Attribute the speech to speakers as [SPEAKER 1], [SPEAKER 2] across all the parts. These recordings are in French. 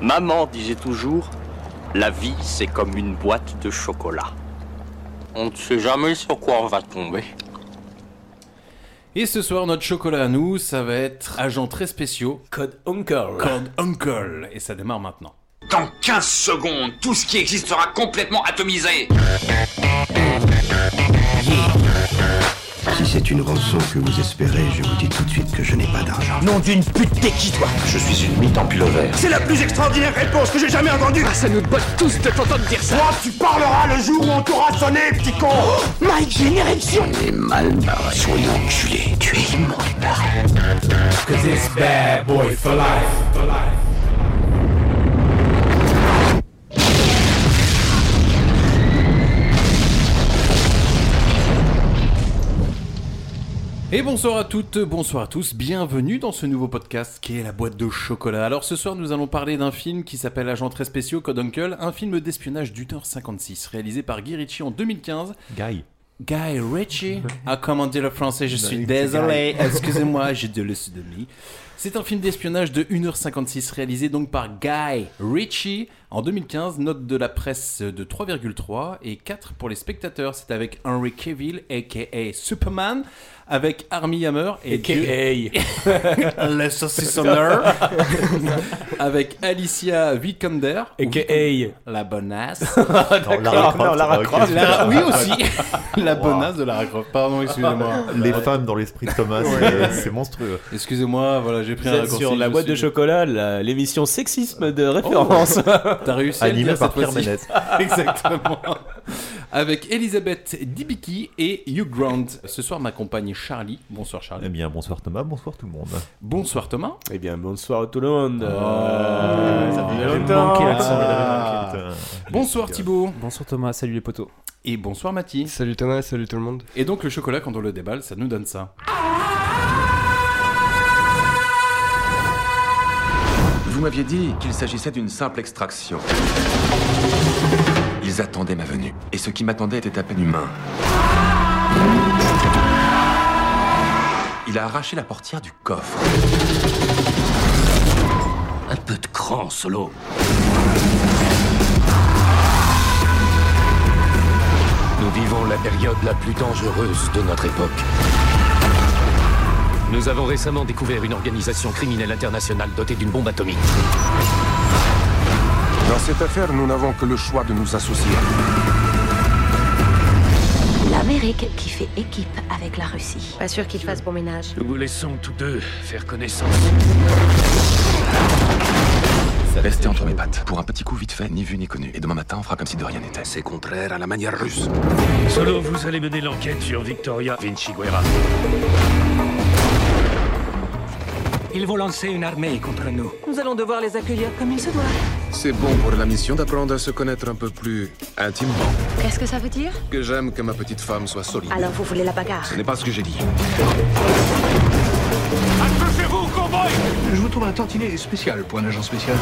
[SPEAKER 1] Maman disait toujours, la vie c'est comme une boîte de chocolat. On ne sait jamais sur quoi on va tomber.
[SPEAKER 2] Et ce soir, notre chocolat à nous, ça va être agents très spéciaux,
[SPEAKER 3] Code Uncle.
[SPEAKER 2] Code Uncle. Et ça démarre maintenant.
[SPEAKER 4] Dans 15 secondes, tout ce qui existe sera complètement atomisé.
[SPEAKER 5] Si c'est une rançon que vous espérez, je vous dis tout de suite que je n'ai pas d'argent.
[SPEAKER 6] Nom d'une pute, t'es qui toi
[SPEAKER 7] Je suis une mythe en pullover.
[SPEAKER 6] C'est la plus extraordinaire réponse que j'ai jamais entendue
[SPEAKER 8] Ah, ça nous botte tous de t'entendre dire ça
[SPEAKER 6] Toi, tu parleras le jour où on t'aura sonné, petit con oh
[SPEAKER 8] Mike, j'ai une érection
[SPEAKER 7] On est mal barré.
[SPEAKER 8] Soyons enculé, tu es immonde barré.
[SPEAKER 9] Cause it's bad boy for life, for life.
[SPEAKER 2] Et bonsoir à toutes, bonsoir à tous, bienvenue dans ce nouveau podcast qui est la boîte de chocolat. Alors ce soir nous allons parler d'un film qui s'appelle Agent très spéciaux Code Uncle, un film d'espionnage d'une heure 56 réalisé par Guy Ritchie en 2015.
[SPEAKER 10] Guy.
[SPEAKER 2] Guy Ritchie Ah comment dire le français, je suis désolé, excusez-moi, j'ai de l'eusodomie. C'est un film d'espionnage de 1h56 réalisé donc par Guy Ritchie en 2015, note de la presse de 3,3 et 4 pour les spectateurs. C'est avec Henry Cavill aka Superman, avec Armie Hammer et Dieu- le saucissonneur avec Alicia Vikander
[SPEAKER 3] AKA.
[SPEAKER 2] la bonasse
[SPEAKER 3] Oh,
[SPEAKER 10] Non, Lara Croft.
[SPEAKER 2] Lara- oui aussi Oh, la bonasse de Lara Croft pardon excusez-moi
[SPEAKER 10] Les femmes dans l'esprit de Thomas, c'est- euh, c'est monstrueux.
[SPEAKER 2] excusez-moi voilà j'ai pris
[SPEAKER 3] Vous
[SPEAKER 2] un
[SPEAKER 3] êtes
[SPEAKER 2] raccourci
[SPEAKER 3] sur Oh. la
[SPEAKER 2] je
[SPEAKER 3] boîte de
[SPEAKER 2] suis-
[SPEAKER 3] chocolat, la- l'émission sexisme de référence.
[SPEAKER 2] t'as réussi à le
[SPEAKER 10] Animé
[SPEAKER 2] dire
[SPEAKER 10] par
[SPEAKER 2] cette
[SPEAKER 10] Pierre
[SPEAKER 2] fois-ci.
[SPEAKER 10] Ménès.
[SPEAKER 2] Exactement. Avec Elisabeth Debicki et Hugh Grant. Ce soir m'accompagne Charlie. Bonsoir
[SPEAKER 10] Eh
[SPEAKER 2] Charlie.
[SPEAKER 10] bien, bonsoir Thomas, bonsoir tout le monde.
[SPEAKER 2] Bonsoir Thomas. Oh.
[SPEAKER 3] eh bien, bonsoir à tout le monde. Euh,
[SPEAKER 2] ça fait
[SPEAKER 10] Ah, J'ai
[SPEAKER 3] longtemps.
[SPEAKER 10] manqué l'accent,
[SPEAKER 3] Ah.
[SPEAKER 10] il avait manqué, putain.
[SPEAKER 2] Bonsoir Thibaut.
[SPEAKER 11] Bonsoir Thomas, salut les potos.
[SPEAKER 2] Et bonsoir Mathis.
[SPEAKER 11] Salut Thomas, salut tout le monde.
[SPEAKER 2] Et donc le chocolat quand on le déballe, ça nous donne ça.
[SPEAKER 12] Vous m'aviez dit qu'il s'agissait d'une simple extraction. Ils attendaient ma venue, et ce qui m'attendait était à peine humain. Il a arraché la portière du coffre.
[SPEAKER 1] Un peu de cran, Solo.
[SPEAKER 7] Nous vivons la période la plus dangereuse de notre époque. Nous avons récemment découvert une organisation criminelle internationale dotée d'une bombe atomique.
[SPEAKER 6] Dans cette affaire, nous n'avons que le choix de nous associer.
[SPEAKER 13] L'Amérique qui fait équipe avec la Russie. Pas sûr qu'ils fassent bon ménage.
[SPEAKER 7] Nous vous laissons tous deux faire connaissance.
[SPEAKER 12] Resté entre mes pattes, pour un petit coup vite fait, ni vu ni connu. Et demain matin, on fera comme si de rien n'était.
[SPEAKER 7] C'est contraire à la manière russe. Solo, vous allez mener l'enquête sur Victoria Vinci Guerra.
[SPEAKER 8] Ils vont lancer une armée contre nous. Nous allons devoir les accueillir comme il se doit.
[SPEAKER 6] C'est bon pour la mission d'apprendre à se connaître un peu plus intimement.
[SPEAKER 13] Qu'est-ce que ça veut dire
[SPEAKER 6] Que j'aime que ma petite femme soit solide.
[SPEAKER 13] Alors vous voulez la bagarre
[SPEAKER 6] Ce n'est pas ce que j'ai dit.
[SPEAKER 5] Je vous trouve un tantinet spécial pour un agent spécial.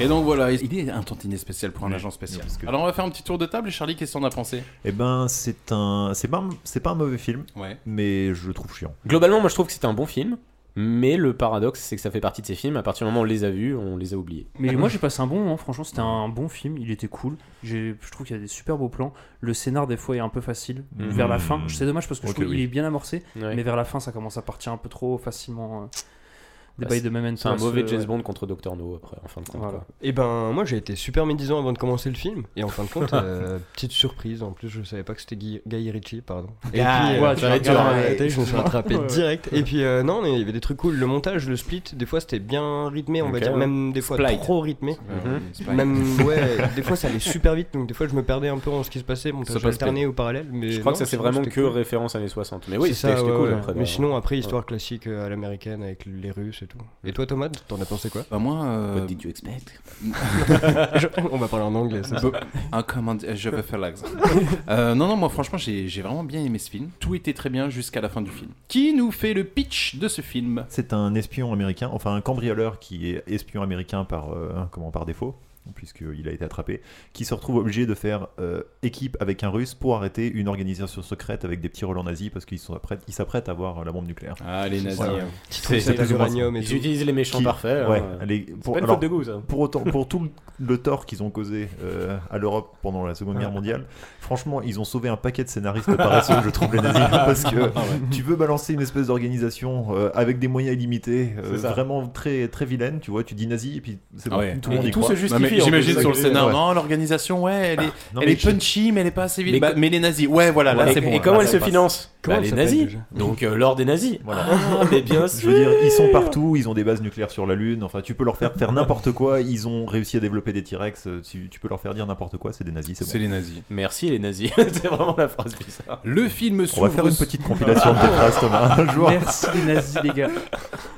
[SPEAKER 2] Et donc voilà, il est un tantinet spécial pour un agent spécial. Alors on va faire un petit tour de table et Charlie, qu'est-ce que t'en as pensé
[SPEAKER 10] Eh ben, c'est un, c'est pas, un- c'est pas un mauvais film,
[SPEAKER 2] Ouais.
[SPEAKER 10] mais je le trouve chiant.
[SPEAKER 3] Globalement, moi je trouve que c'est un bon film, mais le paradoxe c'est que ça fait partie de ces films, à partir du moment où on les a vus, on les a oubliés.
[SPEAKER 11] Mais moi j'ai passé un bon moment, franchement c'était un bon film, il était cool. J'ai- Je trouve qu'il y a des super beaux plans. Le scénar des fois est un peu facile
[SPEAKER 3] Mhm.
[SPEAKER 11] vers la fin. C'est dommage parce que
[SPEAKER 10] Ok,
[SPEAKER 11] je trouve qu'il
[SPEAKER 10] oui.
[SPEAKER 11] est bien amorcé,
[SPEAKER 3] Ouais.
[SPEAKER 11] mais vers la fin ça commence à partir un peu trop facilement. euh, Des
[SPEAKER 8] Ah,
[SPEAKER 3] Bah,
[SPEAKER 11] bails de memento.
[SPEAKER 3] C'est un mauvais James
[SPEAKER 11] James
[SPEAKER 3] Bond contre Dr. No après, en fin de compte.
[SPEAKER 11] Voilà.
[SPEAKER 3] quoi.
[SPEAKER 8] Eh ben, moi j'ai été super médisant avant de commencer le film. Et en fin de compte, euh, petite surprise, en plus je savais pas que c'était Guy, Guy Ritchie, pardon. Et puis,
[SPEAKER 3] euh,
[SPEAKER 11] ouais, tu
[SPEAKER 8] je
[SPEAKER 11] l'as
[SPEAKER 8] me
[SPEAKER 11] regardé,
[SPEAKER 8] regarde dans la
[SPEAKER 11] ouais.
[SPEAKER 8] tête, je me suis rattrapé
[SPEAKER 11] Ouais.
[SPEAKER 8] direct. Et puis, euh, non, mais il y avait des trucs cool. Le montage, le split, des fois c'était bien rythmé, on va
[SPEAKER 3] Ok.
[SPEAKER 8] dire, même des fois
[SPEAKER 3] Splite.
[SPEAKER 8] trop rythmé.
[SPEAKER 3] Mm-hmm.
[SPEAKER 2] Euh, c'est pas-
[SPEAKER 8] Même, ouais, des fois ça allait super vite, donc des fois je me perdais un peu en ce qui se passait,
[SPEAKER 2] Ça
[SPEAKER 8] montage
[SPEAKER 2] passe
[SPEAKER 8] alterné ou parallèle. Mais
[SPEAKER 3] Je crois
[SPEAKER 8] non,
[SPEAKER 3] que ça c'est
[SPEAKER 8] sinon,
[SPEAKER 3] vraiment que
[SPEAKER 8] c'était cool.
[SPEAKER 3] référence années 60. Mais
[SPEAKER 8] C'est
[SPEAKER 3] oui,
[SPEAKER 8] ça,
[SPEAKER 3] c'était c'était
[SPEAKER 8] ouais,
[SPEAKER 3] cool
[SPEAKER 8] ouais.
[SPEAKER 3] après.
[SPEAKER 8] Mais
[SPEAKER 3] bon.
[SPEAKER 8] sinon, après, histoire classique euh, à l'américaine avec les Russes et tout. Et toi, Thomas, t'en as pensé quoi
[SPEAKER 2] Bah moi, euh,
[SPEAKER 3] What did you expect
[SPEAKER 8] Je- On va parler en anglais, ça.
[SPEAKER 2] Bo- un Ah, comment dire- je vais faire l'accent. Euh, non, non, moi franchement, j'ai j'ai vraiment bien aimé ce film. Tout était très bien jusqu'à la fin du film. Qui nous fait le pitch de ce film
[SPEAKER 10] C'est un espion américain, enfin un cambrioleur qui est espion américain par, euh, comment, par défaut. puisqu'il a été attrapé, qui se retrouve obligé de faire euh, équipe avec un russe pour arrêter une organisation secrète avec des petits relents nazis parce qu'ils sont apprêt- ils s'apprêtent à avoir euh, la bombe nucléaire.
[SPEAKER 2] Ah, les nazis, hein.
[SPEAKER 3] Qui trouvent ça
[SPEAKER 10] plus ou moins
[SPEAKER 3] l'uranium
[SPEAKER 10] ça.
[SPEAKER 3] et Ils tout. utilisent les méchants parfaits,
[SPEAKER 10] ouais,
[SPEAKER 3] hein.
[SPEAKER 10] les-
[SPEAKER 3] C'est
[SPEAKER 10] pour,
[SPEAKER 3] pas une
[SPEAKER 10] alors,
[SPEAKER 3] faute de goût, ça.
[SPEAKER 10] Pour, autant, pour tout le tort qu'ils ont causé euh, à l'Europe pendant la Seconde Guerre mondiale, franchement, ils ont sauvé un paquet de scénaristes paresseux, je trouve, les nazis, parce que
[SPEAKER 3] Ah Ouais.
[SPEAKER 10] tu veux balancer une espèce d'organisation euh, avec des moyens illimités, euh,
[SPEAKER 3] C'est ça.
[SPEAKER 10] vraiment très, très vilaine, tu vois, tu dis nazi et puis c'est bon,
[SPEAKER 2] Ah ouais.
[SPEAKER 10] tout le monde
[SPEAKER 2] Et
[SPEAKER 10] y
[SPEAKER 2] tout
[SPEAKER 10] croit.
[SPEAKER 2] se justifie, Non, mais en j'imagine plus, sur le c'est- scénar, non, l'organisation, ouais, elle est-
[SPEAKER 10] Bah,
[SPEAKER 2] elle est punchy, mais elle est pas assez vite. Bah, mais les nazis, ouais, voilà, là,
[SPEAKER 3] Et-
[SPEAKER 2] c'est bon,
[SPEAKER 3] Et
[SPEAKER 2] là,
[SPEAKER 3] comment
[SPEAKER 2] ça
[SPEAKER 3] elle se
[SPEAKER 2] passe.
[SPEAKER 3] finance
[SPEAKER 2] Comment
[SPEAKER 3] Bah,
[SPEAKER 2] elle
[SPEAKER 3] Les
[SPEAKER 2] s'appelle
[SPEAKER 3] nazis.
[SPEAKER 2] déjà
[SPEAKER 3] Donc euh, l'or des nazis.
[SPEAKER 10] Voilà.
[SPEAKER 3] Ah, mais bien
[SPEAKER 10] Je veux dire, ils sont
[SPEAKER 3] sûr.
[SPEAKER 10] partout, ils ont des bases nucléaires sur la Lune, enfin tu peux leur faire faire n'importe quoi, ils ont réussi à développer des T-Rex, euh, tu, tu peux leur faire dire n'importe quoi, c'est des nazis, c'est bon.
[SPEAKER 2] C'est les nazis.
[SPEAKER 3] Merci les nazis. c'est vraiment la phrase bizarre.
[SPEAKER 2] Le film
[SPEAKER 10] On va faire une petite compilation de tes phrases, Thomas, un jour.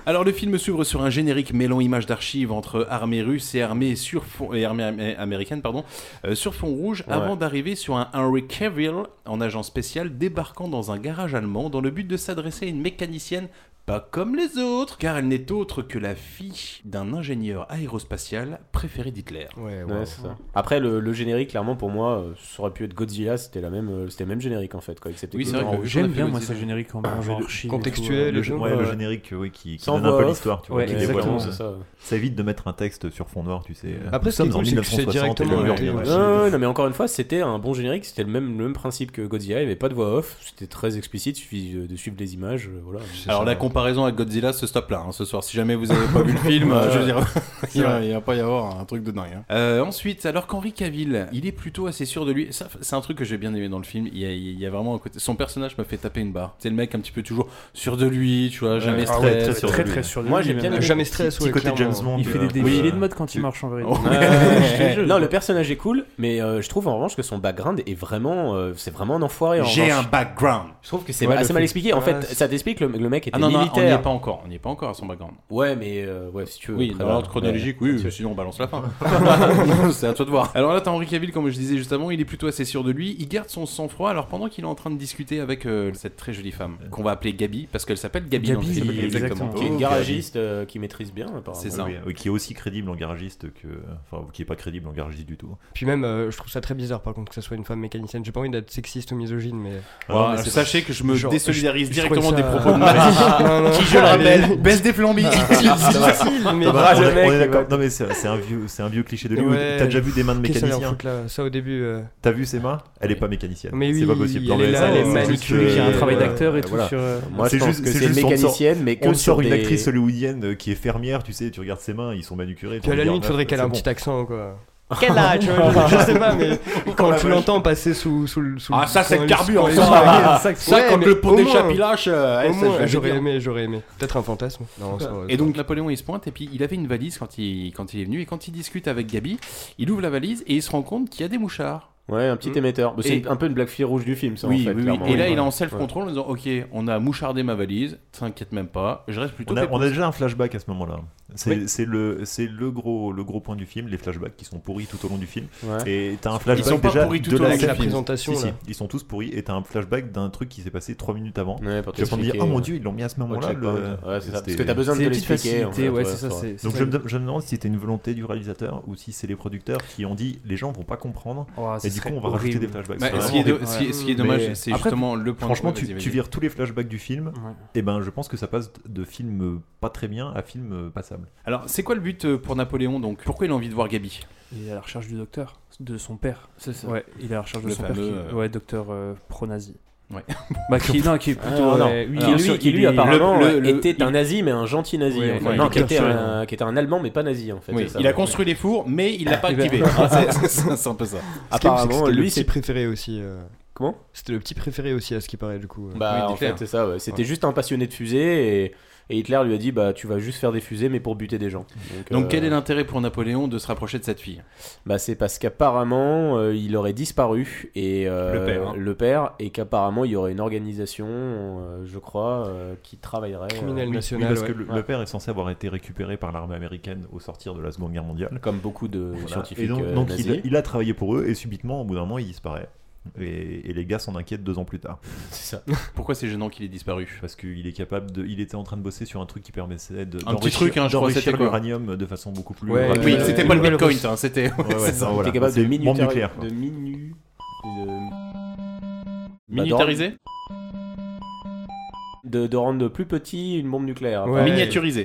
[SPEAKER 2] Alors le film s'ouvre sur un générique mêlant images d'archives entre armée russe et armée sur fond et armée am- américaine pardon euh, sur fond rouge
[SPEAKER 3] Ouais.
[SPEAKER 2] avant d'arriver sur un Henry Cavill en agent spécial débarquant dans un garage allemand dans le but de s'adresser à une mécanicienne pas comme les autres car elle n'est autre que la fille d'un ingénieur aérospatial préféré d'Hitler.
[SPEAKER 3] Ouais, c'est ça. Après, le, le générique, clairement, pour moi, euh, ça aurait pu être Godzilla, c'était la même, euh, c'était le même générique en fait. Quoi, excepté
[SPEAKER 2] Oui,
[SPEAKER 3] que-
[SPEAKER 2] c'est vrai que
[SPEAKER 3] Oh,
[SPEAKER 2] le-
[SPEAKER 11] J'aime bien, moi, ce générique en mélangeant
[SPEAKER 3] le-
[SPEAKER 11] archives et
[SPEAKER 10] Contextuel,
[SPEAKER 11] tout,
[SPEAKER 10] le,
[SPEAKER 11] euh,
[SPEAKER 10] ouais, le générique oui, qui, qui
[SPEAKER 3] Sans
[SPEAKER 10] donne un
[SPEAKER 3] voix
[SPEAKER 10] peu
[SPEAKER 3] off.
[SPEAKER 10] l'histoire. tu vois,
[SPEAKER 3] Ouais,
[SPEAKER 10] qui dévoile.
[SPEAKER 3] exactement, c'est ça.
[SPEAKER 10] Ça évite de mettre un texte sur fond noir, tu sais.
[SPEAKER 3] Après,
[SPEAKER 10] Nous
[SPEAKER 3] ce qui est
[SPEAKER 10] sommes en
[SPEAKER 3] cool, c'est que c'est
[SPEAKER 10] 1960 et
[SPEAKER 3] directement
[SPEAKER 10] le mur
[SPEAKER 3] intégré.
[SPEAKER 10] vient.
[SPEAKER 3] Non, non, mais encore une fois, c'était un bon générique, c'était le même, le même principe que Godzilla, il n'y avait pas de voix off, c'était très explicite, il suffit de, de suivre les images. euh, Voilà.
[SPEAKER 2] Alors la comparaison à Godzilla se stoppe là hein, ce soir. Si jamais vous n'avez pas vu le film, euh, je veux dire, il va, il va pas y avoir un truc de dingue. hein. Euh, ensuite, alors qu'Henri Cavill, il est plutôt assez sûr de lui. Ça, c'est un truc que j'ai bien aimé dans le film. Il y a, il y a vraiment un côté. Son personnage m'a fait taper une barre. C'est le mec un petit peu toujours sûr de lui, tu vois, jamais
[SPEAKER 3] Ouais, ah
[SPEAKER 2] stress.
[SPEAKER 3] ouais, très sûr de Très, lui. très sûr de Moi, lui, j'ai bien
[SPEAKER 2] Ah,
[SPEAKER 3] même. aimé. Jamais stress, ouais, clairement. Il fait
[SPEAKER 8] euh,
[SPEAKER 3] des défilés de mode
[SPEAKER 11] quand il marche en vérité.
[SPEAKER 3] Ouais. non, le personnage est cool, mais euh, je trouve en revanche que son background est vraiment, euh, c'est vraiment un enfoiré. en
[SPEAKER 2] J'ai
[SPEAKER 3] revanche.
[SPEAKER 2] un background.
[SPEAKER 3] Je trouve que c'est
[SPEAKER 2] Ouais, le
[SPEAKER 3] assez mal
[SPEAKER 2] film.
[SPEAKER 3] expliqué. En
[SPEAKER 2] Ouais,
[SPEAKER 3] fait,
[SPEAKER 2] c'est-
[SPEAKER 3] ça t'explique le, le mec était
[SPEAKER 2] Ah non, non, on n'y
[SPEAKER 3] militaire.
[SPEAKER 2] est pas encore. On n'y est pas encore à son background.
[SPEAKER 3] Ouais, mais euh, ouais, si tu veux.
[SPEAKER 2] Oui,
[SPEAKER 3] après,
[SPEAKER 2] dans
[SPEAKER 3] là,
[SPEAKER 2] l'ordre chronologique,
[SPEAKER 3] ouais.
[SPEAKER 2] oui, sinon on balance la fin. c'est à toi de voir. Alors là, t'as Henri Cavill, comme je disais juste avant, il est plutôt assez sûr de lui. Il garde son sang-froid, alors pendant qu'il est en train de discuter avec euh, cette très jolie femme, qu'on va appeler Gabi, parce qu'elle s'appelle Gabi. dans le film.
[SPEAKER 3] Qui
[SPEAKER 8] Oh,
[SPEAKER 3] est une garagiste euh, qui maîtrise bien, apparemment.
[SPEAKER 2] C'est ça.
[SPEAKER 10] Oui, oui, qui est aussi crédible en garagiste que. Enfin, qui est pas crédible en garagiste du tout.
[SPEAKER 8] Puis même, euh, je trouve ça très bizarre par contre que ça soit une femme mécanicienne. J'ai pas envie d'être sexiste ou misogyne, mais.
[SPEAKER 10] Ah non, mais
[SPEAKER 8] mais c'est-
[SPEAKER 2] Sachez que je me
[SPEAKER 8] Genre,
[SPEAKER 2] désolidarise
[SPEAKER 8] je- je
[SPEAKER 2] directement
[SPEAKER 8] trouvais
[SPEAKER 2] des
[SPEAKER 8] ça-
[SPEAKER 2] propos de
[SPEAKER 8] Non, non,
[SPEAKER 2] Marie, qui, je le
[SPEAKER 8] non,
[SPEAKER 2] rappelle,
[SPEAKER 8] mais-
[SPEAKER 2] baisse des flambis.
[SPEAKER 10] Non, bah, on, est- on est d'accord. Non, mais c'est c'est un, vieux- c'est un vieux cliché de lui.
[SPEAKER 8] Ouais,
[SPEAKER 10] T'as déjà vu des mains de
[SPEAKER 8] qu'est-ce que ça leur
[SPEAKER 10] mécaniciens
[SPEAKER 8] fout, là Ça au début. euh,
[SPEAKER 10] T'as vu ses mains Elle est pas mécanicienne.
[SPEAKER 8] Mais
[SPEAKER 10] c'est
[SPEAKER 8] oui,
[SPEAKER 10] pas possible.
[SPEAKER 8] elle
[SPEAKER 10] Non, mais
[SPEAKER 8] est là,
[SPEAKER 10] ça,
[SPEAKER 8] elle est
[SPEAKER 10] c'est
[SPEAKER 8] magnifique,
[SPEAKER 10] juste que-
[SPEAKER 8] il y a un travail
[SPEAKER 10] voilà.
[SPEAKER 8] d'acteur et tout sur, euh,
[SPEAKER 3] Moi, je pense que c'est
[SPEAKER 10] on sort-
[SPEAKER 3] mécanicienne, mais que
[SPEAKER 10] on sort
[SPEAKER 3] sur
[SPEAKER 10] une
[SPEAKER 3] des-
[SPEAKER 10] actrice hollywoodienne euh, qui est fermière, tu sais, tu regardes ses mains, ils sont manucurés.
[SPEAKER 8] Puis à la limite, faudrait qu'elle ait un petit
[SPEAKER 10] accent
[SPEAKER 8] accent, quoi. ah, Quel âge je, je sais pas, mais quand tu l'entends passer sous, sous, le- sous le-
[SPEAKER 2] Ah, ça, c'est
[SPEAKER 8] quand-
[SPEAKER 2] le carburant,
[SPEAKER 8] quand-
[SPEAKER 2] ça. Ça,
[SPEAKER 8] Ouais,
[SPEAKER 2] quand
[SPEAKER 8] mais
[SPEAKER 2] le pot
[SPEAKER 8] au
[SPEAKER 2] des
[SPEAKER 8] moins-
[SPEAKER 2] chapis lâche, euh, eh,
[SPEAKER 8] au
[SPEAKER 2] ça,
[SPEAKER 8] moins,
[SPEAKER 2] je vais
[SPEAKER 8] J'aurais
[SPEAKER 2] dire.
[SPEAKER 8] aimé, j'aurais aimé. Peut-être un fantasme. Non, ça aurait-
[SPEAKER 2] Et donc Napoléon il se pointe et puis il avait une valise quand il, quand il est venu et quand il discute avec Gabi, il ouvre la valise et il se rend compte qu'il y a des mouchards.
[SPEAKER 3] Ouais, un petit
[SPEAKER 2] Mm.
[SPEAKER 3] émetteur. Bah, C'est
[SPEAKER 2] Et-
[SPEAKER 3] un peu une black fille rouge du film, ça,
[SPEAKER 2] oui,
[SPEAKER 3] en fait.
[SPEAKER 2] oui, oui.
[SPEAKER 3] clairement.
[SPEAKER 2] Et là
[SPEAKER 3] Ouais.
[SPEAKER 2] il est en self-control en disant ok on a mouchardé ma valise, t'inquiète même pas, je reste plutôt...
[SPEAKER 10] On a,
[SPEAKER 2] pépouze.
[SPEAKER 10] on a déjà un flashback à ce moment-là. C'est
[SPEAKER 2] Oui.
[SPEAKER 10] c'est le, c'est le, gros, le gros point du film, les flashbacks qui sont pourris tout au long du film.
[SPEAKER 3] Ouais.
[SPEAKER 10] Et t'as un
[SPEAKER 3] Ils
[SPEAKER 10] flashback
[SPEAKER 3] sont pas
[SPEAKER 10] déjà
[SPEAKER 3] pourris tout
[SPEAKER 10] de
[SPEAKER 3] au long du
[SPEAKER 10] scène.
[SPEAKER 3] film. présentation,
[SPEAKER 10] Si, si,
[SPEAKER 3] là.
[SPEAKER 10] ils sont tous pourris et t'as un flashback d'un truc qui s'est passé 3 minutes avant.
[SPEAKER 3] Ouais, pour
[SPEAKER 10] Tu vas me dire,
[SPEAKER 3] t'expliquer.
[SPEAKER 10] oh mon dieu, ils l'ont mis à ce moment-là.
[SPEAKER 3] euh, Au
[SPEAKER 10] le-
[SPEAKER 3] checkpoint. Ouais, c'est ça.
[SPEAKER 10] C'était-
[SPEAKER 3] Parce que t'as besoin de C'est te une petite l'expliquer, en facilité, fait, ouais, ouais, c'est ça, c'est-
[SPEAKER 10] Donc
[SPEAKER 3] c'est
[SPEAKER 10] je
[SPEAKER 3] ça.
[SPEAKER 10] me, je me demande si c'était une volonté du réalisateur ou si c'est les producteurs qui ont dit, les gens vont pas comprendre.
[SPEAKER 3] Oh, ce
[SPEAKER 10] et du coup,
[SPEAKER 3] serait
[SPEAKER 10] on va rajouter
[SPEAKER 3] horrible.
[SPEAKER 10] des flashbacks.
[SPEAKER 2] Bah,
[SPEAKER 10] C'est
[SPEAKER 2] ce qui est
[SPEAKER 10] vraiment
[SPEAKER 2] do-
[SPEAKER 10] horrible.
[SPEAKER 2] ce qui est- ce qui est
[SPEAKER 10] Mais
[SPEAKER 2] dommage, c'est
[SPEAKER 10] après,
[SPEAKER 2] justement le point de-
[SPEAKER 10] Franchement,
[SPEAKER 2] ouais,
[SPEAKER 10] tu
[SPEAKER 2] vas-y,
[SPEAKER 10] tu
[SPEAKER 2] vas-y.
[SPEAKER 10] vires tous les flashbacks du film. Et ben, je pense que ça passe de film euh, pas très bien à film euh, passable.
[SPEAKER 2] Alors c'est quoi le but euh, pour Napoléon donc Pourquoi il a envie de voir Gabi
[SPEAKER 11] Il est à la recherche du docteur, de son père.
[SPEAKER 2] C'est ça.
[SPEAKER 11] Ouais, il est à la recherche de
[SPEAKER 2] Le
[SPEAKER 11] son père.
[SPEAKER 2] fameux,
[SPEAKER 11] qui-
[SPEAKER 2] euh,
[SPEAKER 11] Ouais, docteur euh, pro-nazi.
[SPEAKER 2] Ouais.
[SPEAKER 11] Bah, qui, non, qui est plutôt.
[SPEAKER 3] Ah, non.
[SPEAKER 11] ouais, oui,
[SPEAKER 3] qui
[SPEAKER 11] bien
[SPEAKER 3] lui,
[SPEAKER 11] sûr,
[SPEAKER 3] qui
[SPEAKER 11] il
[SPEAKER 3] lui
[SPEAKER 11] est-
[SPEAKER 3] apparemment
[SPEAKER 11] le- le-
[SPEAKER 3] était un nazi mais un gentil nazi
[SPEAKER 2] Ouais,
[SPEAKER 3] en fait.
[SPEAKER 2] ouais,
[SPEAKER 3] non,
[SPEAKER 2] il
[SPEAKER 3] qui était,
[SPEAKER 2] capture,
[SPEAKER 3] un, qui était un allemand mais pas nazi en fait.
[SPEAKER 2] Oui,
[SPEAKER 3] c'est ça.
[SPEAKER 2] il a construit les fours mais il l'a pas
[SPEAKER 3] Eh ben.
[SPEAKER 2] activé. Hein, c'est- c'est c'est un peu ça.
[SPEAKER 8] Ce qui est ouf, c'est que
[SPEAKER 3] Apparemment,
[SPEAKER 8] c'était
[SPEAKER 3] lui,
[SPEAKER 8] le petit
[SPEAKER 3] c'est-
[SPEAKER 8] préféré aussi. euh.
[SPEAKER 3] Comment
[SPEAKER 8] C'était le petit préféré aussi, à ce qui paraît, du coup. euh.
[SPEAKER 3] Bah en fait c'est ça. ouais. C'était juste un passionné de fusées et, et Hitler lui a dit bah tu vas juste faire des fusées mais pour buter des gens.
[SPEAKER 2] Donc
[SPEAKER 3] euh,
[SPEAKER 2] quel est l'intérêt pour Napoléon de se rapprocher de cette fille
[SPEAKER 3] Bah c'est parce qu'apparemment euh, il aurait disparu et euh,
[SPEAKER 2] Le père, hein.
[SPEAKER 3] le père, et qu'apparemment il y aurait une organisation euh, je crois euh, qui travaillerait euh,
[SPEAKER 8] Criminel
[SPEAKER 10] Oui,
[SPEAKER 8] national,
[SPEAKER 10] oui, parce
[SPEAKER 8] ouais.
[SPEAKER 10] que le,
[SPEAKER 8] Ouais.
[SPEAKER 10] le père est censé avoir été récupéré par l'armée américaine au sortir de la Seconde Guerre mondiale.
[SPEAKER 3] Comme beaucoup de scientifiques,
[SPEAKER 10] Et donc,
[SPEAKER 3] euh,
[SPEAKER 10] donc
[SPEAKER 3] nazis.
[SPEAKER 10] il, a, il a travaillé pour eux et subitement, au bout d'un moment, il disparaît. Et, et les gars s'en inquiètent deux ans plus tard.
[SPEAKER 2] C'est ça. Pourquoi c'est gênant qu'il ait disparu
[SPEAKER 10] Parce qu'il est capable de. Il était en train de bosser sur un truc qui permettait de.
[SPEAKER 2] Un petit
[SPEAKER 10] d'enrichir-
[SPEAKER 2] truc, hein, je crois que
[SPEAKER 10] d'enrichir
[SPEAKER 2] c'était quoi.
[SPEAKER 10] l'uranium de façon beaucoup plus.
[SPEAKER 2] Ouais,
[SPEAKER 10] rapide.
[SPEAKER 2] oui, c'était pas le Bitcoin, hein, c'était- ouais, c'est ça, voilà.
[SPEAKER 10] non, voilà.
[SPEAKER 3] capable
[SPEAKER 10] C'est
[SPEAKER 3] de
[SPEAKER 10] une bombe
[SPEAKER 3] minuter-
[SPEAKER 10] nucléaire, quoi.
[SPEAKER 3] de minu... de-
[SPEAKER 2] Militarisé
[SPEAKER 3] Bah, de, de rendre plus petit une bombe nucléaire.
[SPEAKER 2] Ouais. Miniaturisé.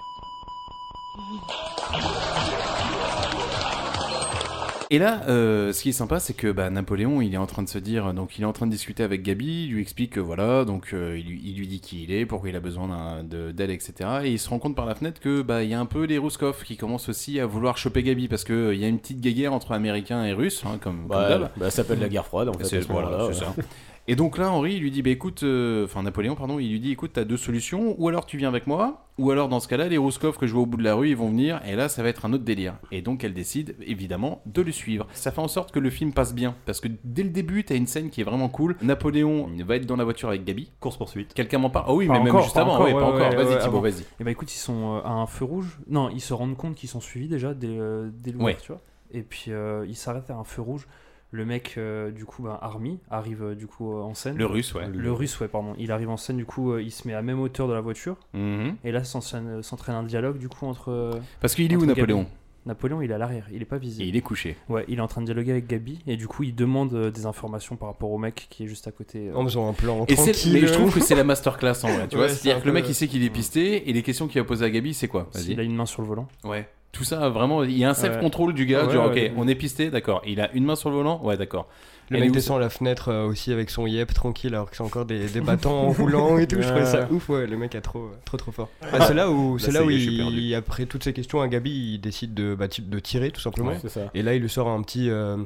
[SPEAKER 2] Et là, euh, ce qui est sympa, c'est que bah, Napoléon, il est en train de se dire, euh, donc il est en train de discuter avec Gabi, il lui explique que voilà, donc euh, il, lui- il lui dit qui il est, pourquoi il a besoin d'un- de- d'aide, etc. Et il se rend compte par la fenêtre que bah il y a un peu les Rouskov qui commencent aussi à vouloir choper Gabi parce que euh, il y a une petite guéguerre entre Américains et Russes, hein, comme,
[SPEAKER 3] Bah,
[SPEAKER 2] comme d'hab.
[SPEAKER 3] bah, ça s'appelle la guerre froide, en fait,
[SPEAKER 2] C'est-
[SPEAKER 3] à ce
[SPEAKER 2] voilà,
[SPEAKER 3] moment-là,
[SPEAKER 2] c'est
[SPEAKER 3] ouais.
[SPEAKER 2] ça. Et donc là, Henri, il lui dit, bah écoute, euh, enfin Napoléon, pardon, il lui dit, écoute, t'as deux solutions, ou alors tu viens avec moi, ou alors dans ce cas-là, les Rouskov que je vois au bout de la rue, ils vont venir, et là, ça va être un autre délire. Et donc, elle décide, évidemment, de le suivre. Ça fait en sorte que le film passe bien, parce que dès le début, t'as une scène qui est vraiment cool. Napoléon il va être dans la voiture avec Gabi.
[SPEAKER 10] Course-poursuite.
[SPEAKER 2] Quelqu'un m'en parle. Ah oui,
[SPEAKER 11] Pas
[SPEAKER 2] mais même
[SPEAKER 11] encore,
[SPEAKER 2] juste avant, ouais, pas encore. vas-y,
[SPEAKER 11] ouais,
[SPEAKER 2] Thibaut,
[SPEAKER 11] avant.
[SPEAKER 2] vas-y.
[SPEAKER 11] Et bah écoute, ils sont euh, à un feu rouge. Non, ils se rendent compte qu'ils sont suivis déjà dès, euh, dès l'ouvert,
[SPEAKER 2] Ouais.
[SPEAKER 11] tu vois. Et puis euh, ils s'arrêtent à un feu rouge. Le mec, euh, du coup, bah, Army, arrive euh, du coup euh, en scène.
[SPEAKER 2] Le Russe, ouais.
[SPEAKER 11] Le russe, ouais, pardon. Il arrive en scène, du coup, euh, il se met à même hauteur de la voiture.
[SPEAKER 2] Mhm.
[SPEAKER 11] Et là, s'enchaîne- euh, s'entraîne un dialogue, du coup, entre. euh,
[SPEAKER 2] Parce qu'il est où,
[SPEAKER 11] entre Gabi-
[SPEAKER 2] Napoléon
[SPEAKER 11] Napoléon, il est à l'arrière, il est pas visible.
[SPEAKER 2] Et il est couché.
[SPEAKER 11] Ouais, il est en train de dialoguer avec Gabi et du coup il demande euh, des informations par rapport au mec qui est juste à côté. euh.
[SPEAKER 8] En faisant un plan
[SPEAKER 2] Et c'est-
[SPEAKER 8] tranquille. euh,
[SPEAKER 2] mais je trouve que c'est la masterclass en vrai, tu vois.
[SPEAKER 11] Ouais, c'est
[SPEAKER 2] C'est-à-dire
[SPEAKER 11] un
[SPEAKER 2] que le
[SPEAKER 11] peu-
[SPEAKER 2] mec, il sait qu'il est pisté, et les questions qu'il va poser à Gabi, c'est quoi Vas-y.
[SPEAKER 11] S'il a une main sur le volant.
[SPEAKER 2] Ouais. Tout ça, vraiment, il y a un self-control
[SPEAKER 11] Ouais.
[SPEAKER 2] du gars,
[SPEAKER 11] Ouais,
[SPEAKER 2] genre, ok,
[SPEAKER 11] ouais, ouais.
[SPEAKER 2] on est pisté, d'accord. Il a une main sur le volant, ouais, d'accord.
[SPEAKER 8] Le
[SPEAKER 2] Elle est
[SPEAKER 8] mec
[SPEAKER 2] où,
[SPEAKER 8] descend la fenêtre euh, aussi avec son yep tranquille alors que c'est encore des, des battants en roulant et tout. Je trouvais ça
[SPEAKER 2] Ouais.
[SPEAKER 8] ouf, ouais, le mec a trop, trop trop fort. Ah, c'est là où,
[SPEAKER 10] Là,
[SPEAKER 8] c'est là
[SPEAKER 10] ça
[SPEAKER 8] où
[SPEAKER 10] y est, je suis
[SPEAKER 8] il,
[SPEAKER 10] perdu.
[SPEAKER 8] après toutes ces questions, un Gabi il décide de, bah, ti- de tirer tout simplement.
[SPEAKER 10] Ouais, c'est ça.
[SPEAKER 8] Et là il lui sort un petit. euh,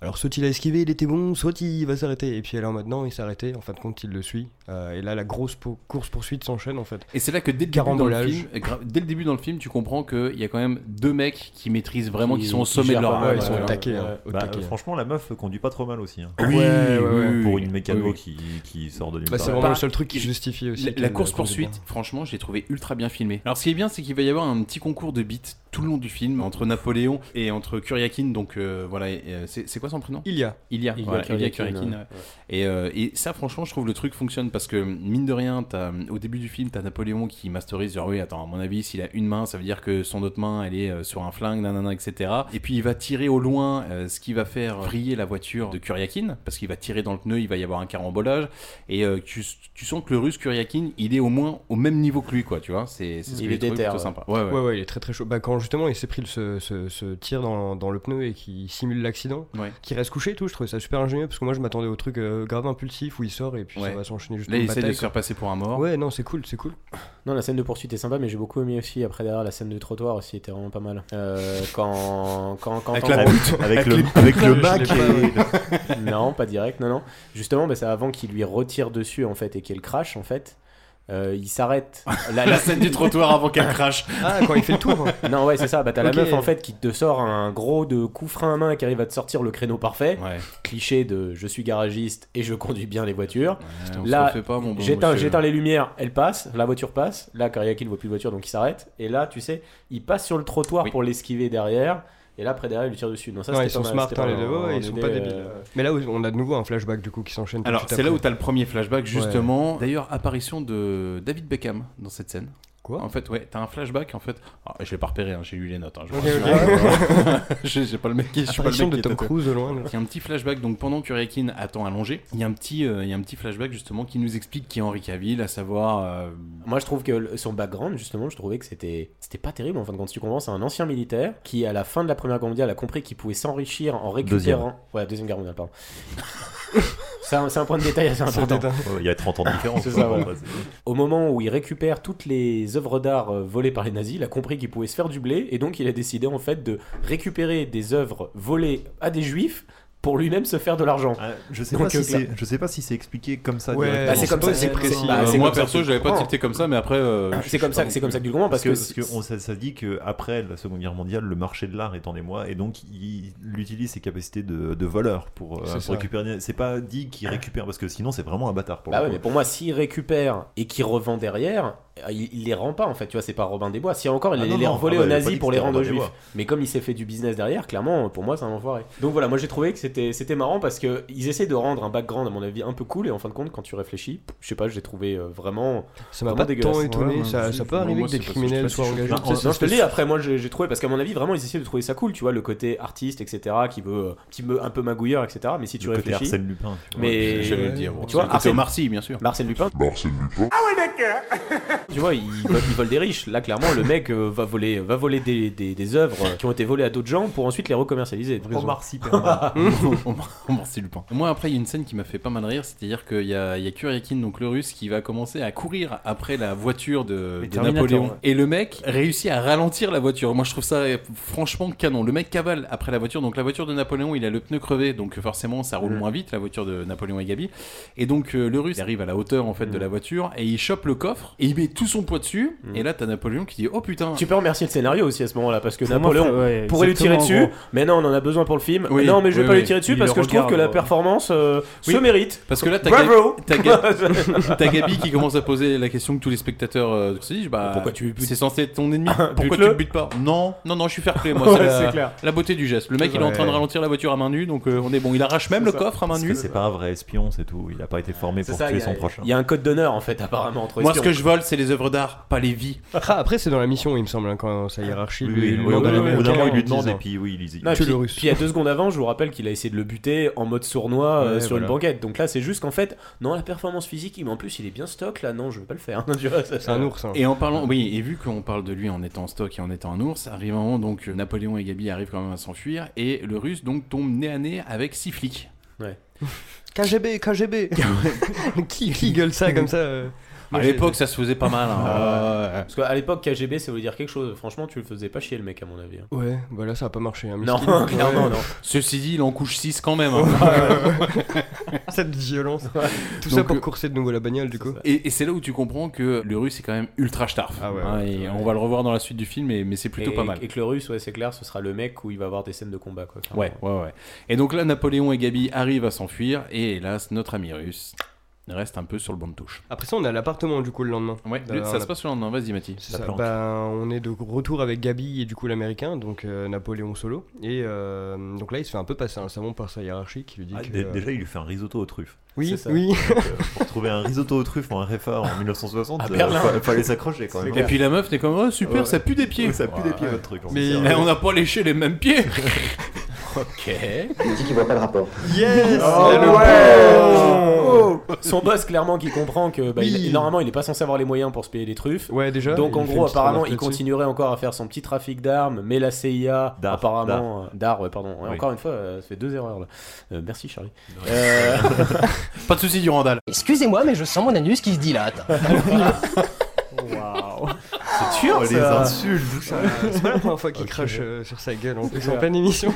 [SPEAKER 8] alors soit il a esquivé, il était bon, soit il va s'arrêter. Et puis elle est en mode non, il s'est arrêté. En fin de compte, il le suit. Euh, et là la grosse po- course poursuite s'enchaîne en fait.
[SPEAKER 2] Et c'est là que dès le, début dans le,
[SPEAKER 8] Carambolage.
[SPEAKER 2] film, gra- dès le début dans le film, tu comprends qu'il y a quand même deux mecs qui maîtrisent vraiment, qui, sont au sommet de leur
[SPEAKER 8] Ah
[SPEAKER 2] art.
[SPEAKER 10] Ouais, ouais,
[SPEAKER 2] Voilà.
[SPEAKER 8] hein,
[SPEAKER 10] ouais. Bah, euh, Franchement, la meuf conduit pas trop mal aussi. hein. Pour une mécano
[SPEAKER 2] oui, oui.
[SPEAKER 10] Qui, qui sort de nulle
[SPEAKER 8] Bah, c'est
[SPEAKER 10] part.
[SPEAKER 8] vraiment le seul truc qui justifie aussi.
[SPEAKER 2] La,
[SPEAKER 8] qu'elle,
[SPEAKER 2] la
[SPEAKER 8] euh,
[SPEAKER 2] course
[SPEAKER 8] conduise bien.
[SPEAKER 2] poursuite, franchement, j'ai trouvé ultra bien filmé. Alors, ce qui est bien, c'est qu'il va y avoir un petit concours de beats tout le long du film entre Napoléon et entre Kuriakin. Donc, euh, voilà, et, euh, c'est c'est quoi son prénom
[SPEAKER 8] Ilya.
[SPEAKER 2] Ilya,
[SPEAKER 8] Ilya
[SPEAKER 2] voilà, Ilya
[SPEAKER 8] Kuryakin,
[SPEAKER 2] Kuryakin,
[SPEAKER 8] ouais.
[SPEAKER 2] ouais. Et, euh, et ça, franchement, je trouve le truc fonctionne parce que, mine de rien, t'as- euh, au début du film, t'as Napoléon qui masterise genre, oui, attends, à mon avis, s'il a une main, ça veut dire que son autre main, elle est euh, sur un flingue, nanana, etc. Et puis, il va tirer au loin, euh, ce qui va faire vriller la voiture de Kuryakin, parce qu'il va tirer dans le pneu, il va y avoir un carambolage. Et euh, tu, tu sens que le russe Kuryakin, il est au moins au même niveau que lui, quoi, tu vois. C'est c'est ce que j'ai trouvé plutôt sympa. Ouais, ouais.
[SPEAKER 8] Ouais, ouais, il est très très chaud. Bah, quand justement il s'est pris le- ce, ce- ce tir dans, dans le pneu et qui simule l'accident,
[SPEAKER 2] Ouais.
[SPEAKER 8] qui reste couché et tout, je trouvais ça super ingénieux parce que moi je m'attendais au truc euh, grave impulsif où il sort et puis
[SPEAKER 2] Ouais.
[SPEAKER 8] ça va s'enchaîner juste
[SPEAKER 2] Là,
[SPEAKER 8] en
[SPEAKER 2] il essaie de
[SPEAKER 8] bataille,
[SPEAKER 2] se
[SPEAKER 8] quoi.
[SPEAKER 2] faire passer pour un mort.
[SPEAKER 8] Ouais, non, c'est cool, c'est cool.
[SPEAKER 3] Non, la scène de poursuite est sympa, mais j'ai beaucoup aimé aussi après derrière la scène de trottoir aussi, était vraiment pas mal. Euh, quand, quand, quand,
[SPEAKER 10] Avec
[SPEAKER 3] quand-
[SPEAKER 10] la route, avec le- avec le
[SPEAKER 3] Je
[SPEAKER 10] Mac
[SPEAKER 3] l'ai
[SPEAKER 10] et-
[SPEAKER 3] pas- non, pas direct, non, non. Justement, bah, c'est avant qu'il lui retire dessus en fait et qu'elle crache en fait. Euh, il s'arrête.
[SPEAKER 2] La scène du trottoir avant qu'elle crache.
[SPEAKER 8] Ah, quand il fait le tour.
[SPEAKER 3] Non, ouais, c'est ça. Bah, t'as
[SPEAKER 8] Ok.
[SPEAKER 3] la meuf en fait qui te sort un gros de coup frein à main qui arrive à te sortir le créneau parfait. Cliché de je suis garagiste et je conduis bien les voitures.
[SPEAKER 2] on se
[SPEAKER 3] là,
[SPEAKER 2] refait pas,
[SPEAKER 8] Oh, bah,
[SPEAKER 2] mon bon
[SPEAKER 3] j'éteins,
[SPEAKER 2] monsieur.
[SPEAKER 3] j'éteins les lumières, elle passe, la voiture passe. Là, Kariaki ne voit plus de voiture donc il s'arrête. Et là, tu sais, il passe sur le trottoir pour l'esquiver derrière. Et là, après derrière, il lui tire dessus. Non, ça,
[SPEAKER 8] Non,
[SPEAKER 3] c'était
[SPEAKER 8] ils sont
[SPEAKER 3] pas mal,
[SPEAKER 8] smart,
[SPEAKER 3] c'était
[SPEAKER 8] hein,
[SPEAKER 3] pas
[SPEAKER 8] les
[SPEAKER 3] mal.
[SPEAKER 8] deux, ouais,
[SPEAKER 3] On
[SPEAKER 8] ils sont
[SPEAKER 3] était,
[SPEAKER 8] pas
[SPEAKER 3] euh,
[SPEAKER 8] débiles. Mais là, on a de nouveau un flashback du coup qui s'enchaîne. tout
[SPEAKER 2] Alors,
[SPEAKER 8] de suite
[SPEAKER 2] c'est là
[SPEAKER 8] après.
[SPEAKER 2] où t'as le premier flashback, justement.
[SPEAKER 8] Ouais.
[SPEAKER 2] D'ailleurs, apparition de David Beckham dans cette scène.
[SPEAKER 8] Quoi
[SPEAKER 2] En fait, ouais, t'as un flashback, en fait. Ah, je l'ai pas repéré, hein, j'ai lu les notes. hein, je
[SPEAKER 8] Ok,
[SPEAKER 2] pense.
[SPEAKER 8] ok.
[SPEAKER 2] Ah, ouais. Je- J'ai pas le mec qui. je suis pas le
[SPEAKER 8] Apparition
[SPEAKER 2] mec
[SPEAKER 8] de
[SPEAKER 2] qui
[SPEAKER 8] Tom
[SPEAKER 2] était-
[SPEAKER 8] Cruise au loin, là.
[SPEAKER 2] Il y a un petit flashback, donc pendant que Rekin attend allongé, il y a un petit, euh, il y a un petit flashback, justement, qui nous explique qui est Henri Cavill, à savoir. euh,
[SPEAKER 3] Moi, je trouve que le- son background, justement, je trouvais que c'était c'était pas terrible. En fin de compte, si tu comprends, c'est un ancien militaire qui, à la fin de la Première Guerre mondiale, a compris qu'il pouvait s'enrichir en récupérant.
[SPEAKER 10] Deuxième.
[SPEAKER 3] Ouais, Deuxième Guerre mondiale, pardon. c'est un, c'est un point de détail assez important.
[SPEAKER 10] Ouais, Il y a 30 ans de différence.
[SPEAKER 3] C'est
[SPEAKER 10] quoi,
[SPEAKER 3] ça,
[SPEAKER 10] bon,
[SPEAKER 3] ouais.
[SPEAKER 10] bah, c'est-
[SPEAKER 3] Au moment où il récupère toutes les œuvres d'art euh, volées par les nazis, il a compris qu'il pouvait se faire du blé et donc il a décidé en fait de récupérer des œuvres volées à des juifs pour lui-même se faire de l'argent.
[SPEAKER 10] Ah, Je sais, pas si c'est- je sais pas si c'est expliqué comme ça.
[SPEAKER 3] euh, Ouais,
[SPEAKER 10] directement.
[SPEAKER 3] bah, c'est comme ça, c'est précis. Bah, c'est
[SPEAKER 2] Euh, moi,
[SPEAKER 3] comme ça
[SPEAKER 2] perso,
[SPEAKER 3] que-
[SPEAKER 2] je l'avais pas
[SPEAKER 3] Oh.
[SPEAKER 2] tilté comme ça, mais après. euh, je
[SPEAKER 3] Ah, C'est
[SPEAKER 2] sais
[SPEAKER 3] comme
[SPEAKER 2] pas
[SPEAKER 3] ça
[SPEAKER 2] non
[SPEAKER 3] que c'est
[SPEAKER 2] plus.
[SPEAKER 3] comme ça que tu le comprends parce que
[SPEAKER 10] parce que on, ça, ça dit que après la Seconde Guerre mondiale, le marché de l'art est en émoi et donc il, il utilise ses capacités de, de voleur pour, euh,
[SPEAKER 3] C'est
[SPEAKER 10] pour
[SPEAKER 3] ça.
[SPEAKER 10] récupérer. C'est pas dit qu'il récupère parce que sinon c'est vraiment un bâtard pour
[SPEAKER 3] Bah
[SPEAKER 10] le
[SPEAKER 3] ouais,
[SPEAKER 10] coup.
[SPEAKER 3] mais pour moi, s'il récupère et qu'il revend derrière, euh, il, il les rend pas en fait, tu vois, c'est pas Robin des Bois. Si encore, bah, il
[SPEAKER 10] Ah
[SPEAKER 3] les-
[SPEAKER 10] non,
[SPEAKER 3] les
[SPEAKER 10] non,
[SPEAKER 3] revolait
[SPEAKER 10] ah ouais,
[SPEAKER 3] aux
[SPEAKER 10] j'ai pas
[SPEAKER 3] nazis
[SPEAKER 10] dit que
[SPEAKER 3] pour les
[SPEAKER 10] c'était
[SPEAKER 3] rendre aux
[SPEAKER 10] Robin des
[SPEAKER 3] juifs.
[SPEAKER 10] Bois.
[SPEAKER 3] Mais comme il s'est fait du business derrière, clairement, pour moi, c'est un enfoiré. Donc voilà, moi j'ai trouvé que c'était c'était marrant parce que ils essaient de rendre un background à mon avis un peu cool et en fin de compte quand tu réfléchis, je sais pas, je l'ai trouvé euh, vraiment
[SPEAKER 8] Ça m'a pas
[SPEAKER 3] vraiment dégueulasse.
[SPEAKER 8] tant étonné, Ouais, ça- ouais, ça peut moi, arriver que des c'est pas- criminels je sais pas soient si je- engagés.
[SPEAKER 3] Non,
[SPEAKER 8] C'est-
[SPEAKER 3] non,
[SPEAKER 8] c'est-
[SPEAKER 3] je te le dis après moi j'ai j'ai trouvé parce qu'à mon avis vraiment ils essaient de trouver ça cool, tu vois le côté artiste etc qui veut euh, petit peu un peu magouilleur etc. Mais si tu
[SPEAKER 10] Le côté
[SPEAKER 3] réfléchis,
[SPEAKER 10] Arsène Lupin, tu vois.
[SPEAKER 3] mais
[SPEAKER 2] J'allais le dire, ouais.
[SPEAKER 3] tu vois
[SPEAKER 2] Le côté
[SPEAKER 3] Arsène-
[SPEAKER 2] Omar Sy, bien sûr.
[SPEAKER 3] Arsène Lupin. Tu vois, ils volent, ils volent des riches. Là, clairement, le mec euh, va voler, va voler des, des, des œuvres euh, qui ont été volées à d'autres gens pour ensuite les recommercialiser.
[SPEAKER 10] Omar Sy,
[SPEAKER 2] Omar Sy Lupin. Moi, après, il y a une scène qui m'a fait pas mal rire, c'est-à-dire qu'il y a, il y a Kuryakin, donc le russe, qui va commencer à courir après la voiture de, de
[SPEAKER 11] Terminator,
[SPEAKER 2] Napoléon.
[SPEAKER 11] ouais.
[SPEAKER 2] Et le mec réussit à ralentir la voiture. Moi, je trouve ça euh, franchement canon. Le mec cavale après la voiture. Donc, la voiture de Napoléon, il a le pneu crevé, donc forcément, ça roule moins vite, la voiture de Napoléon et Gabi. Et donc, euh, le russe il arrive à la hauteur en fait de la voiture et il chope le coffre et il met tout son poids dessus. Et là, t'as Napoléon qui dit Oh putain
[SPEAKER 3] Tu peux remercier le scénario aussi à ce moment-là parce que
[SPEAKER 2] Pour moi,
[SPEAKER 3] Napoléon
[SPEAKER 2] faut- ouais,
[SPEAKER 3] pourrait lui tirer
[SPEAKER 2] euh, exactement, en
[SPEAKER 3] dessus,
[SPEAKER 2] gros.
[SPEAKER 3] mais non, on en a besoin pour le film.
[SPEAKER 2] Oui,
[SPEAKER 3] non, mais je vais
[SPEAKER 2] oui,
[SPEAKER 3] pas
[SPEAKER 2] oui.
[SPEAKER 3] lui tirer dessus
[SPEAKER 2] Il
[SPEAKER 3] parce
[SPEAKER 2] le
[SPEAKER 3] que je trouve
[SPEAKER 2] regarde,
[SPEAKER 3] que la
[SPEAKER 2] euh,
[SPEAKER 3] performance euh,
[SPEAKER 2] Oui,
[SPEAKER 3] se mérite.
[SPEAKER 2] Parce que là, t'as,
[SPEAKER 3] Bravo.
[SPEAKER 2] Ga- t'as Ga- t'as Gabi qui commence à poser la question que tous les spectateurs euh, se disent bah,
[SPEAKER 3] Pourquoi tu butes Ah,
[SPEAKER 2] C'est censé être ton ennemi. Pourquoi tu
[SPEAKER 3] Bute-le.
[SPEAKER 2] le butes pas Non, non, non, je suis fair play. Moi,
[SPEAKER 3] Ouais,
[SPEAKER 2] c'est, la,
[SPEAKER 3] c'est clair.
[SPEAKER 2] la beauté du geste. Le mec, il est
[SPEAKER 10] Ouais.
[SPEAKER 2] en train de ralentir la voiture à main nue, donc euh, on est bon. Il arrache même le coffre à main
[SPEAKER 10] Parce que
[SPEAKER 2] nue.
[SPEAKER 10] C'est pas un vrai espion, c'est tout. Il a pas été formé pour
[SPEAKER 3] ça,
[SPEAKER 10] tuer
[SPEAKER 3] il y a-
[SPEAKER 10] son prochain.
[SPEAKER 3] Il y a un code d'honneur en fait, apparemment entre
[SPEAKER 2] Moi, ce
[SPEAKER 3] espions.
[SPEAKER 2] que je vole, c'est les œuvres d'art, pas les vies.
[SPEAKER 8] Ah, après, c'est dans la mission, il me semble, hein, quand sa hiérarchie
[SPEAKER 10] Oui,
[SPEAKER 8] lui-
[SPEAKER 10] oui,
[SPEAKER 8] lui
[SPEAKER 10] oui,
[SPEAKER 8] demande
[SPEAKER 10] oui,
[SPEAKER 8] de-
[SPEAKER 10] oui,
[SPEAKER 8] de-
[SPEAKER 10] oui, oui, oui,
[SPEAKER 8] de-
[SPEAKER 10] oui,
[SPEAKER 8] demande,
[SPEAKER 10] oui,
[SPEAKER 8] hein.
[SPEAKER 10] puis oui, il les-
[SPEAKER 3] Non, et
[SPEAKER 8] Tue
[SPEAKER 3] puis,
[SPEAKER 8] le russe.
[SPEAKER 3] puis il y a deux secondes avant, je vous rappelle qu'il a essayé de le buter en mode sournois euh,
[SPEAKER 8] Ouais,
[SPEAKER 3] sur une
[SPEAKER 8] voilà.
[SPEAKER 3] banquette. Donc là, c'est juste qu'en fait, non, la performance physique, mais en plus, il est bien stock là. Non, je vais pas le faire. hein, Tu vois, ça-
[SPEAKER 8] hein.
[SPEAKER 2] Et en parlant, oui, et vu qu'on parle de lui en étant en stock et en étant un ours, arrive un moment donc euh, Napoléon et Gabi arrivent quand même à s'enfuir et le russe donc tombe nez à nez avec six flics.
[SPEAKER 3] Ouais.
[SPEAKER 8] KGB, KGB qui, qui gueule ça comme ça euh
[SPEAKER 2] À
[SPEAKER 8] Moi, j'ai-
[SPEAKER 2] l'époque, ça se faisait pas mal. hein.
[SPEAKER 3] Ah
[SPEAKER 2] Ouais.
[SPEAKER 3] Parce qu'à l'époque, KGB, ça veut dire quelque chose. Franchement, tu le faisais pas chier, le mec, à mon avis. hein.
[SPEAKER 8] Ouais, bah là ça a pas marché. hein,
[SPEAKER 3] Non,
[SPEAKER 8] Miskin.
[SPEAKER 3] clairement,
[SPEAKER 8] Ouais.
[SPEAKER 3] non.
[SPEAKER 2] Ceci dit, il en couche 6 quand même. hein.
[SPEAKER 8] Cette violence. Tout ça
[SPEAKER 2] Donc,
[SPEAKER 8] pour
[SPEAKER 2] euh,
[SPEAKER 8] courser de nouveau la bagnole du coup.
[SPEAKER 2] Et, et c'est là où tu comprends que le russe est quand même ultra starf. Hein,
[SPEAKER 8] ouais,
[SPEAKER 2] et on va le revoir dans la suite du film, et- mais c'est plutôt
[SPEAKER 3] Et-
[SPEAKER 2] pas mal.
[SPEAKER 3] Et que le russe, ouais, c'est clair, ce sera le mec où il va avoir des scènes de combat, quoi. clairement.
[SPEAKER 2] Ouais, ouais, ouais. Et donc là, Napoléon et Gabi arrivent à s'enfuir, et hélas, notre ami russe reste un peu sur le banc de touche.
[SPEAKER 8] Après ça on a l'appartement du coup le lendemain.
[SPEAKER 2] Ouais,
[SPEAKER 8] Euh,
[SPEAKER 2] ça
[SPEAKER 8] on a-
[SPEAKER 2] se passe le lendemain, vas-y Mathis.
[SPEAKER 8] C'est ça. Bah, on est de retour avec Gabi et du coup l'américain, donc euh, Napoléon solo. Et euh, donc là il se fait un peu passer un savon par sa hiérarchie qui lui dit
[SPEAKER 10] Ah,
[SPEAKER 8] que.
[SPEAKER 10] dé-
[SPEAKER 8] euh,
[SPEAKER 10] Déjà, il lui fait un risotto aux truffes.
[SPEAKER 8] Oui,
[SPEAKER 10] C'est ça.
[SPEAKER 8] oui.
[SPEAKER 10] Donc, euh, pour trouver un risotto aux truffes en RFA en 1960,
[SPEAKER 2] À
[SPEAKER 10] il
[SPEAKER 2] Berlin.
[SPEAKER 10] fallait s'accrocher quand même.
[SPEAKER 2] Et puis la meuf, t'es comme, oh super,
[SPEAKER 10] Ouais.
[SPEAKER 2] ça pue des pieds.
[SPEAKER 10] Ouais, ça pue des pieds, votre truc, on
[SPEAKER 2] Mais
[SPEAKER 10] sait.
[SPEAKER 2] Eh, on n'a pas léché les mêmes pieds.
[SPEAKER 3] Ok.
[SPEAKER 14] Il dit qu'il voit pas le rapport.
[SPEAKER 8] Yes
[SPEAKER 2] Ah
[SPEAKER 3] Oh,
[SPEAKER 8] Et le-
[SPEAKER 3] ouais Son boss clairement qui comprend que bah, il-
[SPEAKER 8] Oui.
[SPEAKER 3] normalement il n'est pas censé avoir les moyens pour se payer des truffes.
[SPEAKER 8] Ouais déjà.
[SPEAKER 3] Donc
[SPEAKER 8] il
[SPEAKER 3] en
[SPEAKER 8] fait
[SPEAKER 3] gros
[SPEAKER 8] une petite
[SPEAKER 3] apparemment
[SPEAKER 8] remarque
[SPEAKER 3] il
[SPEAKER 8] là-dessus.
[SPEAKER 3] continuerait encore à faire son petit trafic d'armes, mais la CIA apparemment euh, d'art ouais pardon Ouais,
[SPEAKER 8] Oui.
[SPEAKER 3] encore une fois euh, ça fait deux erreurs là. Euh, merci Charlie. Euh,
[SPEAKER 2] Pas de soucis Durandal.
[SPEAKER 15] Excusez-moi, mais je sens mon anus qui se dilate.
[SPEAKER 3] C'est dur,
[SPEAKER 8] Oh,
[SPEAKER 3] ça.
[SPEAKER 8] les insultes.
[SPEAKER 3] Ça-
[SPEAKER 8] C'est pas la première fois qu'il
[SPEAKER 3] Ok.
[SPEAKER 8] crache euh, sur sa gueule en
[SPEAKER 3] C'est
[SPEAKER 8] plus
[SPEAKER 3] clair.
[SPEAKER 8] en pleine émission.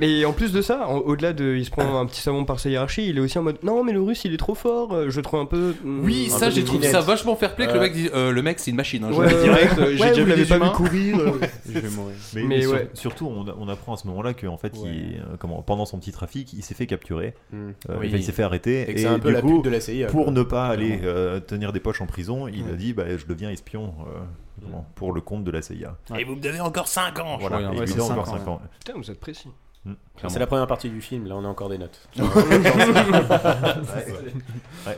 [SPEAKER 8] Mais en plus de ça, en- au-delà de, il se prend un petit savon par sa hiérarchie, il est aussi en mode non mais le russe il est trop fort. euh, Je le trouve un peu. mm,
[SPEAKER 2] Oui,
[SPEAKER 8] un
[SPEAKER 2] ça,
[SPEAKER 8] peu
[SPEAKER 2] j'ai trouvé
[SPEAKER 8] devinette.
[SPEAKER 2] ça vachement fair play que le
[SPEAKER 8] Euh,
[SPEAKER 2] mec dit, euh, le mec, c'est une machine. hein, je
[SPEAKER 8] Ouais,
[SPEAKER 2] le dis direct,
[SPEAKER 8] ouais,
[SPEAKER 2] euh, j'ai
[SPEAKER 8] ouais,
[SPEAKER 2] déjà
[SPEAKER 8] vous
[SPEAKER 2] vu
[SPEAKER 8] l'avez
[SPEAKER 2] des
[SPEAKER 8] pas
[SPEAKER 2] humains.
[SPEAKER 8] vu courir. euh,
[SPEAKER 10] Je vais mourir. Mais,
[SPEAKER 8] Mais
[SPEAKER 10] sur-
[SPEAKER 8] ouais.
[SPEAKER 10] surtout, on, on apprend à ce moment-là que en fait, il- euh, comment, pendant son petit trafic, il s'est fait capturer.
[SPEAKER 3] Mm.
[SPEAKER 10] Euh,
[SPEAKER 3] Oui.
[SPEAKER 10] enfin, il s'est fait arrêter.
[SPEAKER 3] Et que c'est un peu
[SPEAKER 10] du
[SPEAKER 3] la
[SPEAKER 10] coup,
[SPEAKER 3] pute de la CIA,
[SPEAKER 10] Pour
[SPEAKER 3] quoi.
[SPEAKER 10] ne pas aller euh, tenir des poches en prison, il a dit bah, Je deviens espion euh, comment, pour le compte de la CIA.
[SPEAKER 2] Et vous me devez encore 5 ans.
[SPEAKER 10] Voilà,
[SPEAKER 2] je crois,
[SPEAKER 10] et
[SPEAKER 2] hein.
[SPEAKER 10] lui, il a encore 5 ans.
[SPEAKER 8] Putain, vous êtes précis.
[SPEAKER 3] C'est la première partie du film, là on a encore des notes.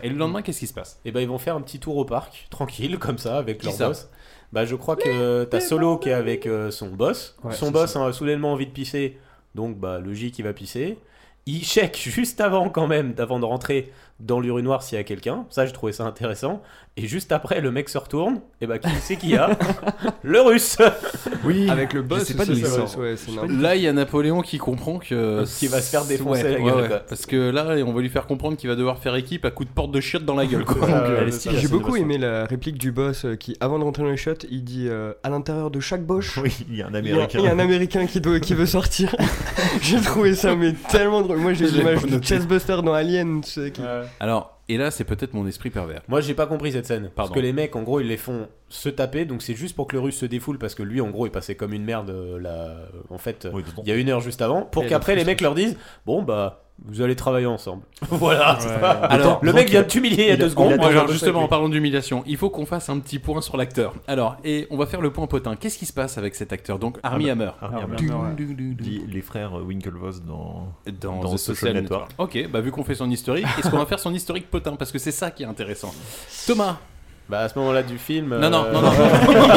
[SPEAKER 2] Et le lendemain, qu'est-ce qui se passe
[SPEAKER 3] Et ben ils vont faire un petit tour au parc, tranquille, comme ça, avec
[SPEAKER 2] Qui
[SPEAKER 3] leur
[SPEAKER 2] ça
[SPEAKER 3] boss. Bah je crois que t'as Solo qui est avec euh, son boss.
[SPEAKER 2] Ouais,
[SPEAKER 3] son
[SPEAKER 2] c'est
[SPEAKER 3] boss a soudainement envie de pisser, donc bah logique il va pisser. Il check juste avant quand même, avant de rentrer dans l'urinoir s'il y a quelqu'un. Ça j'ai trouvé ça intéressant. Et juste après le mec se retourne, et bah qui c'est qu'il y a Le russe
[SPEAKER 8] Oui, avec le boss,
[SPEAKER 2] Je sais pas
[SPEAKER 8] c'est
[SPEAKER 2] d'où il
[SPEAKER 8] ça,
[SPEAKER 2] sort.
[SPEAKER 8] ouais, c'est n'importe
[SPEAKER 2] Là, il y a Napoléon qui comprend que.
[SPEAKER 3] Qu'il va se faire défoncer la gueule, quoi.
[SPEAKER 2] Parce que là, on va lui faire comprendre qu'il va devoir faire équipe à coups de porte de chiottes dans la gueule.
[SPEAKER 3] Ah
[SPEAKER 2] quoi. Donc, euh,
[SPEAKER 8] J'ai beaucoup aimé la réplique du boss euh, qui, avant de rentrer dans les shots, il dit euh, à l'intérieur de chaque boche.
[SPEAKER 10] Oui, il y a un
[SPEAKER 8] il y a-
[SPEAKER 10] Américain.
[SPEAKER 8] Il y a un américain qui, doit, qui veut sortir. j'ai trouvé ça mais tellement drôle. Moi j'ai
[SPEAKER 2] Je l'ai
[SPEAKER 8] l'image
[SPEAKER 2] pas
[SPEAKER 8] de
[SPEAKER 2] noté.
[SPEAKER 8] Chessbuster dans Alien. tu sais, qui-
[SPEAKER 2] Alors, et là, c'est peut-être mon esprit pervers.
[SPEAKER 3] Moi, j'ai pas compris cette scène. Parce
[SPEAKER 2] Pardon.
[SPEAKER 3] que les mecs, en gros, ils les font se taper. Donc, c'est juste pour que le russe se défoule. Parce que lui, en gros, il passait comme une merde. euh, là, euh, en fait, euh,
[SPEAKER 10] Oui, de toute
[SPEAKER 3] il y a une heure juste avant. Pour
[SPEAKER 10] Et
[SPEAKER 3] qu'après,
[SPEAKER 10] donc,
[SPEAKER 3] les mecs leur disent Bon, bah. Vous allez travailler ensemble. voilà. c'est
[SPEAKER 2] Ouais.
[SPEAKER 3] pas-
[SPEAKER 2] Alors,
[SPEAKER 3] le mec vient de t'humilier il y a deux secondes.
[SPEAKER 2] Alors, justement, en parlant d'humiliation, il faut qu'on fasse un petit point sur l'acteur. Alors, et on va faire le point potin. Qu'est-ce qui se passe avec cet acteur Donc,
[SPEAKER 3] Ah
[SPEAKER 2] Armie Hammer.
[SPEAKER 3] bah,
[SPEAKER 10] Armie Hammer.
[SPEAKER 2] Dun,
[SPEAKER 10] Ouais.
[SPEAKER 2] dun, dun, dun.
[SPEAKER 10] Dit les frères Winklevoss dans,
[SPEAKER 2] dans, The Social Network. Ok, bah vu qu'on fait son historique, est-ce qu'on va faire son historique potin Parce que c'est ça qui est intéressant. Thomas
[SPEAKER 3] Bah à ce moment-là du film.
[SPEAKER 2] Non, non,
[SPEAKER 3] euh,
[SPEAKER 2] non, non.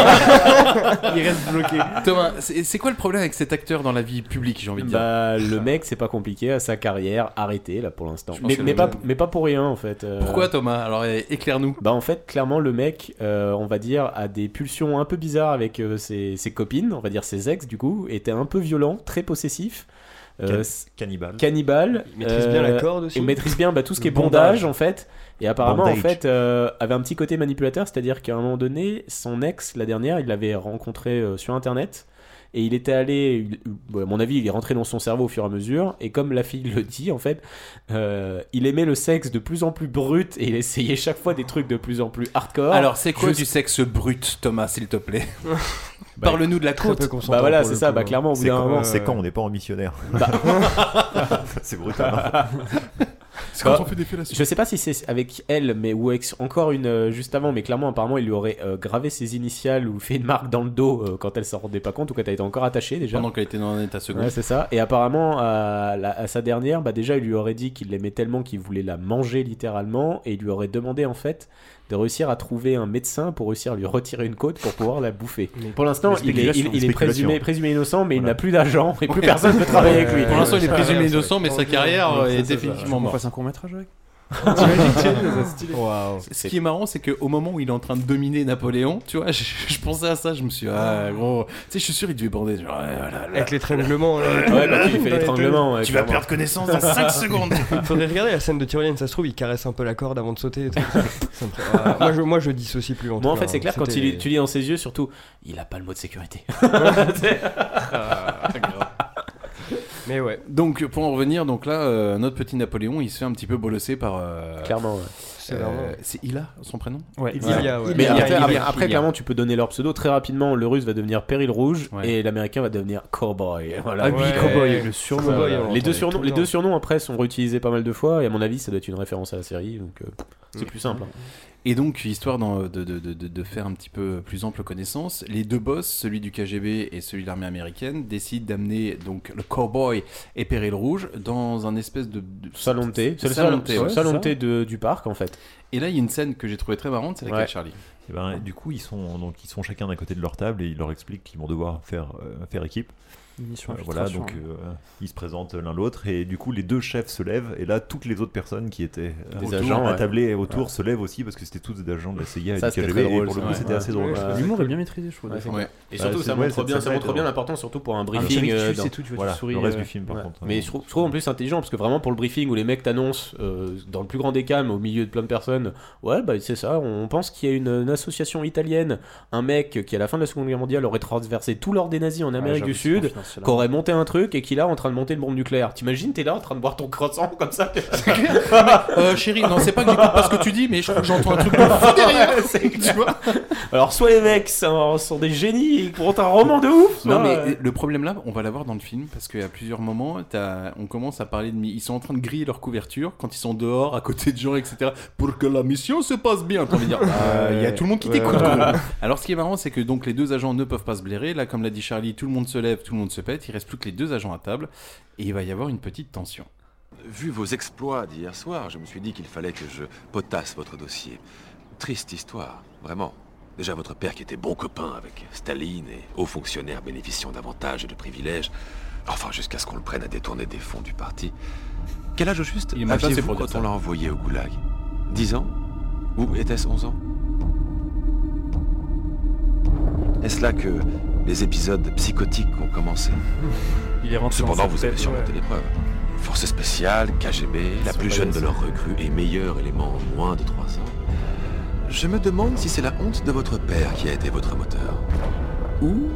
[SPEAKER 3] Il reste bloqué.
[SPEAKER 2] Thomas, c'est c'est quoi le problème avec cet acteur dans la vie publique, j'ai envie de dire
[SPEAKER 3] Bah, le mec, c'est pas compliqué à sa carrière arrêtée là pour l'instant.
[SPEAKER 2] Je pense
[SPEAKER 3] Mais,
[SPEAKER 2] que
[SPEAKER 3] mais
[SPEAKER 2] le-
[SPEAKER 3] pas, mais pas pour rien en fait. euh.
[SPEAKER 2] Pourquoi, Thomas Alors, é- éclaire-nous.
[SPEAKER 3] Bah en fait, clairement, le mec, euh, on va dire, a des pulsions un peu bizarres avec euh, ses, ses copines, on va dire ses ex du coup, était un peu violent, très possessif.
[SPEAKER 10] Can-
[SPEAKER 3] c-
[SPEAKER 10] cannibale.
[SPEAKER 3] Cannibale. euh,
[SPEAKER 8] Il maîtrise bien
[SPEAKER 2] Euh,
[SPEAKER 8] la corde aussi.
[SPEAKER 3] Il maîtrise bien bah, tout ce
[SPEAKER 8] Le
[SPEAKER 3] qui est bondage,
[SPEAKER 8] bondage.
[SPEAKER 3] en fait. Et apparemment, en
[SPEAKER 8] Bondage.
[SPEAKER 3] fait, euh, avait un petit côté manipulateur, c'est-à-dire qu'à un moment donné, son ex, la dernière, il l'avait rencontré euh, sur internet. Et il était allé, il- bon, à mon avis, il est rentré dans son cerveau au fur et à mesure. Et comme la fille le dit, en fait, euh, il aimait le sexe de plus en plus brut et il essayait chaque fois des trucs de plus en plus hardcore.
[SPEAKER 2] Alors, c'est quoi
[SPEAKER 3] Jus-
[SPEAKER 2] du sexe brut, Thomas, s'il te plaît Parle-nous de la
[SPEAKER 3] Bah, très peu
[SPEAKER 2] côte.
[SPEAKER 3] consentant Bah voilà, pour c'est le ça, coup, bah hein. clairement, au bout
[SPEAKER 10] C'est
[SPEAKER 3] d'un
[SPEAKER 10] quand, Bah.
[SPEAKER 3] moment,
[SPEAKER 10] c'est
[SPEAKER 3] euh,
[SPEAKER 10] quand on n'est pas en missionnaire. c'est brutal. hein.
[SPEAKER 2] C'est quand
[SPEAKER 3] Bah,
[SPEAKER 2] on fait des fellations.
[SPEAKER 3] Je sais pas si c'est avec elle, mais ou avec encore une euh, juste avant, mais clairement, apparemment, il lui aurait euh, gravé ses initiales ou fait une marque dans le dos euh, quand elle s'en rendait pas compte ou quand elle était encore attachée déjà.
[SPEAKER 2] Pendant qu'elle était dans un état second.
[SPEAKER 3] Ouais, c'est ça. Et apparemment, à, la- à sa dernière, bah déjà, il lui aurait dit qu'il l'aimait tellement qu'il voulait la manger littéralement, et il lui aurait demandé en fait de réussir à trouver un médecin pour réussir à lui retirer une côte pour pouvoir la bouffer. Pour l'instant,
[SPEAKER 2] Mais
[SPEAKER 3] il est, il-
[SPEAKER 2] spéculation,
[SPEAKER 3] il est
[SPEAKER 2] spéculation.
[SPEAKER 3] présumé, présumé innocent, mais il n'a plus d'argent et plus personne ne peut travailler avec lui.
[SPEAKER 2] Pour l'instant, il est présumé innocent, mais sa carrière euh, est définitivement
[SPEAKER 11] On
[SPEAKER 2] morte.
[SPEAKER 11] fasse un court métrage avec
[SPEAKER 2] Ce qui est marrant, c'est qu'au moment où il est en train de dominer Napoléon, tu vois, je, je pensais à ça, je me suis dit, ah gros, tu sais, je suis sûr, il devait bander. genre, ouais, voilà, là.
[SPEAKER 8] Avec l'étranglement. là.
[SPEAKER 2] Ouais, bah, tu fais
[SPEAKER 8] Dans les
[SPEAKER 2] l'étranglement,
[SPEAKER 8] deux.
[SPEAKER 2] ouais, Tu vas clairement. perdre connaissance dans cinq secondes.
[SPEAKER 8] Faudrait regarder la scène de tyrolienne, ça se trouve, il caresse un peu la corde avant de sauter. et tout. Ça me ferait- Ah, moi, je, moi, je dissocie plus.
[SPEAKER 3] Moi, en fait, c'est clair, quand il- tu lis dans ses yeux, surtout, il a pas le mot de sécurité.
[SPEAKER 8] Mais ouais.
[SPEAKER 2] Donc, pour en revenir, donc là, euh, notre petit Napoléon, il se fait un petit peu bolosser par. euh,
[SPEAKER 3] Clairement, ouais.
[SPEAKER 2] euh,
[SPEAKER 8] vraiment-
[SPEAKER 2] c'est Ila, son prénom
[SPEAKER 8] Ouais,
[SPEAKER 3] Voilà. Mais après, après- après, clairement, tu peux donner leur pseudo très rapidement. Le russe va devenir Péril Rouge et l'américain va devenir Cowboy. Voilà.
[SPEAKER 11] Ah oui, Ouais. Cowboy, le surnom.
[SPEAKER 3] Voilà.
[SPEAKER 11] Cowboy, on
[SPEAKER 3] les,
[SPEAKER 11] l'entendait
[SPEAKER 3] deux
[SPEAKER 11] tout
[SPEAKER 3] surnoms,
[SPEAKER 11] le
[SPEAKER 3] les
[SPEAKER 11] temps.
[SPEAKER 3] deux surnoms après sont réutilisés pas mal de fois et à mon avis, ça doit être une référence à la série. Donc euh, c'est plus simple. hein.
[SPEAKER 2] Et donc, histoire d'en- de, de- de- de- de faire un petit peu plus ample connaissance, les deux boss, celui du KGB et celui de l'armée américaine, décident d'amener donc le cowboy et Péril Rouge dans un espèce de, de-
[SPEAKER 3] Salon de thé. C'est le
[SPEAKER 2] Mm. Salon
[SPEAKER 3] salon,
[SPEAKER 2] de thé,
[SPEAKER 3] c'est le
[SPEAKER 2] ouais.
[SPEAKER 3] salon de thé de- du parc en fait.
[SPEAKER 2] Et là, il y a une scène que j'ai trouvée très marrante, c'est laquelle, Charlie
[SPEAKER 10] Eh ben, du coup, ils sont, donc, ils sont chacun d'un côté de leur table et il leur explique qu'ils vont devoir faire, euh, faire équipe.
[SPEAKER 11] Une mission
[SPEAKER 10] Euh, voilà,
[SPEAKER 11] infiltration,
[SPEAKER 10] donc
[SPEAKER 11] hein.
[SPEAKER 10] euh, ils se présentent l'un l'autre et du coup, les deux chefs se lèvent et là, toutes les autres personnes qui étaient euh,
[SPEAKER 3] Des
[SPEAKER 10] autour,
[SPEAKER 3] agents, ouais.
[SPEAKER 10] attablées autour
[SPEAKER 3] Ouais.
[SPEAKER 10] se lèvent aussi parce que c'était tous des agents de la CIA
[SPEAKER 3] Ça,
[SPEAKER 10] et du
[SPEAKER 3] c'était
[SPEAKER 10] KGB
[SPEAKER 3] très drôle,
[SPEAKER 10] et pour le coup,
[SPEAKER 3] ouais.
[SPEAKER 10] c'était assez drôle.
[SPEAKER 11] Ouais,
[SPEAKER 10] Ouais.
[SPEAKER 11] L'humour est bien maîtrisé, je trouve.
[SPEAKER 3] Ouais,
[SPEAKER 11] des
[SPEAKER 3] c'est
[SPEAKER 11] fois.
[SPEAKER 3] clair. Et surtout, ça montre bien, ça montre bien l'importance, surtout pour un
[SPEAKER 10] Ah,
[SPEAKER 3] briefing.
[SPEAKER 10] c'est
[SPEAKER 3] euh,
[SPEAKER 10] vrai que tu
[SPEAKER 3] dans-
[SPEAKER 10] sais tout, tu vois, tu souris, euh, ouais.
[SPEAKER 2] hein,
[SPEAKER 3] Mais je trouve, je trouve en plus intelligent parce que vraiment pour le briefing où les mecs t'annoncent euh, dans le plus grand des calmes au milieu de plein de personnes, ouais, bah c'est ça, on pense qu'il y a une, une association italienne, un mec qui à la fin de la Seconde Guerre mondiale aurait transversé tout l'or des nazis en Amérique
[SPEAKER 11] Ah, j'avoue,
[SPEAKER 3] du
[SPEAKER 11] c'est
[SPEAKER 3] Sud,
[SPEAKER 11] confidentiel, hein.
[SPEAKER 3] qui aurait monté un truc et qui là en train de monter une bombe nucléaire. T'imagines, t'es là en train de boire ton croissant comme ça.
[SPEAKER 2] Euh, chérie, non, c'est pas que j'écoute pas ce que tu dis, mais je crois que j'entends un truc de fou derrière. Tu vois
[SPEAKER 3] Alors soit les mecs sont, sont des génies, ils comptent un roman de ouf.
[SPEAKER 2] Non,
[SPEAKER 3] soit,
[SPEAKER 2] mais
[SPEAKER 3] euh,
[SPEAKER 2] euh, le problème là, on va l'avoir dans le film parce qu'à plusieurs moments, t'as- on commence à parler de. mi- Ils sont en train de griller leur couverture quand ils sont dehors, à côté de gens, etc. Pour que la mission se passe bien. T'as envie de dire, Bah, il y a tout le monde qui
[SPEAKER 11] Ouais,
[SPEAKER 2] t'écoute.
[SPEAKER 11] ouais.
[SPEAKER 2] quand même. Alors, ce qui est marrant, c'est que donc les deux agents ne peuvent pas se blairer. Là, comme l'a dit Charlie, tout le monde se lève, tout le monde se pète. Il reste plus que les deux agents à table et il va y avoir une petite tension.
[SPEAKER 14] Vu vos exploits d'hier soir, je me suis dit qu'il fallait que je potasse votre dossier. Triste histoire, vraiment. Déjà votre père qui était bon copain avec Staline et haut fonctionnaire bénéficiant d'avantages et de privilèges, enfin jusqu'à ce qu'on le prenne à détourner des fonds du parti. Quel âge au juste Ah,
[SPEAKER 2] Il est mal placé
[SPEAKER 14] aviez-vous
[SPEAKER 2] pour dire
[SPEAKER 14] quand
[SPEAKER 2] ça.
[SPEAKER 14] on l'a envoyé au goulag 10 ans Ou était-ce 11 ans Est-ce là que les épisodes psychotiques ont commencé
[SPEAKER 11] Il est rentré
[SPEAKER 14] Cependant,
[SPEAKER 11] dans sa
[SPEAKER 14] vous avez
[SPEAKER 11] tête,
[SPEAKER 14] surmonté
[SPEAKER 11] ouais.
[SPEAKER 14] l'épreuve. Force spéciale, KGB, la
[SPEAKER 11] sont
[SPEAKER 14] plus
[SPEAKER 11] pas
[SPEAKER 14] jeune
[SPEAKER 11] les
[SPEAKER 14] de leurs recrues et meilleur élément en moins de 3 ans. Je me demande si c'est la honte de votre père qui a été votre moteur. Ou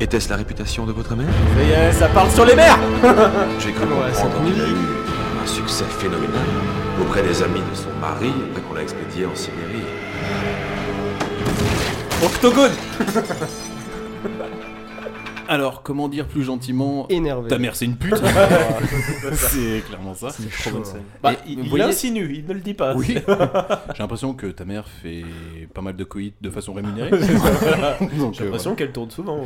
[SPEAKER 14] était-ce la réputation de votre mère
[SPEAKER 3] Ça y est, euh, ça parle sur les mers
[SPEAKER 14] J'ai cru comprendre qu'il a eu un succès phénoménal auprès des amis de son mari après qu'on l'a expédié en Sibérie.
[SPEAKER 3] Octogone
[SPEAKER 2] Alors, comment dire plus gentiment
[SPEAKER 8] Énervé.
[SPEAKER 2] Ta mère, c'est une pute. c'est clairement ça.
[SPEAKER 3] C'est
[SPEAKER 2] Et
[SPEAKER 3] trop bonne scène. Bah, il-
[SPEAKER 2] vous
[SPEAKER 3] il
[SPEAKER 2] voyez-
[SPEAKER 3] l'insinue, il ne le dit pas.
[SPEAKER 2] Oui. J'ai l'impression que ta mère fait pas mal de coïts de façon rémunérée. Donc,
[SPEAKER 3] J'ai
[SPEAKER 2] euh,
[SPEAKER 3] l'impression
[SPEAKER 2] voilà.
[SPEAKER 3] qu'elle tourne souvent. ouais.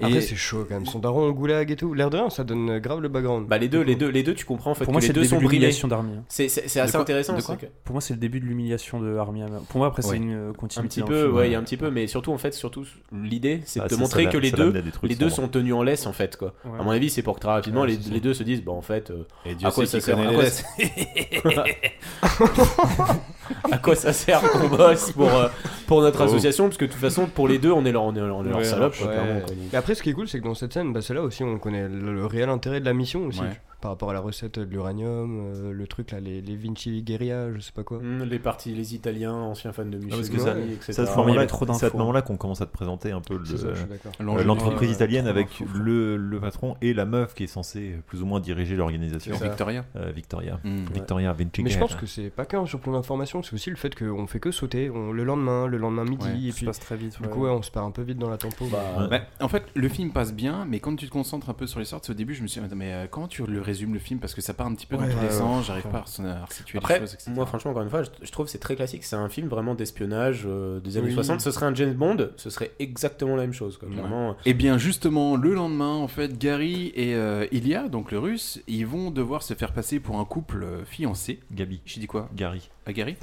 [SPEAKER 8] Après, c'est chaud quand même. Son daron au goulag et tout. L'air de rien, ça donne grave le background.
[SPEAKER 3] Bah, les deux, les deux, les deux, tu comprends en fait.
[SPEAKER 8] Pour
[SPEAKER 3] que
[SPEAKER 8] moi,
[SPEAKER 3] les
[SPEAKER 8] c'est
[SPEAKER 3] deux
[SPEAKER 8] le
[SPEAKER 3] sont
[SPEAKER 8] début de
[SPEAKER 3] brillés.
[SPEAKER 8] l'humiliation
[SPEAKER 11] d'Army, hein.
[SPEAKER 3] C'est c'est- c'est assez
[SPEAKER 11] De quoi-
[SPEAKER 3] intéressant.
[SPEAKER 11] de quoi
[SPEAKER 3] c'est que-
[SPEAKER 11] Pour moi, c'est le début de l'humiliation de Army. Hammer. Pour moi, après, c'est
[SPEAKER 3] Ouais.
[SPEAKER 11] une euh, continuité.
[SPEAKER 3] Un
[SPEAKER 11] dans
[SPEAKER 3] petit
[SPEAKER 11] le
[SPEAKER 3] peu,
[SPEAKER 11] film.
[SPEAKER 3] ouais, il y a un petit peu, mais surtout, en fait, surtout l'idée, c'est
[SPEAKER 11] Ah,
[SPEAKER 3] de te
[SPEAKER 11] ça,
[SPEAKER 3] montrer
[SPEAKER 11] ça
[SPEAKER 3] que
[SPEAKER 11] l'a-
[SPEAKER 3] les
[SPEAKER 11] ça
[SPEAKER 3] deux,
[SPEAKER 11] l'amène à des trucs
[SPEAKER 3] les deux
[SPEAKER 11] sombres.
[SPEAKER 3] sont tenus en laisse, en fait, quoi.
[SPEAKER 11] Ouais.
[SPEAKER 3] À mon avis, c'est pour que très rapidement,
[SPEAKER 11] Ouais,
[SPEAKER 3] les,
[SPEAKER 11] c'est
[SPEAKER 3] les deux se disent, bah, en fait, euh,
[SPEAKER 11] Et Dieu
[SPEAKER 3] à quoi
[SPEAKER 11] sait
[SPEAKER 3] ça
[SPEAKER 11] qui
[SPEAKER 3] sert
[SPEAKER 11] connaît
[SPEAKER 3] à
[SPEAKER 11] les
[SPEAKER 3] quoi,
[SPEAKER 11] laisses.
[SPEAKER 3] ça- à quoi ça sert qu'on bosse pour, euh, pour notre
[SPEAKER 8] Oh.
[SPEAKER 3] association Parce que de toute façon, pour les deux, on est leur, on est leur- on est leur
[SPEAKER 8] Ouais,
[SPEAKER 3] salope,
[SPEAKER 8] ouais.
[SPEAKER 3] quoi, clairement, quoi.
[SPEAKER 8] Et après, ce qui est cool, c'est que dans cette scène, bah, c'est là aussi on connaît le, le réel intérêt de la mission aussi.
[SPEAKER 3] Ouais.
[SPEAKER 8] Par rapport à la recette de l'uranium, euh, le truc là, les, les Vinci Guerilla, je sais pas quoi.
[SPEAKER 3] Mm, Les partis, les Italiens, anciens fans de
[SPEAKER 10] Ah, parce
[SPEAKER 3] Mussolini,
[SPEAKER 10] que ça,
[SPEAKER 3] etc.
[SPEAKER 10] c'est à ce moment-là, c'est à ce moment-là qu'on commence à te présenter un peu le-
[SPEAKER 3] C'est ça, je suis d'accord.
[SPEAKER 10] euh, l'entreprise
[SPEAKER 3] Ouais,
[SPEAKER 10] italienne
[SPEAKER 3] trop
[SPEAKER 10] avec le, le patron et la meuf qui est censée euh, plus ou moins diriger l'organisation.
[SPEAKER 8] C'est ça. Victoria.
[SPEAKER 10] Euh, Victoria.
[SPEAKER 2] Hmm.
[SPEAKER 8] Mm.
[SPEAKER 10] Victoria Vinci.
[SPEAKER 8] Mais je pense que c'est pas qu'un surplomb d'informations, c'est aussi le fait qu'on fait que sauter on, le lendemain, le lendemain midi,
[SPEAKER 2] Ouais,
[SPEAKER 8] et
[SPEAKER 2] ça
[SPEAKER 8] puis
[SPEAKER 2] passe très vite,
[SPEAKER 8] Du
[SPEAKER 2] ouais.
[SPEAKER 8] coup, ouais, on se part un peu vite dans la tempo.
[SPEAKER 2] Bah, en fait, le film passe bien, mais quand tu te concentres un peu sur les sortes, au début, je me suis dit, mais euh, comment tu le résumes le film Parce que ça part un petit peu dans
[SPEAKER 3] Ouais,
[SPEAKER 2] tous
[SPEAKER 3] ouais,
[SPEAKER 2] les sens,
[SPEAKER 3] ouais.
[SPEAKER 2] j'arrive pas à ressonner- à situer
[SPEAKER 3] Après,
[SPEAKER 2] les choses, etc.
[SPEAKER 3] moi, franchement, encore une fois, je, je trouve que c'est très classique. C'est un film vraiment d'espionnage euh, des années
[SPEAKER 2] Oui.
[SPEAKER 3] 60. Ce serait un James Bond, ce serait exactement la même chose. Quoi, euh, clairement.
[SPEAKER 2] Et Eh bien justement, le lendemain, en fait, Gary et euh, Ilya, donc le russe, ils vont devoir se faire passer pour un couple euh, fiancé.
[SPEAKER 10] Gabi.
[SPEAKER 2] J'ai dit quoi
[SPEAKER 10] Gary.
[SPEAKER 2] Ah, Gary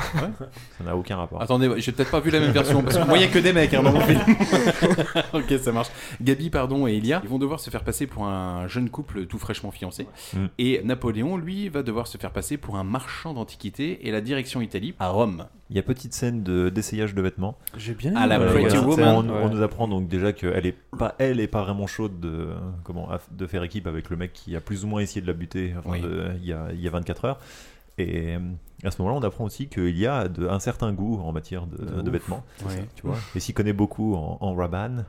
[SPEAKER 10] Ça n'a aucun rapport.
[SPEAKER 8] Ah.
[SPEAKER 2] Attendez, j'ai peut-être pas vu la même version, parce que moi, il n'y a que des mecs hein, dans mon film. ok, ça marche. Gabi, pardon, et Ilia, ils vont devoir se faire passer pour un jeune couple tout fraîchement fiancé.
[SPEAKER 10] Mm.
[SPEAKER 2] Et Napoléon, lui, va devoir se faire passer pour un marchand d'antiquités et la direction Italie à Rome.
[SPEAKER 10] Il y a petite scène de- d'essayage de vêtements.
[SPEAKER 11] J'ai bien
[SPEAKER 3] Mm. Ah,
[SPEAKER 2] À la
[SPEAKER 10] Euh,
[SPEAKER 2] Pretty
[SPEAKER 10] voilà.
[SPEAKER 2] Woman.
[SPEAKER 10] On, on
[SPEAKER 2] Ouais.
[SPEAKER 10] nous apprend donc déjà qu'elle est pas, elle est pas vraiment chaude de comment à- de faire équipe avec le mec qui a plus ou moins essayé de la buter enfin, de- il, y a, il y a 24 heures. Et euh, à ce moment-là, on apprend aussi qu'il y a de- un certain goût en matière de,
[SPEAKER 3] De
[SPEAKER 10] de
[SPEAKER 3] ouf.
[SPEAKER 10] vêtements.
[SPEAKER 3] Ouais.
[SPEAKER 10] Tu vois. Et s'il connaît beaucoup en, en Rabanne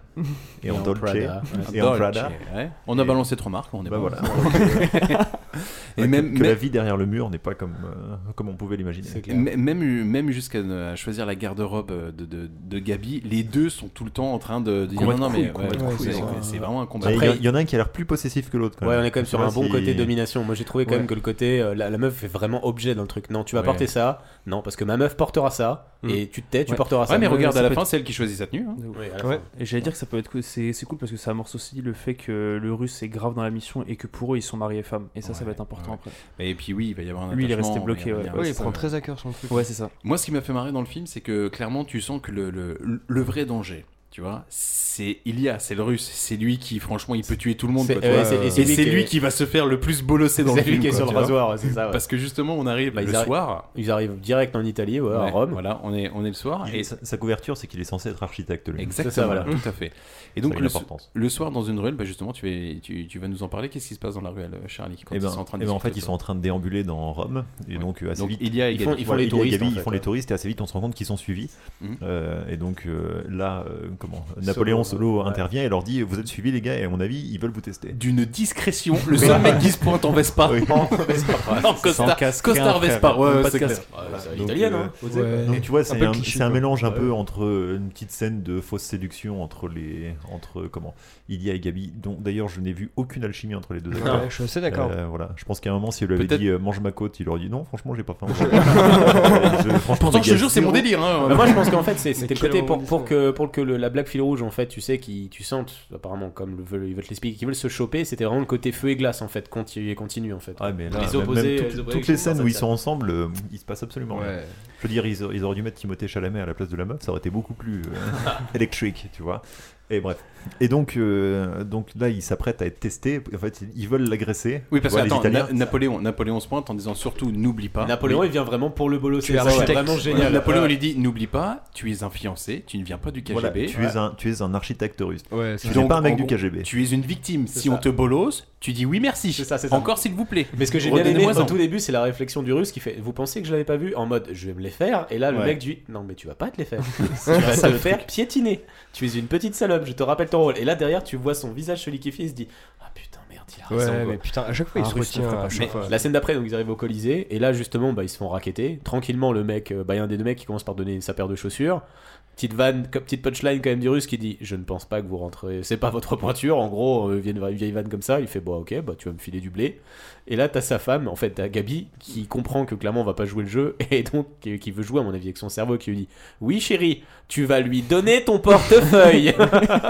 [SPEAKER 10] et,
[SPEAKER 2] Et
[SPEAKER 10] en
[SPEAKER 2] en
[SPEAKER 10] Dolce
[SPEAKER 2] Prada.
[SPEAKER 10] et
[SPEAKER 2] Ouais.
[SPEAKER 10] en Prada.
[SPEAKER 2] Dolce, ouais. On a balancé trois marques, on est
[SPEAKER 10] Bah
[SPEAKER 2] bon.
[SPEAKER 10] voilà.
[SPEAKER 2] Et
[SPEAKER 10] et même
[SPEAKER 2] même-
[SPEAKER 10] que, la
[SPEAKER 2] mais-
[SPEAKER 10] vie derrière le mur n'est pas comme euh, comme on pouvait l'imaginer.
[SPEAKER 2] M- Même, même jusqu'à euh, à choisir la garde-robe euh, de, de, de Gabi, les deux sont tout le temps en train de dire
[SPEAKER 10] Combat
[SPEAKER 2] non,
[SPEAKER 10] de
[SPEAKER 2] non, mais
[SPEAKER 10] couilles,
[SPEAKER 2] ouais,
[SPEAKER 10] combat de
[SPEAKER 2] ouais,
[SPEAKER 10] couilles,
[SPEAKER 2] c'est-
[SPEAKER 10] c'est-
[SPEAKER 2] c'est- c'est vraiment un combat.
[SPEAKER 10] Et il y a-
[SPEAKER 2] Après,
[SPEAKER 10] il y, en a un qui a l'air plus possessif que l'autre. Quand
[SPEAKER 3] Ouais,
[SPEAKER 10] même.
[SPEAKER 3] on est quand même
[SPEAKER 10] Je
[SPEAKER 3] sur
[SPEAKER 10] sais
[SPEAKER 3] un
[SPEAKER 10] pas
[SPEAKER 3] bon
[SPEAKER 10] si-
[SPEAKER 3] côté domination. Moi, j'ai trouvé quand
[SPEAKER 10] Ouais.
[SPEAKER 3] même que le côté. euh, la, la meuf fait vraiment objet dans le truc. Non, tu
[SPEAKER 2] Ouais.
[SPEAKER 3] vas
[SPEAKER 2] Mm.
[SPEAKER 3] porter ça. Non, parce que ma meuf portera ça. Et tu te tais, tu
[SPEAKER 11] Ouais.
[SPEAKER 3] porteras ça.
[SPEAKER 11] Ouais, mais regarde,
[SPEAKER 3] ça
[SPEAKER 11] à la
[SPEAKER 3] peut
[SPEAKER 11] fin,
[SPEAKER 3] être-
[SPEAKER 11] c'est elle qui
[SPEAKER 2] choisit sa tenue, hein.
[SPEAKER 3] Oui, à la fin.
[SPEAKER 11] Et j'allais dire que ça peut être cool. c'est c'est cool parce que ça amorce aussi le fait que le russe est grave dans la mission et que pour eux ils sont mariés femmes et ça ça va être important après.
[SPEAKER 2] Et puis oui, il va y avoir un
[SPEAKER 11] Lui il est resté
[SPEAKER 2] attachement,
[SPEAKER 11] bloqué.
[SPEAKER 2] va y
[SPEAKER 11] Ouais,
[SPEAKER 2] avoir- c'est ça.
[SPEAKER 11] Ouais c'est ça.
[SPEAKER 2] Moi, ce qui m'a fait marrer dans le film, c'est que clairement, tu sens que le, le, le vrai danger, tu vois, c'est Ilya, c'est le russe, c'est lui qui, franchement, il peut tuer tout le monde.
[SPEAKER 3] C'est-
[SPEAKER 2] quoi, tu
[SPEAKER 3] ouais,
[SPEAKER 2] vois.
[SPEAKER 3] c'est- et
[SPEAKER 2] et
[SPEAKER 3] c'est
[SPEAKER 2] c'est
[SPEAKER 3] lui qui
[SPEAKER 2] lui,
[SPEAKER 3] est-
[SPEAKER 2] qui va se faire le plus bolosser dans le
[SPEAKER 3] C'est lui
[SPEAKER 2] film.
[SPEAKER 3] qui est
[SPEAKER 2] quoi,
[SPEAKER 3] sur
[SPEAKER 2] tu
[SPEAKER 3] le
[SPEAKER 2] vois.
[SPEAKER 3] rasoir, ouais, c'est ça. ouais.
[SPEAKER 2] Parce que justement, on arrive
[SPEAKER 3] Bah,
[SPEAKER 2] le
[SPEAKER 3] ils arri-
[SPEAKER 2] soir.
[SPEAKER 3] Ils arrivent direct en Italie, ouais, à
[SPEAKER 2] Ouais,
[SPEAKER 3] Rome.
[SPEAKER 2] Voilà, on est, on est le soir.
[SPEAKER 10] Et sa, sa couverture, c'est qu'il est censé être architecte. Lui.
[SPEAKER 2] Exactement,
[SPEAKER 10] C'est ça, voilà.
[SPEAKER 2] tout à fait. Et
[SPEAKER 10] Ça
[SPEAKER 2] donc,
[SPEAKER 10] a une
[SPEAKER 2] le, so-
[SPEAKER 10] importance.
[SPEAKER 2] le soir, dans une ruelle, bah, justement, tu, es- tu, tu vas nous en parler. Qu'est-ce qui se passe dans la ruelle, euh, Charlie quand
[SPEAKER 10] Eh
[SPEAKER 2] ils
[SPEAKER 10] ben,
[SPEAKER 2] sont en train de
[SPEAKER 10] eh ben, en fait,
[SPEAKER 2] discuter
[SPEAKER 10] ils sont en train de déambuler dans Rome. Et donc, euh, assez
[SPEAKER 2] Donc,
[SPEAKER 10] vite.
[SPEAKER 2] il y a et Ils font- Gabi. ils font
[SPEAKER 10] Voilà,
[SPEAKER 2] les
[SPEAKER 10] il y a
[SPEAKER 2] touristes,
[SPEAKER 10] Gabi,
[SPEAKER 2] en
[SPEAKER 10] ils
[SPEAKER 2] fait,
[SPEAKER 10] font
[SPEAKER 2] ouais.
[SPEAKER 10] les touristes. Et assez vite, on se rend compte qu'ils sont suivis.
[SPEAKER 2] Mhm.
[SPEAKER 10] Euh, et donc, euh, là, euh, comment Napoléon Solo
[SPEAKER 3] ouais.
[SPEAKER 10] intervient et leur dit Vous êtes suivis, les gars, et à mon avis, ils veulent vous tester.
[SPEAKER 2] D'une discrétion, le seul mec qui se pointe en Vespa.
[SPEAKER 10] Oui.
[SPEAKER 2] En
[SPEAKER 10] Vespa.
[SPEAKER 2] En costard-
[SPEAKER 10] Sans casque,
[SPEAKER 2] costard
[SPEAKER 10] rien,
[SPEAKER 2] Vespa,
[SPEAKER 10] frère.
[SPEAKER 2] ouais,
[SPEAKER 10] Pas
[SPEAKER 2] ouais,
[SPEAKER 10] de
[SPEAKER 2] c'est
[SPEAKER 10] casque.
[SPEAKER 2] clair. Ouais, c'est
[SPEAKER 10] Donc,
[SPEAKER 2] italien,
[SPEAKER 10] euh,
[SPEAKER 2] hein, Osez, quoi.
[SPEAKER 10] Donc, tu vois, c'est
[SPEAKER 2] peu
[SPEAKER 10] un,
[SPEAKER 2] cliché,
[SPEAKER 10] c'est un
[SPEAKER 2] quoi.
[SPEAKER 10] mélange un
[SPEAKER 2] Ouais.
[SPEAKER 10] peu entre euh, une petite scène de fausse séduction entre les entre comment Ilia et Gabi dont d'ailleurs je n'ai vu aucune alchimie entre les deux
[SPEAKER 8] Ouais,
[SPEAKER 10] acteurs.
[SPEAKER 8] je suis assez d'accord.
[SPEAKER 10] Euh, voilà je pense qu'à un moment si elle lui avait
[SPEAKER 2] Peut-être-
[SPEAKER 10] dit euh, mange ma côte il aurait dit non franchement j'ai pas faim
[SPEAKER 2] Pourtant, je te jure, c'est mon délire, hein.
[SPEAKER 3] Bah, moi, je pense qu'en fait, c'est-
[SPEAKER 2] Mais
[SPEAKER 3] c'était le
[SPEAKER 2] quel
[SPEAKER 3] côté pour,
[SPEAKER 2] romantisme.
[SPEAKER 3] pour que, pour que le- la blague fil rouge, en fait, tu sais, qui, tu sentes, apparemment, comme le veulent- ils veulent l'expliquer, qu'ils veulent se choper, c'était vraiment le côté feu et glace, en fait, continu et continu, en fait.
[SPEAKER 10] Ah, mais là,
[SPEAKER 3] les
[SPEAKER 10] même-
[SPEAKER 3] opposés,
[SPEAKER 10] même
[SPEAKER 3] les
[SPEAKER 10] toutes-
[SPEAKER 3] opposés,
[SPEAKER 10] toutes les
[SPEAKER 3] qui
[SPEAKER 10] scènes
[SPEAKER 3] dans
[SPEAKER 10] où ils
[SPEAKER 3] cette
[SPEAKER 10] sont ensemble, euh, il se passe absolument rien.
[SPEAKER 3] Ouais.
[SPEAKER 10] Je veux dire, ils, a- ils auraient dû mettre Timothée Chalamet à la place de la meuf, ça aurait été beaucoup plus euh, électrique, tu vois. Et bref. Et donc, euh, donc là, ils s'apprêtent à être testés. En fait, ils- ils veulent l'agresser.
[SPEAKER 2] Oui,
[SPEAKER 10] Tu
[SPEAKER 2] parce que
[SPEAKER 10] vois, les
[SPEAKER 2] attends,
[SPEAKER 10] Italiens.
[SPEAKER 2] Na- Napoléon, Napoléon se pointe en disant surtout n'oublie pas.
[SPEAKER 3] Napoléon,
[SPEAKER 2] Oui.
[SPEAKER 3] il vient vraiment pour le bolosser.
[SPEAKER 2] Tu
[SPEAKER 3] C'est
[SPEAKER 2] es architecte.
[SPEAKER 3] vraiment génial.
[SPEAKER 2] Voilà, Napoléon
[SPEAKER 3] Ouais.
[SPEAKER 2] lui dit n'oublie pas, tu es un fiancé, tu ne viens pas du KGB.
[SPEAKER 10] Voilà, tu, es un, tu es un architecte russe.
[SPEAKER 8] Euh,
[SPEAKER 10] tu n'es
[SPEAKER 2] Donc,
[SPEAKER 10] pas un mec
[SPEAKER 2] en
[SPEAKER 10] du
[SPEAKER 2] gros,
[SPEAKER 10] KGB.
[SPEAKER 2] Tu es une victime.
[SPEAKER 3] C'est
[SPEAKER 2] Si
[SPEAKER 3] ça.
[SPEAKER 2] on te bolosse, tu dis oui merci. Encore s'il vous plaît.
[SPEAKER 3] Mais ce que j'ai bien aimé
[SPEAKER 2] Redonnez-moi-en.
[SPEAKER 3] au tout début, c'est la réflexion du russe qui fait Vous pensez que je l'avais pas vu En mode, je vais me les faire. Et là, le
[SPEAKER 2] Ouais.
[SPEAKER 3] mec dit Non, mais tu vas pas te les faire. tu vas te faire piétiner. Tu es une petite salope, je te rappelle ton rôle. Et là, derrière, tu vois son visage se liquéfier et se dit Ah putain, merde, il a
[SPEAKER 8] Ouais,
[SPEAKER 3] raison. quoi.
[SPEAKER 8] mais putain, à chaque fois, il
[SPEAKER 3] Un
[SPEAKER 8] se
[SPEAKER 3] Russe
[SPEAKER 8] retient,
[SPEAKER 3] ne fera pas
[SPEAKER 8] à
[SPEAKER 3] ça.
[SPEAKER 8] chaque fois.
[SPEAKER 3] La scène d'après, donc ils arrivent au Colisée. Et là, justement, bah, ils se font racketter. Tranquillement, le mec, euh, bah, il y a un des deux mecs qui commence par donner sa paire de chaussures. Petite vanne, co- petite punchline quand même du russe qui dit Je ne pense pas que vous rentrez, c'est pas votre pointure. En gros, euh, vient une vieille vanne comme ça. Il fait Bon, ok, bah, tu vas me filer du blé. Et là, t'as sa femme, en fait, t'as Gabi, qui comprend que clairement on va pas jouer le jeu et donc qui, qui veut jouer, à mon avis, avec son cerveau qui lui dit Oui, chérie, tu vas lui donner ton portefeuille.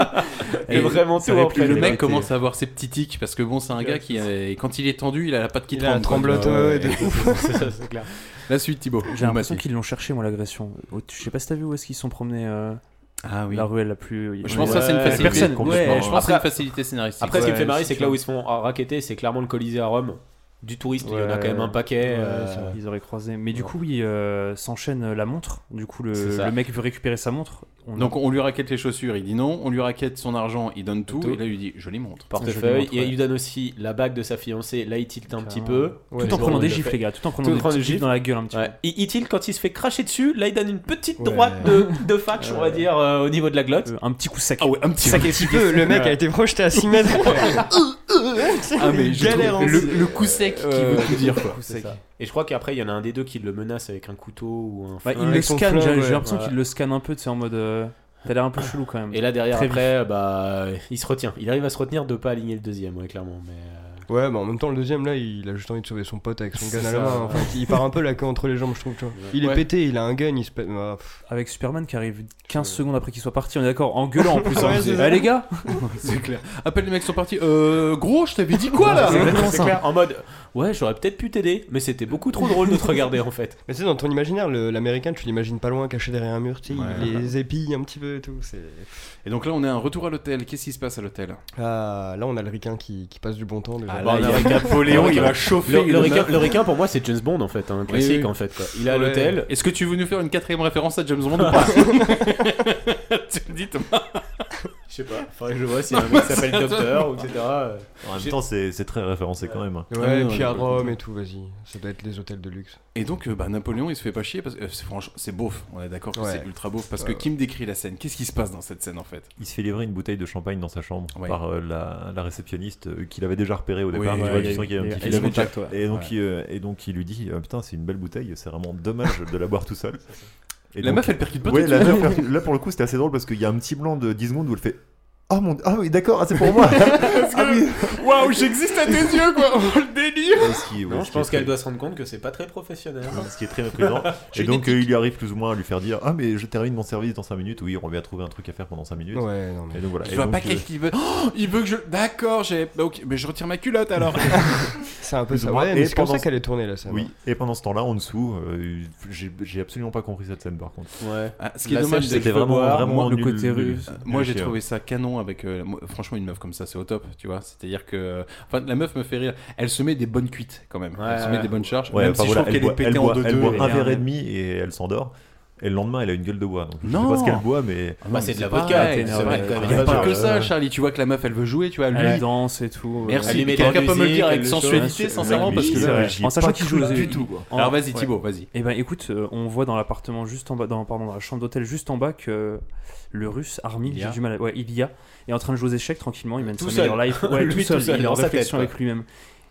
[SPEAKER 3] et vraiment,
[SPEAKER 2] ça
[SPEAKER 3] tout
[SPEAKER 2] aurait
[SPEAKER 3] en
[SPEAKER 2] plu.
[SPEAKER 3] fait,
[SPEAKER 2] le
[SPEAKER 3] était-
[SPEAKER 2] mec commence à avoir ses petits tics parce que bon, c'est un gars qui, euh, quand il est tendu, il a la patte qui
[SPEAKER 8] Il a
[SPEAKER 2] tremble.
[SPEAKER 8] la tremblote,
[SPEAKER 2] quoi.
[SPEAKER 8] ouais, ouais, de ouf.
[SPEAKER 2] c'est ça, c'est clair. La suite, Thibaut. bah,
[SPEAKER 11] J'ai
[SPEAKER 2] Ou
[SPEAKER 11] l'impression
[SPEAKER 2] Mathieu.
[SPEAKER 11] qu'ils l'ont cherché, moi, l'agression. Au- Je sais pas si t'as vu où est-ce qu'ils se sont promenés. euh,
[SPEAKER 2] Ah oui.
[SPEAKER 11] La ruelle la plus.
[SPEAKER 2] Je pense que ça, c'est une facilité.
[SPEAKER 11] Personne,
[SPEAKER 2] Ouais, je pense que c'est une
[SPEAKER 3] Après-
[SPEAKER 2] facilité scénaristique.
[SPEAKER 3] Après, ce qui me
[SPEAKER 2] Ouais,
[SPEAKER 3] fait marrer, c'est
[SPEAKER 2] c'est
[SPEAKER 3] que là où
[SPEAKER 2] sûr.
[SPEAKER 3] ils se font raqueter, c'est clairement le Colisée à Rome. Du touriste, il y en a
[SPEAKER 11] Ouais.
[SPEAKER 3] quand même un paquet.
[SPEAKER 11] Ouais,
[SPEAKER 3] euh,
[SPEAKER 11] ça, Ils auraient croisé. Mais du coup, oui, euh, s'enchaîne euh, la montre. Du coup, le,
[SPEAKER 2] C'est ça.
[SPEAKER 11] le mec veut récupérer sa montre.
[SPEAKER 2] Donc on lui raquette les chaussures, il dit non. On lui raquette son argent, il donne tout.
[SPEAKER 3] Tout.
[SPEAKER 2] Et là, il lui dit je les montre.
[SPEAKER 3] portefeuille.
[SPEAKER 2] Je les
[SPEAKER 3] Et il
[SPEAKER 2] montre,
[SPEAKER 3] lui donne aussi la bague de sa fiancée. Là, il tilte un petit peu.
[SPEAKER 11] Tout en
[SPEAKER 3] Bon,
[SPEAKER 11] prenant
[SPEAKER 3] il
[SPEAKER 11] des
[SPEAKER 3] le
[SPEAKER 11] gifles,
[SPEAKER 3] fait.
[SPEAKER 11] les gars. Tout en prenant des
[SPEAKER 3] des
[SPEAKER 11] petites gifles dans la gueule un petit
[SPEAKER 3] Ouais. Il, il tilte quand il se fait cracher dessus. Là, il donne une petite
[SPEAKER 11] Ouais.
[SPEAKER 3] droite de, de fatch, on va dire, euh, au niveau de la glotte.
[SPEAKER 11] Un petit coup sec.
[SPEAKER 3] Ah ouais, un petit
[SPEAKER 8] Un petit peu, le mec a été projeté à 6 mètres.
[SPEAKER 3] Ah, mais je
[SPEAKER 8] Galère
[SPEAKER 3] trouve-
[SPEAKER 8] en-
[SPEAKER 3] Euh,
[SPEAKER 8] Ouais.
[SPEAKER 3] quoi.
[SPEAKER 8] Coup
[SPEAKER 3] C'est
[SPEAKER 8] sec.
[SPEAKER 3] ça. Et je crois qu'après, il y en a un des deux qui le menace avec un couteau ou un.
[SPEAKER 11] Bah,
[SPEAKER 3] flingue.
[SPEAKER 11] il le scanne, j'ai j'ai l'impression
[SPEAKER 3] Ouais.
[SPEAKER 11] qu'il le scanne un peu, tu sais, en mode. euh, T'as l'air un peu chelou quand même.
[SPEAKER 3] Et là derrière
[SPEAKER 11] Très
[SPEAKER 3] après bah il se retient. Il arrive à se retenir de pas aligner le deuxième ouais clairement mais euh,
[SPEAKER 8] Ouais, mais en même temps, le deuxième, là, il a juste envie de sauver son pote avec son
[SPEAKER 3] C'est
[SPEAKER 8] gun à la
[SPEAKER 3] ça,
[SPEAKER 8] main.
[SPEAKER 3] ouais.
[SPEAKER 8] Enfin, il part un peu la queue entre les jambes, je trouve. Tu vois. Il est
[SPEAKER 11] Ouais.
[SPEAKER 8] pété, il a un gun, il se pète. Ah, pff.
[SPEAKER 11] Avec Superman qui arrive 15 secondes après qu'il soit parti, on est d'accord, en gueulant en plus. hein.
[SPEAKER 8] Ouais, c'est
[SPEAKER 11] Eh,
[SPEAKER 8] ça.
[SPEAKER 11] les gars
[SPEAKER 2] C'est clair. Appelle les mecs sont partis. Euh, gros, je t'avais dit quoi là
[SPEAKER 3] c'est exactement ça. En mode ouais j'aurais peut-être pu t'aider mais c'était beaucoup trop drôle de te regarder en fait.
[SPEAKER 8] Mais tu sais, dans ton imaginaire, le- l'américain, tu l'imagines pas loin, caché derrière un mur, tu sais,
[SPEAKER 2] Ouais.
[SPEAKER 8] il les épille un petit peu et tout. c'est-
[SPEAKER 2] Et donc là, on est à un retour à l'hôtel. Qu'est-ce qui se passe à l'hôtel
[SPEAKER 8] Ah, là, on a le ricain qui, qui passe du bon temps. Déjà.
[SPEAKER 2] Ah, là, Bon, il y a avec Napoléon, il va chauffer
[SPEAKER 3] Le, le
[SPEAKER 2] une
[SPEAKER 3] requin,
[SPEAKER 2] meuf.
[SPEAKER 3] le requin, pour moi c'est James Bond en fait un classique
[SPEAKER 2] oui.
[SPEAKER 3] en fait quoi. Il est à
[SPEAKER 2] Ouais.
[SPEAKER 3] l'hôtel.
[SPEAKER 2] Est-ce que tu veux nous faire une quatrième référence à James Bond ou pas Tu me dis Thomas.
[SPEAKER 3] Je sais pas. Faudrait que je vois s'il y a un mec qui s'appelle Docteur ou etc. euh,
[SPEAKER 10] En même
[SPEAKER 3] j'ai-
[SPEAKER 10] temps, c'est c'est très référencé quand même. hein.
[SPEAKER 8] Ouais, et puis à Rome et tout, vas-y. Ça doit être les hôtels de luxe.
[SPEAKER 2] Et donc, euh, bah, Napoléon, il se fait pas chier parce que euh, c'est franchement, c'est beauf. On est d'accord que
[SPEAKER 8] Ouais.
[SPEAKER 2] c'est ultra beauf parce que
[SPEAKER 8] Ouais.
[SPEAKER 2] qui me décrit la scène Qu'est-ce qui se passe dans cette scène en fait
[SPEAKER 10] Il se fait livrer une bouteille de champagne dans sa chambre
[SPEAKER 2] Ouais.
[SPEAKER 10] par euh, la, la réceptionniste euh, qu'il avait déjà repérée au départ.
[SPEAKER 2] Oui,
[SPEAKER 10] tu
[SPEAKER 2] ouais,
[SPEAKER 10] vois, tu
[SPEAKER 2] il y a
[SPEAKER 10] sens qu'il y a un
[SPEAKER 2] eu-
[SPEAKER 10] petit
[SPEAKER 2] il y a eu
[SPEAKER 10] fil
[SPEAKER 2] le contact, ouais.
[SPEAKER 10] Et, donc,
[SPEAKER 2] Ouais.
[SPEAKER 10] il, euh, et donc il lui dit euh, Putain, c'est une belle bouteille, c'est vraiment dommage de la boire tout seul. Et
[SPEAKER 2] La meuf, elle percute pas
[SPEAKER 10] Ouais,
[SPEAKER 2] tout de
[SPEAKER 10] la
[SPEAKER 2] suite.
[SPEAKER 10] meuf percute- Là pour le coup, c'était assez drôle parce qu'il y a un petit blanc de 10 secondes où elle fait Oh mon ah oui, d'accord, ah, c'est pour moi Ah
[SPEAKER 2] Waouh, j'existe à tes yeux quoi Oh, Le délire
[SPEAKER 10] Ce qui- ouais,
[SPEAKER 3] non,
[SPEAKER 10] ce
[SPEAKER 3] je
[SPEAKER 10] qui
[SPEAKER 3] pense
[SPEAKER 10] est
[SPEAKER 3] qu'elle
[SPEAKER 10] très-
[SPEAKER 3] doit se rendre compte que c'est pas très professionnel.
[SPEAKER 10] ce qui est très méprisant.
[SPEAKER 3] J'ai
[SPEAKER 10] et
[SPEAKER 3] une
[SPEAKER 10] donc euh, il lui arrive plus ou moins à lui faire dire Ah, mais je termine mon service dans 5 minutes. Oui, on va trouver un truc à faire pendant 5 minutes.
[SPEAKER 8] Ouais, non, mais-
[SPEAKER 10] Et donc voilà.
[SPEAKER 2] Je
[SPEAKER 10] Et
[SPEAKER 2] vois
[SPEAKER 10] donc,
[SPEAKER 2] pas
[SPEAKER 10] euh,
[SPEAKER 2] qu'est-ce qu'il veut. Oh, il veut que je. D'accord, j'ai. bah, ok, mais je retire ma culotte alors.
[SPEAKER 8] C'est un peu
[SPEAKER 10] plus ou
[SPEAKER 8] ça.
[SPEAKER 10] moins.
[SPEAKER 8] Ouais, mais
[SPEAKER 10] Et
[SPEAKER 8] c'est comme ça
[SPEAKER 10] pendant-
[SPEAKER 8] qu'elle est tournée, là, ça.
[SPEAKER 10] Oui, et pendant ce temps-là, en dessous, euh, j'ai j'ai absolument pas compris cette scène par contre.
[SPEAKER 3] Ouais.
[SPEAKER 2] Ah, ce qui est dommage, c'est
[SPEAKER 10] c'était vraiment, vraiment nul, nul.
[SPEAKER 2] Euh, Moi,
[SPEAKER 10] Nul
[SPEAKER 2] j'ai
[SPEAKER 10] chier,
[SPEAKER 2] trouvé ça canon avec. euh, moi, franchement, une meuf comme ça, c'est au top, tu vois. C'est-à-dire que. euh, Enfin, la meuf me fait rire. Elle se met des bonnes cuites quand même. elle se met
[SPEAKER 10] ouais.
[SPEAKER 2] des bonnes charges.
[SPEAKER 10] Ouais,
[SPEAKER 2] même
[SPEAKER 10] enfin,
[SPEAKER 2] si
[SPEAKER 10] voilà,
[SPEAKER 2] je trouve qu'elle
[SPEAKER 10] boit-
[SPEAKER 2] est pétée en
[SPEAKER 10] boit-
[SPEAKER 2] deux
[SPEAKER 10] Elle boit
[SPEAKER 2] deux.
[SPEAKER 10] un verre et demi et elle s'endort. Et le lendemain, elle a une gueule de bois. Donc je
[SPEAKER 2] Non.
[SPEAKER 10] sais pas ce qu'elle boit, mais. bah,
[SPEAKER 2] Ah non, mais
[SPEAKER 3] vodka,
[SPEAKER 2] pareil,
[SPEAKER 3] t'es
[SPEAKER 2] c'est
[SPEAKER 3] énervé,
[SPEAKER 2] vrai.
[SPEAKER 3] quand même.
[SPEAKER 2] Il y a pas
[SPEAKER 3] Ouais.
[SPEAKER 2] que ça, Charlie. Tu vois que la meuf, elle veut jouer, tu vois. Ah, Lui,
[SPEAKER 11] Elle danse et tout.
[SPEAKER 2] Merci. Quelqu'un peut me le dire avec sensualité, sincèrement, parce que là, j'y ai
[SPEAKER 11] en sachant
[SPEAKER 2] pas
[SPEAKER 11] qu'il
[SPEAKER 2] cru
[SPEAKER 11] joue
[SPEAKER 2] du tout, quoi. Alors, vas-y, Thibaut, vas-y.
[SPEAKER 11] Et ben écoute, euh, on voit dans l'appartement juste en bas, dans, pardon, dans la chambre d'hôtel juste en bas que le russe Armin,
[SPEAKER 3] Ilya.
[SPEAKER 11] j'ai du mal, à- ouais, il y a, est en train de jouer aux échecs tranquillement. Il mène
[SPEAKER 3] Tout
[SPEAKER 11] sa
[SPEAKER 3] seul.
[SPEAKER 11] meilleure life, ouais,
[SPEAKER 3] Lui
[SPEAKER 11] tout seul.
[SPEAKER 3] tout seul,
[SPEAKER 11] il est en
[SPEAKER 3] dans sa tête,
[SPEAKER 11] réflexion
[SPEAKER 3] quoi.
[SPEAKER 11] avec lui-même.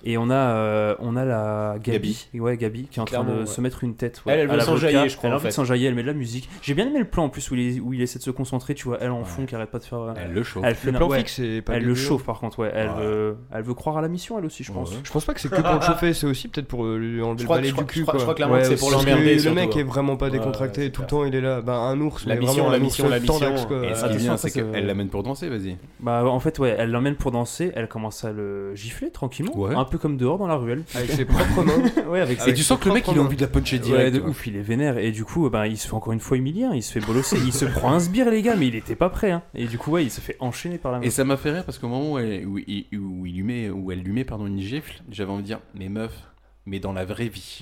[SPEAKER 11] Et on a, euh, on a la Gabi, ouais, Gabi qui est en train
[SPEAKER 3] Clairement,
[SPEAKER 11] de
[SPEAKER 3] ouais.
[SPEAKER 11] se mettre une tête. ouais,
[SPEAKER 3] Elle, elle
[SPEAKER 11] à
[SPEAKER 3] veut
[SPEAKER 11] la
[SPEAKER 3] s'enjailler,
[SPEAKER 11] vodka.
[SPEAKER 3] je crois,
[SPEAKER 11] Elle a
[SPEAKER 3] en
[SPEAKER 11] envie de
[SPEAKER 3] fait.
[SPEAKER 11] s'enjailler, elle met de la musique. J'ai bien aimé le plan en plus où il, où il essaie de se concentrer, tu vois, elle en fond qui arrête pas de faire. euh,
[SPEAKER 2] Elle le chauffe.
[SPEAKER 11] fait
[SPEAKER 8] Le
[SPEAKER 11] na-
[SPEAKER 8] plan
[SPEAKER 11] ouais,
[SPEAKER 8] fixe, c'est pas
[SPEAKER 11] Elle
[SPEAKER 8] de
[SPEAKER 11] le
[SPEAKER 8] lui.
[SPEAKER 11] chauffe par contre, ouais. Elle,
[SPEAKER 8] Ouais.
[SPEAKER 11] Veut, elle veut croire à la mission elle aussi, je pense.
[SPEAKER 8] Je pense pas que c'est que pour le chauffer, c'est aussi peut-être pour euh, lui enlever
[SPEAKER 11] Je
[SPEAKER 8] le
[SPEAKER 11] crois-
[SPEAKER 8] balai
[SPEAKER 11] je crois-
[SPEAKER 8] du cul.
[SPEAKER 11] je crois- je
[SPEAKER 8] quoi.
[SPEAKER 11] crois que clairement que c'est pour
[SPEAKER 8] parce que
[SPEAKER 11] l'emmerder,
[SPEAKER 8] Le
[SPEAKER 11] surtout,
[SPEAKER 8] mec
[SPEAKER 11] hein.
[SPEAKER 8] est vraiment pas
[SPEAKER 11] Ouais,
[SPEAKER 8] décontracté, tout le temps il est là. Bah, un ours,
[SPEAKER 3] La
[SPEAKER 8] mais
[SPEAKER 3] mission,
[SPEAKER 8] vraiment
[SPEAKER 3] la
[SPEAKER 8] un
[SPEAKER 3] mission,
[SPEAKER 8] ours
[SPEAKER 3] la
[SPEAKER 8] sur le
[SPEAKER 3] mission.
[SPEAKER 8] thorax, quoi. Ah,
[SPEAKER 2] Et ce qui est bien, c'est qu'elle l'amène pour danser, vas-y.
[SPEAKER 11] Bah en fait ouais, elle l'emmène pour danser, elle commence à le gifler tranquillement,
[SPEAKER 2] Ouais.
[SPEAKER 11] un peu comme dehors dans la ruelle.
[SPEAKER 8] Avec ses propres mains.
[SPEAKER 11] ouais, avec
[SPEAKER 2] Et
[SPEAKER 11] ses
[SPEAKER 2] Ah tu sens que
[SPEAKER 11] ses
[SPEAKER 2] le mec,
[SPEAKER 11] propres
[SPEAKER 2] il a
[SPEAKER 11] mains.
[SPEAKER 2] envie de la puncher
[SPEAKER 11] Ouais,
[SPEAKER 2] direct,
[SPEAKER 11] de
[SPEAKER 2] ouais.
[SPEAKER 11] ouf, il est vénère et du coup bah, il se fait encore une fois humilier, hein, il se fait bolosser, il se prend un sbire les gars, mais il était pas prêt hein. Et du coup ouais, il se fait enchaîner par la main.
[SPEAKER 2] Et ça m'a fait rire parce qu'au moment où elle, où il- où il lui met, où elle lui met pardon, une gifle, j'avais envie de dire Mais meuf, mais dans la vraie vie.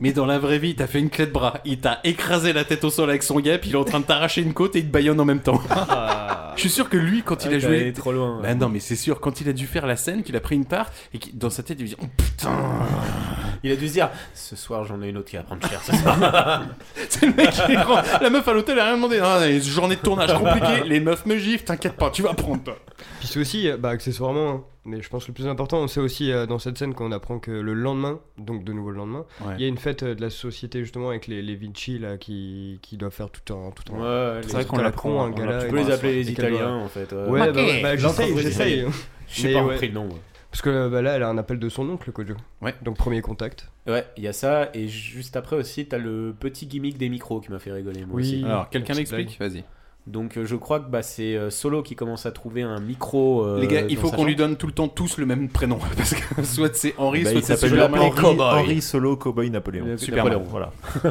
[SPEAKER 2] mais dans la vraie vie, il t'a fait une clé de bras, il t'a écrasé la tête au sol avec son guêpe, il est en train de t'arracher une côte et il te baillonne en même temps. Je suis sûr que lui, quand il
[SPEAKER 3] Ouais,
[SPEAKER 2] a
[SPEAKER 3] t'es
[SPEAKER 2] joué.
[SPEAKER 3] allé trop loin, ouais.
[SPEAKER 2] Bah non, mais c'est sûr, quand il a dû faire la scène, qu'il a pris une part et qu'il- dans sa tête, il lui dit Oh putain
[SPEAKER 3] Il a dû se dire ce soir j'en ai une autre qui va prendre cher. ce soir.
[SPEAKER 2] C'est le mec qui est grand. La meuf à l'hôtel a rien demandé. Ah, Non, non, journée de tournage compliquée, les meufs me giflent, t'inquiète pas, tu vas prendre toi.
[SPEAKER 8] Puis c'est aussi, euh, bah, accessoirement, hein, Mais je pense que le plus important, c'est aussi euh, dans cette scène qu'on apprend que le lendemain, donc de nouveau le lendemain,
[SPEAKER 2] Ouais.
[SPEAKER 8] il y a une fête euh, de la société justement avec les, les Vinci là, qui, qui doivent faire tout un. Tout un
[SPEAKER 3] Ouais,
[SPEAKER 8] tout un
[SPEAKER 3] les- c'est vrai qu'on
[SPEAKER 8] tout un
[SPEAKER 3] l'apprend,
[SPEAKER 8] con, un
[SPEAKER 3] on
[SPEAKER 8] gala,
[SPEAKER 3] l'apprend.
[SPEAKER 8] et
[SPEAKER 3] Tu peux les
[SPEAKER 8] tout ça.
[SPEAKER 3] appeler les
[SPEAKER 8] Et qu'elle doit-
[SPEAKER 3] Italiens, euh, en fait, ouais.
[SPEAKER 8] Ouais,
[SPEAKER 3] Ok.
[SPEAKER 8] bah, ouais, bah, j'essaye,
[SPEAKER 3] L'entreprise
[SPEAKER 8] j'essaye.
[SPEAKER 3] italienne. J'ai
[SPEAKER 8] Mais
[SPEAKER 3] pas
[SPEAKER 8] ouais.
[SPEAKER 3] repris le nom, ouais.
[SPEAKER 8] Parce que bah, là, elle a un appel de son oncle, Kojo.
[SPEAKER 2] Ouais.
[SPEAKER 8] Donc premier contact.
[SPEAKER 3] Ouais, il y a ça, et juste après aussi, t'as le petit gimmick des micros qui m'a fait rigoler. Moi
[SPEAKER 2] Oui.
[SPEAKER 3] aussi.
[SPEAKER 2] Alors, quelqu'un l'explique Vas-y.
[SPEAKER 3] Donc, euh, je crois que bah, c'est euh, Solo qui commence à trouver un micro. euh,
[SPEAKER 2] Les gars, il
[SPEAKER 3] dans
[SPEAKER 2] faut
[SPEAKER 3] sa
[SPEAKER 2] qu'on lui
[SPEAKER 3] chambre.
[SPEAKER 2] donne tout le temps tous le même prénom. Parce que soit c'est Henri,
[SPEAKER 10] Bah,
[SPEAKER 2] soit
[SPEAKER 10] il
[SPEAKER 2] c'est
[SPEAKER 10] s'appelle
[SPEAKER 2] Superman.
[SPEAKER 10] Henri-
[SPEAKER 2] Cowboy.
[SPEAKER 10] Henri Solo Cowboy Napoléon.
[SPEAKER 3] Napoléon.
[SPEAKER 10] Voilà.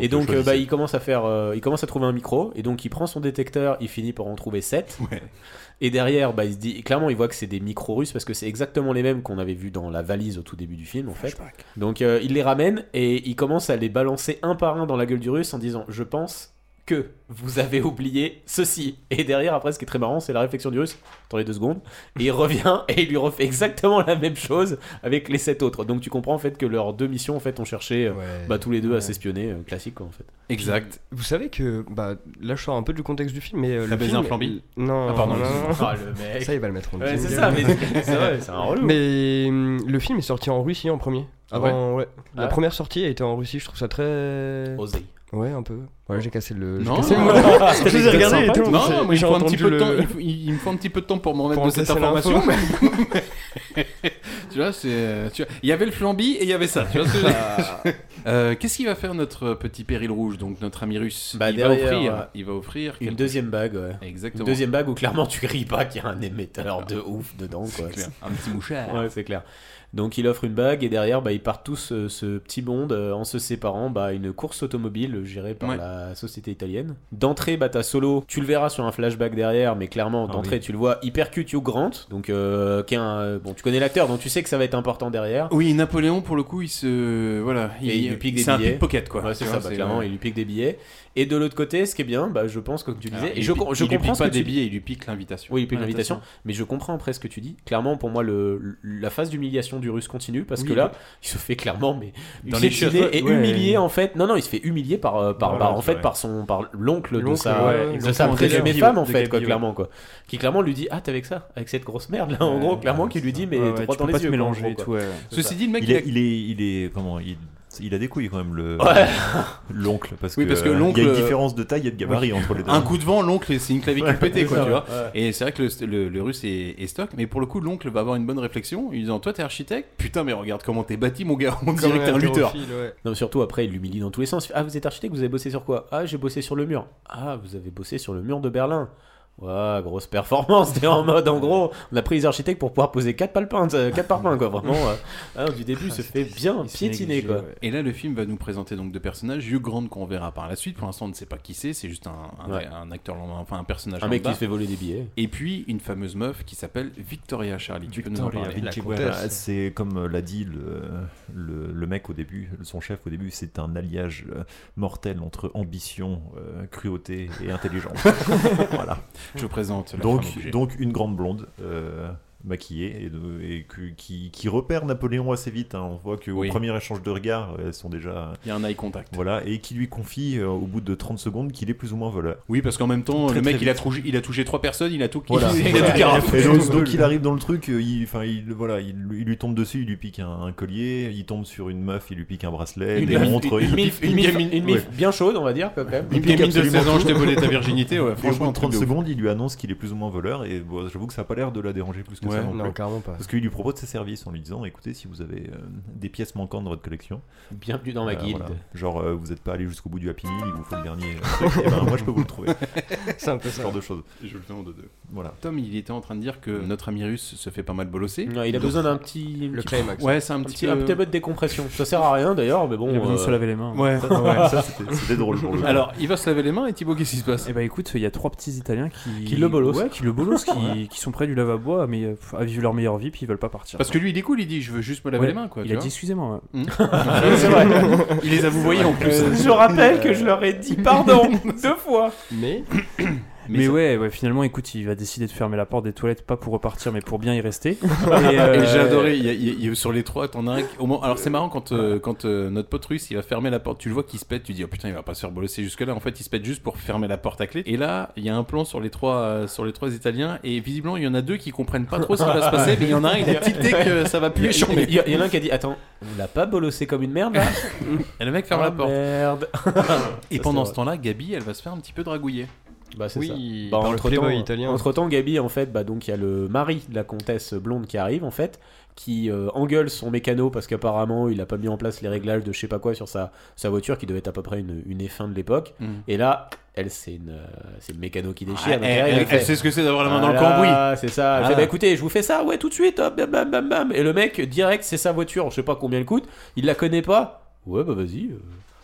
[SPEAKER 3] et donc, euh,
[SPEAKER 10] choisissez.
[SPEAKER 3] bah, il commence à faire, euh, il commence à trouver un micro, et donc il prend son détecteur, il finit par en trouver 7 Et derrière, bah, il se dit, clairement, il voit que c'est des micros russes parce que c'est exactement les mêmes qu'on avait vus dans la valise au tout début du film, en fait. Donc, euh, il les ramène et il commence à les balancer un par un dans la gueule du russe en disant, je pense que vous avez oublié ceci. Et derrière, après, ce qui est très marrant, c'est la réflexion du russe. Attendez deux secondes. Et il revient et il lui refait exactement la même chose avec les sept autres. Donc tu comprends en fait que leurs deux missions, en fait, ont cherché euh, bah, tous les deux à s'espionner, euh, classique quoi, en fait.
[SPEAKER 2] Exact.
[SPEAKER 8] Vous savez que, bah, là je sors un peu du contexte du film, mais. euh,
[SPEAKER 3] T'as
[SPEAKER 8] le
[SPEAKER 3] baisé
[SPEAKER 8] film-
[SPEAKER 3] un flambi
[SPEAKER 8] Non.
[SPEAKER 3] Ah, pardon.
[SPEAKER 8] non, non, non.
[SPEAKER 3] Ah, le mec.
[SPEAKER 8] Ça, il va le mettre en
[SPEAKER 3] Ouais, c'est
[SPEAKER 8] jingle.
[SPEAKER 3] ça, mais c'est vrai, c'est un relou.
[SPEAKER 8] Mais hum, le film est sorti en Russie en premier.
[SPEAKER 3] Ah Oh.
[SPEAKER 8] Avant,
[SPEAKER 3] ouais
[SPEAKER 8] ouais. La
[SPEAKER 3] Ouais.
[SPEAKER 8] première sortie a été en Russie, je trouve ça très.
[SPEAKER 3] Osé.
[SPEAKER 8] Ouais, un peu. Ouais, j'ai cassé le. j'ai
[SPEAKER 2] Non,
[SPEAKER 8] cassé le-
[SPEAKER 2] non,
[SPEAKER 8] Je les ai regardés et tout.
[SPEAKER 2] Non, moi, il,
[SPEAKER 8] J'ai
[SPEAKER 2] faut un petit
[SPEAKER 8] entendu
[SPEAKER 2] peu de
[SPEAKER 8] le-
[SPEAKER 2] temps, il, faut- il- il me faut un petit peu de temps pour me remettre
[SPEAKER 8] Pour
[SPEAKER 2] de cette
[SPEAKER 8] encaisser l'info.
[SPEAKER 2] information. mais- tu vois, c'est. euh, tu vois, Il y avait le flambi et il y avait ça. tu vois ce que je veux dire Euh, Qu'est-ce qu'il va faire notre petit péril rouge, donc notre ami russe
[SPEAKER 3] Bah,
[SPEAKER 2] il,
[SPEAKER 3] derrière,
[SPEAKER 2] va offrir,
[SPEAKER 3] euh,
[SPEAKER 2] il va offrir
[SPEAKER 3] Une
[SPEAKER 2] quelque-
[SPEAKER 3] deuxième bague, ouais.
[SPEAKER 2] Exactement.
[SPEAKER 3] Une deuxième bague où clairement tu ris pas qu'il y a un émetteur de ouf dedans, quoi.
[SPEAKER 2] clair. Un petit mouchard.
[SPEAKER 3] Ouais, c'est clair. Donc il offre une bague et derrière, bah, ils partent tous euh, ce petit monde euh, en se séparant, bah, une course automobile gérée par
[SPEAKER 2] Ouais.
[SPEAKER 3] la société italienne. D'entrée, bah, t'as Solo, tu le verras sur un flashback derrière, mais clairement,
[SPEAKER 10] Ah
[SPEAKER 3] d'entrée,
[SPEAKER 10] oui.
[SPEAKER 3] tu le vois, il percute Hugh Grant, donc euh, qui est un, euh, bon, tu connais l'acteur, donc tu sais que ça va être important derrière.
[SPEAKER 2] Oui, Napoléon, pour le coup, il se. Voilà.
[SPEAKER 3] Et il, lui pique des
[SPEAKER 2] C'est un
[SPEAKER 3] billets.
[SPEAKER 2] pickpocket, quoi.
[SPEAKER 3] Ouais, c'est
[SPEAKER 2] Tu
[SPEAKER 3] ça,
[SPEAKER 2] vois,
[SPEAKER 3] bah, clairement, il lui pique des billets. Et de l'autre côté, ce qui est bien, bah, je pense, comme tu disais,
[SPEAKER 2] Alors,
[SPEAKER 3] et
[SPEAKER 2] Ah, il
[SPEAKER 3] je,
[SPEAKER 2] lui
[SPEAKER 3] com-
[SPEAKER 2] pique-
[SPEAKER 3] je
[SPEAKER 2] il lui
[SPEAKER 3] comprends
[SPEAKER 2] pique
[SPEAKER 3] ce
[SPEAKER 2] pas
[SPEAKER 3] que
[SPEAKER 2] des
[SPEAKER 3] tu-
[SPEAKER 2] billets, il lui pique l'invitation.
[SPEAKER 3] Oui, il pique
[SPEAKER 2] Ah,
[SPEAKER 3] l'invitation, mais je comprends après ce que tu dis. Clairement, pour moi, le, le- la phase d'humiliation du russe continue parce
[SPEAKER 2] Oui,
[SPEAKER 3] que là,
[SPEAKER 2] bah-
[SPEAKER 3] il se fait clairement, mais
[SPEAKER 2] Dans les
[SPEAKER 3] piétiner
[SPEAKER 2] cheveux,
[SPEAKER 3] et
[SPEAKER 2] ouais.
[SPEAKER 3] humilié en fait. Non, non, il se fait humilier par, euh, par,
[SPEAKER 2] Voilà,
[SPEAKER 3] par- en
[SPEAKER 2] c'est
[SPEAKER 3] fait
[SPEAKER 2] vrai.
[SPEAKER 3] par son par l'oncle de
[SPEAKER 2] L'oncle,
[SPEAKER 3] sa,
[SPEAKER 2] ouais,
[SPEAKER 3] de sa
[SPEAKER 2] exactement,
[SPEAKER 3] présumée
[SPEAKER 2] de
[SPEAKER 3] femme en
[SPEAKER 2] Gabi,
[SPEAKER 3] fait,
[SPEAKER 2] ouais.
[SPEAKER 3] quoi,
[SPEAKER 2] De Gabi,
[SPEAKER 3] clairement quoi. Qui clairement lui dit ah t'es avec ça, avec cette grosse merde là en
[SPEAKER 11] Ouais,
[SPEAKER 3] gros,
[SPEAKER 11] ouais,
[SPEAKER 3] clairement qui lui dit mais
[SPEAKER 11] Ouais, ouais,
[SPEAKER 3] t'as
[SPEAKER 11] tu
[SPEAKER 3] droit
[SPEAKER 11] peux
[SPEAKER 3] dans les
[SPEAKER 11] pas te
[SPEAKER 3] yeux, quoi, en
[SPEAKER 11] mélanger
[SPEAKER 3] gros,
[SPEAKER 11] et
[SPEAKER 3] quoi.
[SPEAKER 11] tout, ouais.
[SPEAKER 2] Ceci dit, le mec,
[SPEAKER 10] il,
[SPEAKER 2] il
[SPEAKER 10] est-
[SPEAKER 2] a-
[SPEAKER 10] il est, il est- comment il, il a des couilles quand même le
[SPEAKER 2] Ouais.
[SPEAKER 10] l'oncle parce
[SPEAKER 2] Oui,
[SPEAKER 10] que,
[SPEAKER 2] parce que
[SPEAKER 10] euh,
[SPEAKER 2] l'oncle-
[SPEAKER 10] il y a une différence de taille et de gabarit entre les deux.
[SPEAKER 2] Un coup de vent, l'oncle, c'est une clavicule
[SPEAKER 10] Ouais,
[SPEAKER 2] pétée, quoi,
[SPEAKER 10] c'est
[SPEAKER 2] tu
[SPEAKER 10] ça,
[SPEAKER 2] vois.
[SPEAKER 10] ouais.
[SPEAKER 2] Et c'est vrai que le, le- le russe est, est stock, mais pour le coup, l'oncle va avoir une bonne réflexion. Il dit Toi, t'es architecte Putain, mais regarde comment t'es bâti, mon gars. On dirait que t'es un lutteur.
[SPEAKER 3] Non, mais surtout après, il l'humilie dans tous les sens. Ah, vous êtes architecte, vous avez bossé sur quoi Ah, j'ai bossé sur le mur. Ah, vous avez bossé sur le mur de Berlin. Ouah, grosse performance. T'es en mode, en gros, on a pris les architectes pour pouvoir poser 4 palpins, 4 parpaings, quoi. Vraiment, euh, ah, du début, il se fait bien piétiner, quoi.
[SPEAKER 2] Et là, le film va nous présenter donc deux personnages, Hugh Grant qu'on verra par la suite. Pour l'instant, on ne sait pas qui c'est. C'est juste un, un-
[SPEAKER 3] Ouais.
[SPEAKER 2] un acteur, lambda- enfin un personnage.
[SPEAKER 3] Un mec
[SPEAKER 2] lambda.
[SPEAKER 3] qui se fait voler des billets.
[SPEAKER 2] Et puis une fameuse meuf qui s'appelle Victoria Charlie. tu peux nous en
[SPEAKER 10] Victoria
[SPEAKER 2] parler
[SPEAKER 10] Vinci, ouais, bah, c'est comme l'a dit le, le, le mec au début, son chef au début, c'est un alliage euh, mortel entre ambition, euh, cruauté et intelligence. voilà.
[SPEAKER 2] Je vous présente la
[SPEAKER 10] donc
[SPEAKER 2] femme objet.
[SPEAKER 10] donc une grande blonde. euh, maquillée et, de- et que- qui, qui repère Napoléon assez vite. hein. On voit qu'au
[SPEAKER 2] Oui.
[SPEAKER 10] premier échange de regard, elles sont déjà...
[SPEAKER 2] Il y a un eye contact.
[SPEAKER 10] Voilà, et qui lui confie euh, au bout de 30 secondes qu'il est plus ou moins voleur.
[SPEAKER 2] Oui, parce qu'en même temps,
[SPEAKER 10] Très,
[SPEAKER 2] le mec,
[SPEAKER 10] très
[SPEAKER 2] il a,
[SPEAKER 10] vite.
[SPEAKER 2] touché, il a touché trois personnes, il a tout.
[SPEAKER 10] Voilà.
[SPEAKER 2] il a tout
[SPEAKER 10] Voilà.
[SPEAKER 2] carafé.
[SPEAKER 10] Et donc, donc il arrive dans le truc, euh, il, enfin, il, voilà, il, il lui tombe dessus, il lui pique un, un collier, il tombe sur une meuf, il lui pique un bracelet,
[SPEAKER 3] Une
[SPEAKER 10] des
[SPEAKER 3] meuf-
[SPEAKER 10] montres,
[SPEAKER 3] une
[SPEAKER 10] il
[SPEAKER 3] mif-
[SPEAKER 10] pique-
[SPEAKER 3] une mif-
[SPEAKER 10] pique-
[SPEAKER 3] une mif
[SPEAKER 10] ouais.
[SPEAKER 3] bien chaude, on va dire, quoi, quand même.
[SPEAKER 10] Il
[SPEAKER 3] Une
[SPEAKER 10] pique
[SPEAKER 3] mif de
[SPEAKER 10] absolument
[SPEAKER 3] 16 ans, je t'ai
[SPEAKER 10] tout.
[SPEAKER 3] volé ta virginité, ouais,
[SPEAKER 10] Et au
[SPEAKER 3] franchement,
[SPEAKER 10] bout de
[SPEAKER 3] un truc
[SPEAKER 10] 30
[SPEAKER 3] de ouf.
[SPEAKER 10] secondes, il lui annonce qu'il est plus ou moins voleur, et bon, j'avoue que ça a pas l'air de la déranger plus que
[SPEAKER 8] Ouais,
[SPEAKER 10] ça non,
[SPEAKER 8] non,
[SPEAKER 10] plus.
[SPEAKER 8] carrément pas.
[SPEAKER 10] Parce qu'il lui propose ses services en lui disant écoutez, si vous avez euh, des pièces manquantes dans votre collection, euh,
[SPEAKER 3] Bienvenue dans ma guilde.
[SPEAKER 10] Genre, euh, vous n'êtes pas allé jusqu'au bout du Happy Meal, il vous faut le dernier. euh, truc, eh ben, moi, je peux vous le trouver.
[SPEAKER 8] C'est un peu
[SPEAKER 10] Ce
[SPEAKER 8] ça.
[SPEAKER 10] genre de choses.
[SPEAKER 2] Je le fais en deux deux.
[SPEAKER 10] Voilà.
[SPEAKER 2] Tom, il était en train de dire que notre ami russe se fait pas mal bolosser.
[SPEAKER 3] Non, il a
[SPEAKER 2] Donc-
[SPEAKER 3] besoin d'un petit.
[SPEAKER 2] Le
[SPEAKER 3] petit-
[SPEAKER 2] climax. Ouais, c'est un petit peu-
[SPEAKER 3] Un petit peu de décompression. Ça sert à rien d'ailleurs, mais bon.
[SPEAKER 11] Il a besoin de
[SPEAKER 3] euh,
[SPEAKER 11] se laver les mains. hein.
[SPEAKER 2] Ouais,
[SPEAKER 11] Ça,
[SPEAKER 2] ouais.
[SPEAKER 10] ça, c'était- c'était drôle pour le coup.
[SPEAKER 2] Alors, il va se laver les mains et Thibaut, qu'est-ce qui se passe
[SPEAKER 11] Eh bah écoute, il y a trois petits Italiens qui,
[SPEAKER 2] Qui le bolossent.
[SPEAKER 11] Ouais, qui le bolossent,
[SPEAKER 2] Ouais.
[SPEAKER 11] qui, qui sont près du lavabo bois mais euh, à vivre leur meilleure vie, puis ils veulent pas partir.
[SPEAKER 2] Parce que lui, il est cool, il dit Je veux juste me laver
[SPEAKER 11] Ouais,
[SPEAKER 2] les mains, quoi.
[SPEAKER 11] Il
[SPEAKER 2] tu
[SPEAKER 11] a
[SPEAKER 2] vois.
[SPEAKER 11] dit excusez-moi. ouais.
[SPEAKER 2] Hmm.
[SPEAKER 11] C'est vrai.
[SPEAKER 2] Il les a vous voyés en plus.
[SPEAKER 3] Euh, je rappelle que je leur ai dit pardon deux fois.
[SPEAKER 8] Mais
[SPEAKER 11] Mais,
[SPEAKER 2] ça-
[SPEAKER 11] ouais, ouais, finalement, écoute, il va décider de fermer la porte des toilettes, pas pour repartir, mais pour bien y rester.
[SPEAKER 2] Ah, Et,
[SPEAKER 11] euh,
[SPEAKER 2] j'ai adoré. il y a- il y a- sur les trois, t'en as un. qui- Au moment, alors c'est marrant quand, euh, quand euh, notre pote russe, il va fermer la porte. Tu le vois qui se pète. Tu dis oh putain, il va pas se faire bolosser jusque là. En fait, il se pète juste pour fermer la porte à clé. Et là, il y a un plan sur les trois, euh, sur les trois Italiens. Et visiblement, il y en a deux qui comprennent pas trop ce qui va se passer. Mais il y en a un, il a tilté que ça va plus.
[SPEAKER 3] Il y a- il y, a- il y en a un qui a dit Attends, on l'a pas bolossé comme une merde là
[SPEAKER 2] Et le mec ferme
[SPEAKER 3] Oh,
[SPEAKER 2] la porte.
[SPEAKER 3] Merde
[SPEAKER 2] Et pendant ce temps-là, Gabi, elle va se faire un petit peu dragouiller.
[SPEAKER 3] Bah, c'est
[SPEAKER 2] oui.
[SPEAKER 3] ça. Bah,
[SPEAKER 8] Dans le
[SPEAKER 3] entre temps,
[SPEAKER 8] Playboy italien.
[SPEAKER 3] Entre temps, Gabi, en fait, bah, donc il y a le mari de la comtesse blonde qui arrive, en fait, qui euh, engueule son mécano parce qu'apparemment il a pas mis en place les réglages de je sais pas quoi sur sa, sa voiture qui devait être à peu près une, une F1 de l'époque.
[SPEAKER 2] Mm.
[SPEAKER 3] Et là, elle, c'est une, euh, c'est le mécano qui déchire.
[SPEAKER 2] Ah,
[SPEAKER 3] Donc,
[SPEAKER 2] elle-
[SPEAKER 3] derrière,
[SPEAKER 2] elle-
[SPEAKER 3] fait,
[SPEAKER 2] elle sait ce que c'est d'avoir la main dans le
[SPEAKER 3] Voilà,
[SPEAKER 2] cambouis.
[SPEAKER 3] Ah C'est ça. Elle
[SPEAKER 2] Ah.
[SPEAKER 3] fait, bah, écoutez, je vous fais ça, ouais, tout de suite, hop, bam, bam, bam, bam. Et le mec, direct, c'est sa voiture, je sais pas combien elle coûte, il la connaît pas. Ouais, bah vas-y. euh,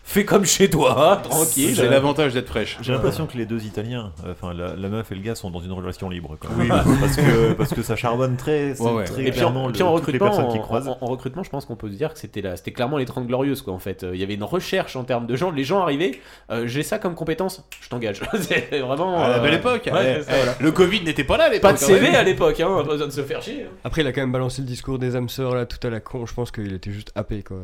[SPEAKER 3] Fais comme chez toi, hein, tranquille.
[SPEAKER 2] J'ai l'avantage d'être fraîche.
[SPEAKER 10] J'ai l'impression que les deux Italiens, euh, enfin la, la meuf et le gars, sont dans une relation libre. Quoi.
[SPEAKER 3] Oui.
[SPEAKER 10] parce, que, parce que ça charbonne très, c'est
[SPEAKER 3] Ouais, ouais.
[SPEAKER 10] très
[SPEAKER 3] et puis en,
[SPEAKER 10] clairement
[SPEAKER 3] puis en
[SPEAKER 10] le- toutes les
[SPEAKER 3] recrutement,
[SPEAKER 10] personnes qui
[SPEAKER 3] en-
[SPEAKER 10] croisent.
[SPEAKER 3] en- en recrutement, je pense qu'on peut se dire que c'était là, c'était clairement les 30 glorieuses quoi en fait. Euh, Il y avait une recherche en termes de gens, les gens arrivaient, euh, j'ai ça comme compétence, je t'engage. c'est vraiment
[SPEAKER 2] À la
[SPEAKER 3] euh,
[SPEAKER 2] belle époque.
[SPEAKER 3] ouais,
[SPEAKER 2] eh,
[SPEAKER 3] c'est ça,
[SPEAKER 2] eh,
[SPEAKER 3] voilà.
[SPEAKER 2] Le Covid n'était pas là à l'époque.
[SPEAKER 3] Pas de
[SPEAKER 2] quand
[SPEAKER 3] CV
[SPEAKER 2] même.
[SPEAKER 3] à l'époque, hein, pas besoin de se faire chier.
[SPEAKER 8] Après, il a quand même balancé le discours des âmes sœurs là, tout à la con. Je pense qu'il était juste happé quoi.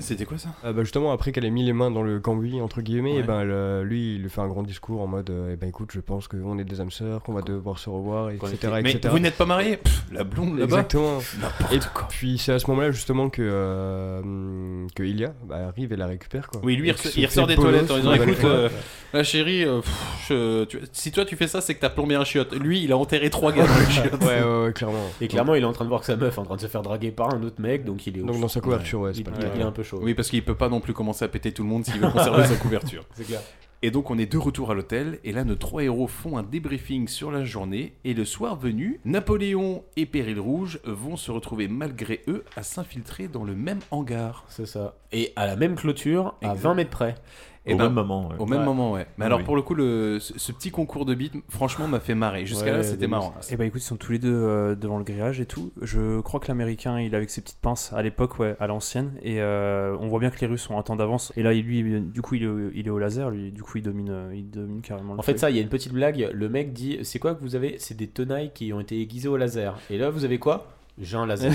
[SPEAKER 2] C'était quoi ça
[SPEAKER 8] bah justement, après qu'elle ait mis les mains dans le cambouis, entre guillemets,
[SPEAKER 2] Ouais.
[SPEAKER 8] et ben, elle, euh, lui, il lui fait un grand discours en mode euh, Eh ben écoute, je pense qu'on est des âmes sœurs, qu'on va devoir se revoir, etc.
[SPEAKER 2] Mais
[SPEAKER 8] etc.
[SPEAKER 2] vous n'êtes pas mariés Pff, La blonde là-bas.
[SPEAKER 8] Exactement.
[SPEAKER 2] N'importe
[SPEAKER 8] Et puis c'est à ce moment-là justement que, euh, hum, que Ilia bah, arrive et la récupère. Quoi.
[SPEAKER 2] Oui, lui,
[SPEAKER 8] Et
[SPEAKER 2] il,
[SPEAKER 8] qu'il
[SPEAKER 2] re-
[SPEAKER 8] se
[SPEAKER 2] il ressort
[SPEAKER 8] fait
[SPEAKER 2] des
[SPEAKER 8] bolos
[SPEAKER 2] toilettes en disant
[SPEAKER 8] dans la
[SPEAKER 2] Écoute,
[SPEAKER 8] toilette.
[SPEAKER 2] euh, la chérie, euh, pff, je- tu- si toi tu fais ça, c'est que t'as plombé un chiotte. Lui, il a enterré trois gars dans le chiotte.
[SPEAKER 8] Ouais, ouais, ouais, clairement.
[SPEAKER 3] Et clairement, il est en train de voir que sa meuf est en train de se faire draguer par un autre mec, donc il est au
[SPEAKER 8] Donc, dans sa couverture, ouais, c'est
[SPEAKER 3] il,
[SPEAKER 8] pas le
[SPEAKER 3] il-
[SPEAKER 8] cas.
[SPEAKER 3] il est un peu chaud.
[SPEAKER 2] Oui, parce qu'il peut pas non plus commencer à péter tout le monde s'il veut conserver sa couverture.
[SPEAKER 3] C'est clair.
[SPEAKER 2] Et donc, on est de retour à l'hôtel, et là, nos trois héros font un débriefing sur la journée, et le soir venu, Napoléon et Péril Rouge vont se retrouver malgré eux à s'infiltrer dans le même hangar.
[SPEAKER 3] C'est ça. Et à la même clôture, à 20 mètres près.
[SPEAKER 2] Eh
[SPEAKER 10] Au
[SPEAKER 2] ben,
[SPEAKER 10] même moment, ouais.
[SPEAKER 2] Au même
[SPEAKER 10] Ouais.
[SPEAKER 2] moment, ouais. Mais
[SPEAKER 10] Ah
[SPEAKER 2] alors,
[SPEAKER 10] oui.
[SPEAKER 2] pour le coup, le, ce, ce petit concours de beat, franchement, m'a fait marrer. Jusqu'à là, c'était marrant.
[SPEAKER 11] Et bah écoute, ils sont tous les deux euh, devant le grillage et tout. Je crois que l'américain, il est avec ses petites pinces à l'époque, ouais, à l'ancienne. Et euh, on voit bien que les Russes ont un temps d'avance. Et là, il- lui, il- du coup, il est, au- il est au laser. Lui, du coup, il domine, euh, il domine carrément. le
[SPEAKER 3] En fait,
[SPEAKER 11] truc.
[SPEAKER 3] ça, il y a une petite blague. Le mec dit C'est quoi que vous avez C'est des tenailles qui ont été aiguisées au laser. Et là, vous avez quoi J'ai un laser.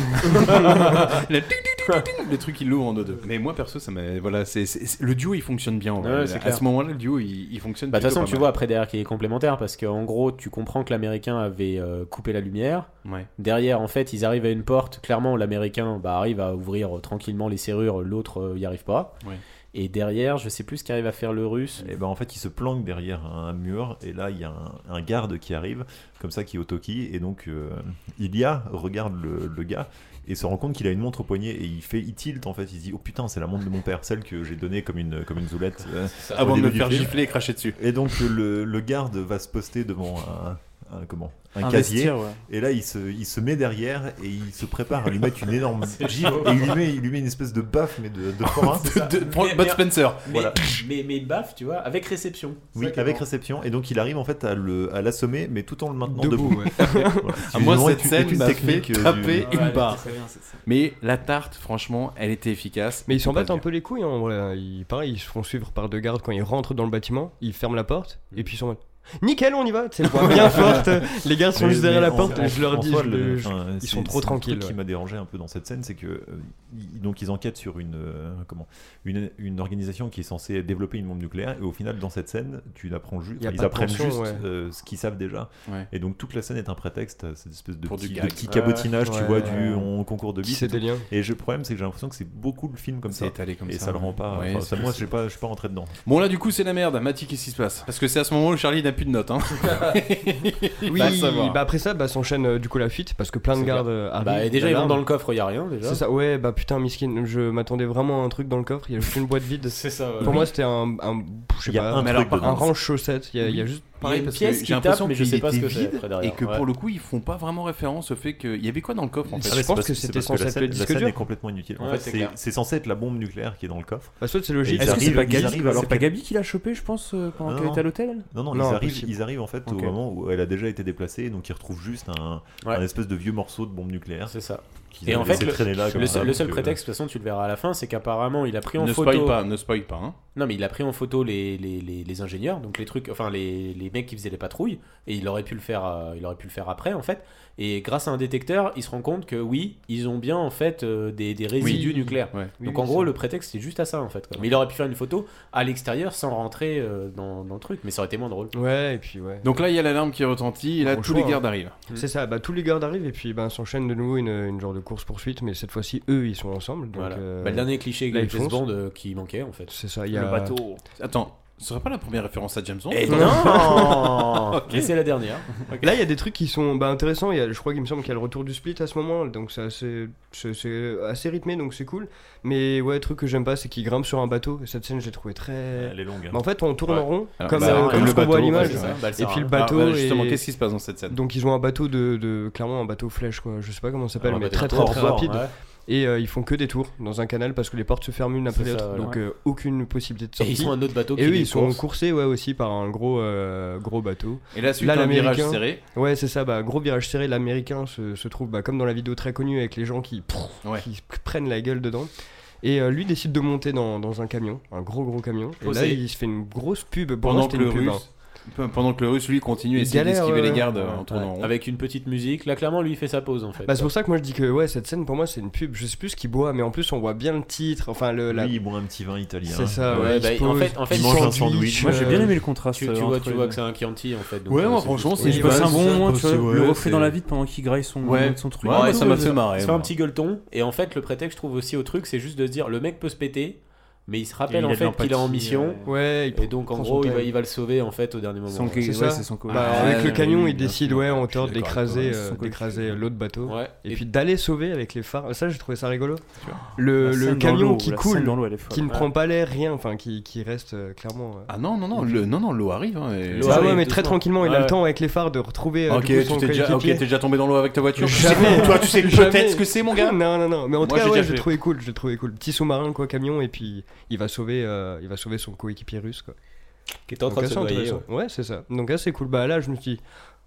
[SPEAKER 3] Bah,
[SPEAKER 2] le, ting, ting, ting, ting, ting, le truc il l'ouvre en deux deux. Mais moi perso ça m'a voilà c'est c'est- c'est- le duo il fonctionne bien. en vrai.
[SPEAKER 3] Ouais, c'est
[SPEAKER 2] à
[SPEAKER 3] clair.
[SPEAKER 2] ce moment-là le duo il, il fonctionne.
[SPEAKER 3] Bah, de toute
[SPEAKER 2] plutôt
[SPEAKER 3] façon,
[SPEAKER 2] pas
[SPEAKER 3] tu
[SPEAKER 2] mal.
[SPEAKER 3] vois après derrière qu'il est complémentaire parce qu'en gros, tu comprends que l'américain avait euh, coupé la lumière.
[SPEAKER 2] Ouais.
[SPEAKER 3] Derrière, en fait, ils arrivent à une porte. Clairement, l'américain bah, arrive à ouvrir euh, tranquillement les serrures, l'autre euh, y arrive pas.
[SPEAKER 2] Ouais.
[SPEAKER 3] Et derrière, je sais plus ce qu'arrive à faire le russe.
[SPEAKER 10] Et ben en fait, il se planque derrière un mur, et là, il y a un, un garde qui arrive, comme ça, qui est au toki, et donc euh, Ilia regarde le, le gars et se rend compte qu'il a une montre au poignet, et il fait, il tilt en fait, il se dit Oh putain, c'est la montre de mon père, celle que j'ai donnée comme une, comme une zoulette. euh,
[SPEAKER 2] ça.
[SPEAKER 10] au
[SPEAKER 2] Avant de
[SPEAKER 10] début
[SPEAKER 2] me
[SPEAKER 10] du
[SPEAKER 2] faire
[SPEAKER 10] film.
[SPEAKER 2] gifler et cracher dessus.
[SPEAKER 10] Et donc, euh, le, le garde va se poster devant un. un- comment un,
[SPEAKER 11] Un
[SPEAKER 10] casier
[SPEAKER 11] vestiaire, ouais.
[SPEAKER 10] et là il se, il se met derrière et il se prépare à lui mettre une énorme
[SPEAKER 3] C'est
[SPEAKER 10] gifle
[SPEAKER 3] chaud.
[SPEAKER 10] et il lui met, il lui met une espèce de baffe mais de, de forain
[SPEAKER 3] C'est ça. Mais- mais- Mais,
[SPEAKER 10] Voilà.
[SPEAKER 3] mais, mais baffe, tu vois, avec réception. C'est
[SPEAKER 10] Oui,
[SPEAKER 3] ça qui est
[SPEAKER 10] avec
[SPEAKER 3] marrant.
[SPEAKER 10] réception, et donc il arrive en fait à le- à l'assommer, mais tout en le maintenant debout.
[SPEAKER 2] Debout, ouais.
[SPEAKER 10] Voilà.
[SPEAKER 2] Ah, moi
[SPEAKER 10] Évidemment,
[SPEAKER 2] cette
[SPEAKER 10] est une- est
[SPEAKER 2] scène
[SPEAKER 10] une
[SPEAKER 2] m'a fait
[SPEAKER 10] technique, euh, du-
[SPEAKER 2] taper une barre.
[SPEAKER 11] c'est bien, c'est ça.
[SPEAKER 2] Mais la tarte franchement elle était efficace.
[SPEAKER 8] Mais ils s'en
[SPEAKER 2] Tout passe
[SPEAKER 8] battent un peu les couilles, hein, voilà. Ils, pareil, ils se font suivre par deux gardes quand ils rentrent dans le bâtiment, ils ferment la porte, et puis ils sont en mode Nickel, on y va C'est le voix bien forte Les gardes sont
[SPEAKER 10] Mais-
[SPEAKER 8] juste derrière
[SPEAKER 10] mais
[SPEAKER 8] la
[SPEAKER 10] en-
[SPEAKER 8] porte,
[SPEAKER 10] en-
[SPEAKER 8] je leur
[SPEAKER 10] en
[SPEAKER 8] dis,
[SPEAKER 10] soi,
[SPEAKER 8] je-
[SPEAKER 10] le-
[SPEAKER 8] je-
[SPEAKER 10] enfin,
[SPEAKER 8] ils
[SPEAKER 10] c'est-
[SPEAKER 8] sont trop
[SPEAKER 10] c'est un
[SPEAKER 8] tranquilles.
[SPEAKER 10] truc qui
[SPEAKER 8] ouais.
[SPEAKER 10] m'a dérangé un peu dans cette scène, c'est que euh, ils- donc ils enquêtent sur une euh, comment une, une organisation qui est censée développer une bombe nucléaire, et au final dans cette scène, tu l'apprends ju-
[SPEAKER 8] Y a
[SPEAKER 10] enfin,
[SPEAKER 8] pas
[SPEAKER 10] ils
[SPEAKER 8] de
[SPEAKER 10] apprennent
[SPEAKER 8] tension,
[SPEAKER 10] juste
[SPEAKER 8] ouais.
[SPEAKER 10] euh, ce qu'ils savent déjà,
[SPEAKER 2] Ouais.
[SPEAKER 10] et donc toute la scène est un prétexte, à cette espèce de
[SPEAKER 2] Pour du
[SPEAKER 10] petit, de
[SPEAKER 2] gag.
[SPEAKER 10] petit cabotinage, tu
[SPEAKER 8] Ouais.
[SPEAKER 10] vois, du on concours de
[SPEAKER 8] Qui
[SPEAKER 10] bits
[SPEAKER 8] sait
[SPEAKER 10] et tout.
[SPEAKER 8] des liens.
[SPEAKER 10] Et le problème, c'est que j'ai l'impression que c'est beaucoup le film comme
[SPEAKER 2] C'est
[SPEAKER 10] ça,
[SPEAKER 2] étalé comme
[SPEAKER 10] et
[SPEAKER 2] ça,
[SPEAKER 10] ça le rend
[SPEAKER 2] ouais.
[SPEAKER 10] pas.
[SPEAKER 2] Ouais,
[SPEAKER 10] enfin,
[SPEAKER 2] c'est-
[SPEAKER 10] ça, moi, je sais pas, je suis pas rentré dedans.
[SPEAKER 2] Bon là du coup c'est la merde. Mati qu'est-ce qui se passe Parce que c'est à ce moment où Charlie n'a plus de notes. Hein. Il
[SPEAKER 8] Oui,
[SPEAKER 2] va savoir.
[SPEAKER 8] bah après ça, bah, s'enchaîne euh, du coup la fuite parce que plein de
[SPEAKER 3] C'est
[SPEAKER 8] gardes
[SPEAKER 3] clair.
[SPEAKER 8] euh, arrivent.
[SPEAKER 3] Bah, et déjà, ils
[SPEAKER 8] d'alarme.
[SPEAKER 3] vont dans le coffre, y a rien déjà.
[SPEAKER 8] C'est ça, ouais, bah putain, miskin, je m'attendais vraiment à un truc dans le coffre, il y a juste une boîte vide.
[SPEAKER 3] C'est ça, ouais.
[SPEAKER 8] Pour moi, c'était un, un, je sais
[SPEAKER 2] Il y a
[SPEAKER 8] pas,
[SPEAKER 2] un Mais truc alors, par dedans.
[SPEAKER 8] un range chaussette, il y a, il y a
[SPEAKER 2] Oui.
[SPEAKER 8] juste
[SPEAKER 2] Pareil,
[SPEAKER 3] Il y a
[SPEAKER 2] parce
[SPEAKER 3] une
[SPEAKER 2] que
[SPEAKER 3] pièce qui
[SPEAKER 2] j'ai l'impression
[SPEAKER 3] tape, mais
[SPEAKER 2] qu'il
[SPEAKER 3] je sais pas ce
[SPEAKER 2] était
[SPEAKER 3] que c'est
[SPEAKER 2] vide
[SPEAKER 3] après derrière,
[SPEAKER 2] et que
[SPEAKER 3] ouais.
[SPEAKER 2] pour le coup ils font pas vraiment référence au fait qu'il y avait quoi dans le coffre en fait.
[SPEAKER 8] Je pense que c'était censé être le
[SPEAKER 10] la
[SPEAKER 8] disque
[SPEAKER 10] scène
[SPEAKER 8] dur.
[SPEAKER 10] est complètement inutile. En
[SPEAKER 8] Ouais,
[SPEAKER 10] fait,
[SPEAKER 8] c'est
[SPEAKER 10] c'est
[SPEAKER 8] clair.
[SPEAKER 10] c'est censé être la bombe nucléaire qui est dans le coffre.
[SPEAKER 8] Bah, soit c'est logique.
[SPEAKER 10] Et ils
[SPEAKER 8] Est-ce que c'est
[SPEAKER 10] arrivent-
[SPEAKER 8] pas
[SPEAKER 10] ils
[SPEAKER 8] Gabi-
[SPEAKER 10] arrivent
[SPEAKER 8] c'est
[SPEAKER 10] alors
[SPEAKER 8] pas
[SPEAKER 10] qu'elle-
[SPEAKER 11] Gabi qui l'a chopé, je pense, euh, pendant
[SPEAKER 10] Ah
[SPEAKER 11] qu'elle
[SPEAKER 10] non.
[SPEAKER 11] était à l'hôtel
[SPEAKER 10] Non, non,
[SPEAKER 8] Non,
[SPEAKER 10] ils, arrivent,
[SPEAKER 8] impossible.
[SPEAKER 10] ils arrivent en fait
[SPEAKER 8] Ok.
[SPEAKER 10] au moment où elle a déjà été déplacée, donc ils retrouvent juste un,
[SPEAKER 3] Ouais.
[SPEAKER 10] un espèce de vieux morceau de bombe nucléaire.
[SPEAKER 3] C'est ça.
[SPEAKER 10] qu'ils
[SPEAKER 3] Et
[SPEAKER 10] avaient
[SPEAKER 3] en fait,
[SPEAKER 10] laissé
[SPEAKER 3] le,
[SPEAKER 10] traîner là comme
[SPEAKER 3] le
[SPEAKER 10] ça,
[SPEAKER 3] seul, le seul
[SPEAKER 10] donc, euh,
[SPEAKER 3] prétexte, de toute façon, tu le verras à la fin, c'est qu'apparemment, il a pris en
[SPEAKER 2] Ne
[SPEAKER 3] photo.
[SPEAKER 2] spoil pas, ne spoil pas, hein.
[SPEAKER 3] Non, mais il a pris en photo les, les, les- les ingénieurs, donc les trucs, enfin les, les mecs qui faisaient les patrouilles, et il aurait pu le faire, euh, il aurait pu le faire après, en fait. Et grâce à un détecteur, il se rend compte que oui, ils ont bien en fait euh, des, des résidus
[SPEAKER 2] Oui.
[SPEAKER 3] nucléaires.
[SPEAKER 2] Ouais. Oui,
[SPEAKER 3] Donc
[SPEAKER 2] oui,
[SPEAKER 3] en gros, le prétexte, c'est juste à ça, en fait. quoi. Mais il aurait pu faire une photo à l'extérieur sans rentrer euh, dans, dans le truc, mais ça aurait été moins drôle.
[SPEAKER 8] Ouais, et puis ouais.
[SPEAKER 2] Donc là, il y a l'alarme qui retentit, et là,
[SPEAKER 8] Gros
[SPEAKER 2] tous
[SPEAKER 8] choix,
[SPEAKER 2] les gardes
[SPEAKER 8] hein.
[SPEAKER 2] arrivent.
[SPEAKER 10] Mm.
[SPEAKER 8] C'est ça, bah, tous les gardes arrivent et puis bah, s'enchaîne de nouveau une, une genre de course-poursuite, mais cette fois-ci, eux, ils sont ensemble. donc,
[SPEAKER 3] Voilà.
[SPEAKER 8] euh,
[SPEAKER 3] Bah, le dernier cliché
[SPEAKER 8] là,
[SPEAKER 3] de
[SPEAKER 8] ils
[SPEAKER 3] James
[SPEAKER 8] foncent.
[SPEAKER 3] Bond euh, qui manquait, en fait.
[SPEAKER 8] C'est ça, il y a-
[SPEAKER 2] Le bateau. Attends, ce serait pas la première référence à James Bond Ah,
[SPEAKER 3] Eh non Mais c'est la dernière.
[SPEAKER 8] Là, il y a des trucs qui sont bah, intéressants. Il y a- je crois qu'il me semble qu'il y a le retour du split à ce moment, donc c'est assez, c'est- c'est assez rythmé, donc c'est cool. Mais ouais, le truc que j'aime pas, c'est qu'il grimpe sur un bateau. Et cette scène, j'ai trouvé très.
[SPEAKER 10] Elle est longue, hein.
[SPEAKER 8] Mais en fait, on tourne
[SPEAKER 10] Ouais.
[SPEAKER 8] en rond,
[SPEAKER 10] Alors,
[SPEAKER 8] comme,
[SPEAKER 10] bah,
[SPEAKER 8] euh,
[SPEAKER 10] ouais,
[SPEAKER 8] comme
[SPEAKER 10] le
[SPEAKER 8] ce qu'on
[SPEAKER 10] bateau,
[SPEAKER 8] voit à
[SPEAKER 10] ouais,
[SPEAKER 8] l'image.
[SPEAKER 10] c'est ça. Bah, elle
[SPEAKER 8] et
[SPEAKER 10] sert à
[SPEAKER 8] puis le
[SPEAKER 10] rien.
[SPEAKER 8] bateau.
[SPEAKER 10] Alors, bah, justement,
[SPEAKER 8] est-
[SPEAKER 10] qu'est-ce qui se passe dans cette scène
[SPEAKER 8] Donc ils ont un bateau de, de- clairement un bateau flèche, quoi. Je sais pas comment ça s'appelle,
[SPEAKER 10] Un
[SPEAKER 8] mais
[SPEAKER 10] bateau
[SPEAKER 8] très
[SPEAKER 10] de
[SPEAKER 8] très,
[SPEAKER 10] port,
[SPEAKER 8] très
[SPEAKER 10] port,
[SPEAKER 8] rapide.
[SPEAKER 10] ouais.
[SPEAKER 8] Et euh, ils font que des tours dans un canal parce que les portes se ferment une après
[SPEAKER 3] C'est ça,
[SPEAKER 8] l'autre,
[SPEAKER 3] ouais.
[SPEAKER 8] donc
[SPEAKER 3] Ouais.
[SPEAKER 8] euh, aucune possibilité de
[SPEAKER 3] Et
[SPEAKER 8] sortie.
[SPEAKER 3] ils ont un autre bateau
[SPEAKER 8] Et
[SPEAKER 3] qui
[SPEAKER 8] eux,
[SPEAKER 3] les
[SPEAKER 8] ils sont
[SPEAKER 3] course.
[SPEAKER 8] coursés ouais aussi par un gros euh, gros bateau.
[SPEAKER 2] Et là, suite à un
[SPEAKER 8] l'Américain-
[SPEAKER 2] virage serré.
[SPEAKER 8] Ouais, c'est ça, bah, gros virage serré, l'américain se, se trouve bah, comme dans la vidéo très connue avec les gens qui, pff, qui se prennent la gueule dedans. Et euh, lui décide de monter dans, dans un camion, un gros gros camion. Et là,
[SPEAKER 2] Posé.
[SPEAKER 8] il se fait une grosse pub. Pour moi,
[SPEAKER 2] Pendant
[SPEAKER 8] c'était
[SPEAKER 2] que le
[SPEAKER 8] une pub,
[SPEAKER 2] russe.
[SPEAKER 8] hein.
[SPEAKER 2] pe- Pendant que le russe lui continue à
[SPEAKER 8] Il
[SPEAKER 2] essayer
[SPEAKER 8] galère,
[SPEAKER 2] d'esquiver
[SPEAKER 8] ouais,
[SPEAKER 2] les gardes
[SPEAKER 8] ouais.
[SPEAKER 2] euh, en tournant en rond.
[SPEAKER 3] Avec une petite musique. Là, clairement, lui, il fait sa pause, en fait.
[SPEAKER 8] Bah, c'est pour ça que moi je dis que ouais, cette scène pour moi c'est une pub. Je sais plus ce qu'il boit, mais en plus on voit bien le titre. Enfin, le, la...
[SPEAKER 10] Lui, il boit un petit vin italien.
[SPEAKER 8] C'est ça, ouais.
[SPEAKER 10] Ouais,
[SPEAKER 8] il
[SPEAKER 10] bah,
[SPEAKER 8] se
[SPEAKER 10] en
[SPEAKER 8] pose,
[SPEAKER 10] fait- en fait,
[SPEAKER 8] il
[SPEAKER 10] il mange un
[SPEAKER 8] sandwich,
[SPEAKER 10] sandwich.
[SPEAKER 11] Moi, j'ai bien aimé
[SPEAKER 8] euh,
[SPEAKER 11] le contraste.
[SPEAKER 3] Tu, tu vois, tu vois que c'est un Chianti en fait. donc,
[SPEAKER 11] ouais,
[SPEAKER 3] euh,
[SPEAKER 11] moi,
[SPEAKER 3] c'est-
[SPEAKER 11] franchement,
[SPEAKER 3] c'est-
[SPEAKER 11] c'est. Je passe un bon moment, tu vois.
[SPEAKER 3] ouais,
[SPEAKER 11] le
[SPEAKER 3] c'est-
[SPEAKER 11] reflet dans la vide pendant qu'il graille son,
[SPEAKER 3] Ouais.
[SPEAKER 11] son truc.
[SPEAKER 3] Ouais,
[SPEAKER 8] euh,
[SPEAKER 3] Il se fait un petit gueuleton. Et en fait, le prétexte, je trouve aussi au truc, c'est juste de se dire le mec peut se péter, mais il se rappelle
[SPEAKER 11] il a
[SPEAKER 3] en
[SPEAKER 11] de
[SPEAKER 3] fait qu'il est en
[SPEAKER 11] l'empathie,
[SPEAKER 3] mission.
[SPEAKER 8] Ouais, il
[SPEAKER 3] et donc en
[SPEAKER 8] prend son
[SPEAKER 3] gros, il
[SPEAKER 8] time.
[SPEAKER 3] va, il va le sauver en fait au dernier moment.
[SPEAKER 11] Son-
[SPEAKER 3] Ouais.
[SPEAKER 11] ouais,
[SPEAKER 8] ça.
[SPEAKER 11] c'est son co- Ah,
[SPEAKER 8] Bah,
[SPEAKER 11] Ouais,
[SPEAKER 8] avec
[SPEAKER 11] ouais,
[SPEAKER 8] le
[SPEAKER 11] ouais,
[SPEAKER 8] camion,
[SPEAKER 11] ouais,
[SPEAKER 8] il décide, ouais, en tort
[SPEAKER 11] d'accord avec
[SPEAKER 8] d'écraser
[SPEAKER 11] toi, ouais,
[SPEAKER 8] euh,
[SPEAKER 11] son coéquipier.
[SPEAKER 8] d'écraser, euh, l'autre bateau.
[SPEAKER 3] Ouais,
[SPEAKER 8] Et, puis d'aller sauver avec les phares. Ça, j'ai trouvé ça rigolo. Le, euh,
[SPEAKER 11] La
[SPEAKER 8] le
[SPEAKER 11] scène dans
[SPEAKER 8] camion
[SPEAKER 11] l'eau,
[SPEAKER 8] qui
[SPEAKER 11] la
[SPEAKER 8] coule,
[SPEAKER 11] scène dans l'eau, elle est folle.
[SPEAKER 8] qui ne
[SPEAKER 11] Ouais.
[SPEAKER 8] prend pas l'air, rien, enfin, qui, qui reste euh, clairement. euh,
[SPEAKER 2] Ah non, non, non, le- non, non, l'eau arrive. hein, et-
[SPEAKER 8] Ah ouais, mais très tranquillement, il a
[SPEAKER 2] Ouais.
[SPEAKER 8] le temps avec les phares de retrouver. euh,
[SPEAKER 2] Ok,
[SPEAKER 8] du
[SPEAKER 2] tu
[SPEAKER 8] coup, son
[SPEAKER 2] t'es déjà, ok,
[SPEAKER 8] coéquipier.
[SPEAKER 2] t'es déjà tombé dans l'eau avec ta voiture. Tu sais-
[SPEAKER 8] Jamais.
[SPEAKER 2] toi, tu sais
[SPEAKER 8] Jamais.
[SPEAKER 2] peut-être ce que c'est, mon gars.
[SPEAKER 8] Non, non, non. Mais en
[SPEAKER 2] Moi,
[SPEAKER 8] tout cas,
[SPEAKER 2] j'ai
[SPEAKER 8] ouais,
[SPEAKER 2] déjà
[SPEAKER 8] je l'ai
[SPEAKER 2] fait.
[SPEAKER 8] trouvé cool. Je l'ai trouvé cool. Petit sous-marin, quoi, camion, et puis il va sauver, euh, il va sauver son coéquipier russe, quoi.
[SPEAKER 3] Qui était en
[SPEAKER 8] Donc,
[SPEAKER 3] train de se
[SPEAKER 8] assez
[SPEAKER 3] noyer,
[SPEAKER 8] intéressant. Ouais, c'est ça. Donc assez cool. Bah là, je me suis dit,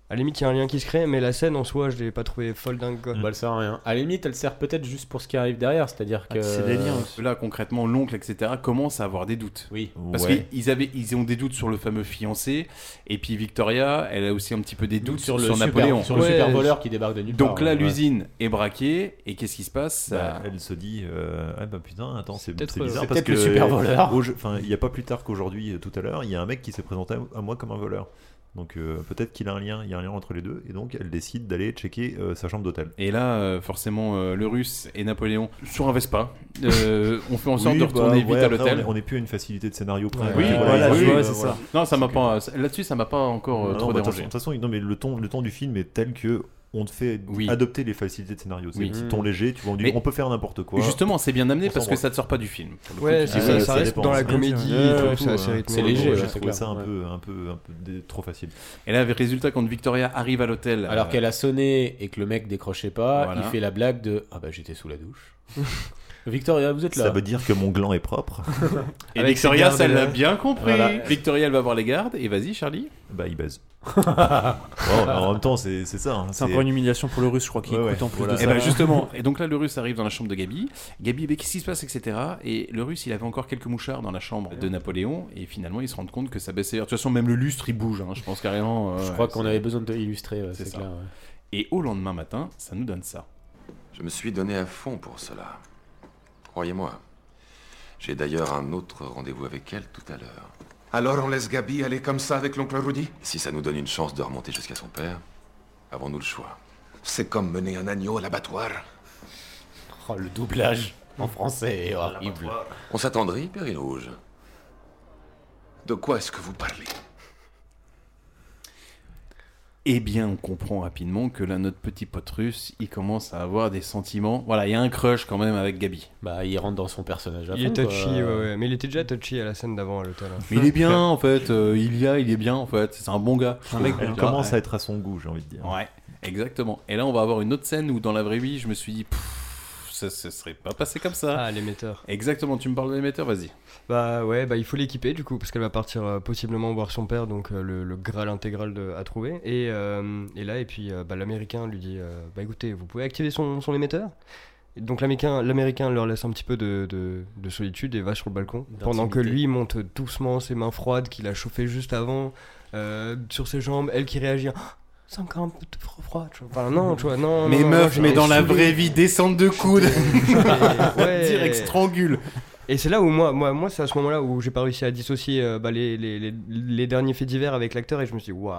[SPEAKER 8] à la limite, il y a un lien qui se crée, mais la scène en soi, je l'ai pas trouvé folle dingue,
[SPEAKER 2] Mmh.
[SPEAKER 8] quoi.
[SPEAKER 2] Mm.
[SPEAKER 3] Bah, elle sert à rien. À la limite, elle sert peut-être juste pour ce qui arrive derrière,
[SPEAKER 11] Ah,
[SPEAKER 3] c'est-à-dire que.
[SPEAKER 2] Là, concrètement, l'oncle, etc., commence à avoir des doutes.
[SPEAKER 3] Oui.
[SPEAKER 2] Parce
[SPEAKER 3] Ouais.
[SPEAKER 2] qu'ils avaient, ils ont des doutes sur le fameux fiancé, et puis Victoria, elle a aussi un petit peu des doutes
[SPEAKER 3] Sur
[SPEAKER 2] sur,
[SPEAKER 3] le super-
[SPEAKER 2] Napoléon,
[SPEAKER 3] sur le Ouais. super voleur qui débarque de nulle
[SPEAKER 2] Donc
[SPEAKER 3] part,
[SPEAKER 2] là,
[SPEAKER 3] ouais.
[SPEAKER 2] l'usine est braquée, et qu'est-ce qui se passe
[SPEAKER 10] Bah,
[SPEAKER 2] Ça-
[SPEAKER 10] elle se dit euh, ah bah putain attends c'est
[SPEAKER 2] peut-être,
[SPEAKER 10] c'est
[SPEAKER 2] euh,
[SPEAKER 10] bizarre
[SPEAKER 2] c'est
[SPEAKER 10] parce
[SPEAKER 2] peut-être
[SPEAKER 10] que
[SPEAKER 2] le super voleur.
[SPEAKER 10] au jeu- enfin il y a pas plus tard qu'aujourd'hui euh, tout à l'heure il y a un mec qui s'est présenté à, à moi comme un voleur donc euh, peut-être qu'il a un lien il y a un lien entre les deux et donc elle décide d'aller checker euh, sa chambre d'hôtel
[SPEAKER 2] Et là, euh, forcément, euh, le russe et Napoléon sur un Vespa. Euh, on fait en sorte
[SPEAKER 10] Oui,
[SPEAKER 2] de
[SPEAKER 10] bah,
[SPEAKER 2] retourner vite
[SPEAKER 10] ouais,
[SPEAKER 2] à
[SPEAKER 10] après,
[SPEAKER 2] l'hôtel.
[SPEAKER 10] on est- on n'est plus à une facilité de scénario près.
[SPEAKER 2] Oui,
[SPEAKER 10] Ouais,
[SPEAKER 2] voilà,
[SPEAKER 10] ouais,
[SPEAKER 2] oui,
[SPEAKER 10] ouais,
[SPEAKER 2] oui,
[SPEAKER 10] ouais,
[SPEAKER 2] c'est
[SPEAKER 10] voilà.
[SPEAKER 2] ça. Non, ça m'a pas. Là-dessus, ça m'a pas encore euh,
[SPEAKER 10] Non,
[SPEAKER 2] trop
[SPEAKER 10] non, bah, de toute façon-
[SPEAKER 2] dérangé.
[SPEAKER 10] De toute façon, non, mais le ton, le ton du film est tel que on te fait adopter les facilités de scénario. C'est
[SPEAKER 2] Oui.
[SPEAKER 10] un petit ton léger, tu vois, on, dit,
[SPEAKER 2] Mais-
[SPEAKER 10] on peut faire n'importe quoi.
[SPEAKER 2] Justement, c'est bien amené
[SPEAKER 10] On s'en
[SPEAKER 2] parce que
[SPEAKER 10] branle.
[SPEAKER 2] ça ne sort pas du film.
[SPEAKER 10] Ah, ouais, dépend, ça dépend.
[SPEAKER 2] Ouais,
[SPEAKER 10] Ouais,
[SPEAKER 2] ouais.
[SPEAKER 10] C'est léger, j'ai trouvé ça un peu, un peu, un peu dé- trop facile.
[SPEAKER 2] Et là, avec résultat, quand Victoria arrive à l'hôtel. euh,
[SPEAKER 3] Alors qu'elle a sonné et que le mec décrochait pas,
[SPEAKER 2] Voilà.
[SPEAKER 3] il fait la blague de Ah bah j'étais sous la douche. Victoria, vous êtes là.
[SPEAKER 10] Ça veut dire que mon gland est propre.
[SPEAKER 2] Et Victoria, ça elle l'a
[SPEAKER 3] l'a
[SPEAKER 2] bien compris. Victoria, elle va voir les gardes. Et vas-y, Charlie.
[SPEAKER 10] Bah, il baise. Ouais, en même temps, c'est c'est ça. hein,
[SPEAKER 11] C'est encore une humiliation pour le russe, je crois, qui
[SPEAKER 10] Ouais, ouais,
[SPEAKER 11] coûte en plus
[SPEAKER 10] voilà.
[SPEAKER 11] de
[SPEAKER 2] Et
[SPEAKER 11] ça.
[SPEAKER 2] ben justement, et donc là le russe arrive dans la chambre de Gabi. Gabi, mais qu'est-ce qui se passe, etc. Et le russe, il avait encore quelques mouchards dans la chambre de Napoléon. Et finalement, ils se rendent compte que ça baisse. De toute façon, même le lustre, il bouge. hein. Je pense carrément.
[SPEAKER 3] Je crois qu'on avait besoin de l'illustrer, ouais, c'est clair, ouais.
[SPEAKER 2] Et au lendemain matin, ça nous donne ça.
[SPEAKER 12] Je me suis donné à fond pour cela. Croyez-moi. J'ai d'ailleurs un autre rendez-vous avec elle tout à l'heure.
[SPEAKER 6] Alors on laisse Gabi aller comme ça avec l'oncle Rudy
[SPEAKER 12] Si ça nous donne une chance de remonter jusqu'à son père, avons-nous le choix
[SPEAKER 6] C'est comme mener un agneau à l'abattoir.
[SPEAKER 3] Oh, le doublage en français est
[SPEAKER 2] Ah,
[SPEAKER 3] horrible.
[SPEAKER 2] bah,
[SPEAKER 12] On s'attendrit, Périne Rouge
[SPEAKER 6] De quoi est-ce que vous parlez
[SPEAKER 2] Eh bien, on comprend rapidement que là, notre petit pote russe, il commence à avoir des sentiments. Voilà, il y a un crush quand même avec Gabi.
[SPEAKER 3] Bah, il rentre dans son personnage
[SPEAKER 8] Il est touchy, ouais, ouais. mais il était déjà touchy à la scène d'avant à l'hôtel. hein.
[SPEAKER 2] Mais il est bien en fait, euh, il y a, il est bien en fait, c'est un bon gars.
[SPEAKER 10] Un mec
[SPEAKER 2] hein.
[SPEAKER 10] Elle bien. commence à être à son goût, j'ai envie de dire.
[SPEAKER 2] Ouais, exactement. Et là, on va avoir une autre scène où dans la vraie vie, je me suis dit, pff, ça se serait pas passé comme ça.
[SPEAKER 8] Ah, l'émetteur.
[SPEAKER 2] Exactement, tu me parles de l'émetteur, vas-y.
[SPEAKER 8] Bah ouais, bah il faut l'équiper du coup, parce qu'elle va partir euh, possiblement voir son père, donc euh, le, le graal intégral de- à trouver. Et, euh, et là, et puis euh, bah, l'américain lui dit euh, Bah écoutez, vous pouvez activer son, son émetteur Et Donc l'américain l'américain leur laisse un petit peu de, de- de solitude et va sur le balcon. Pendant que lui monte doucement ses mains froides qu'il a chauffées juste avant euh, sur ses jambes, elle qui réagit. Ah, C'est encore un peu trop froid, tu vois. Enfin, non, tu vois, non.
[SPEAKER 2] Mais
[SPEAKER 8] non, non,
[SPEAKER 2] meuf,
[SPEAKER 8] non,
[SPEAKER 2] mais
[SPEAKER 8] j'étais
[SPEAKER 2] dans la
[SPEAKER 8] saoulé.
[SPEAKER 2] vraie vie, descendre de coude. Direct strangule.
[SPEAKER 8] Et c'est là où moi, moi, moi c'est à ce moment-là où j'ai pas réussi à dissocier euh, bah, les, les, les, les derniers faits divers avec l'acteur et je me suis dit waouh.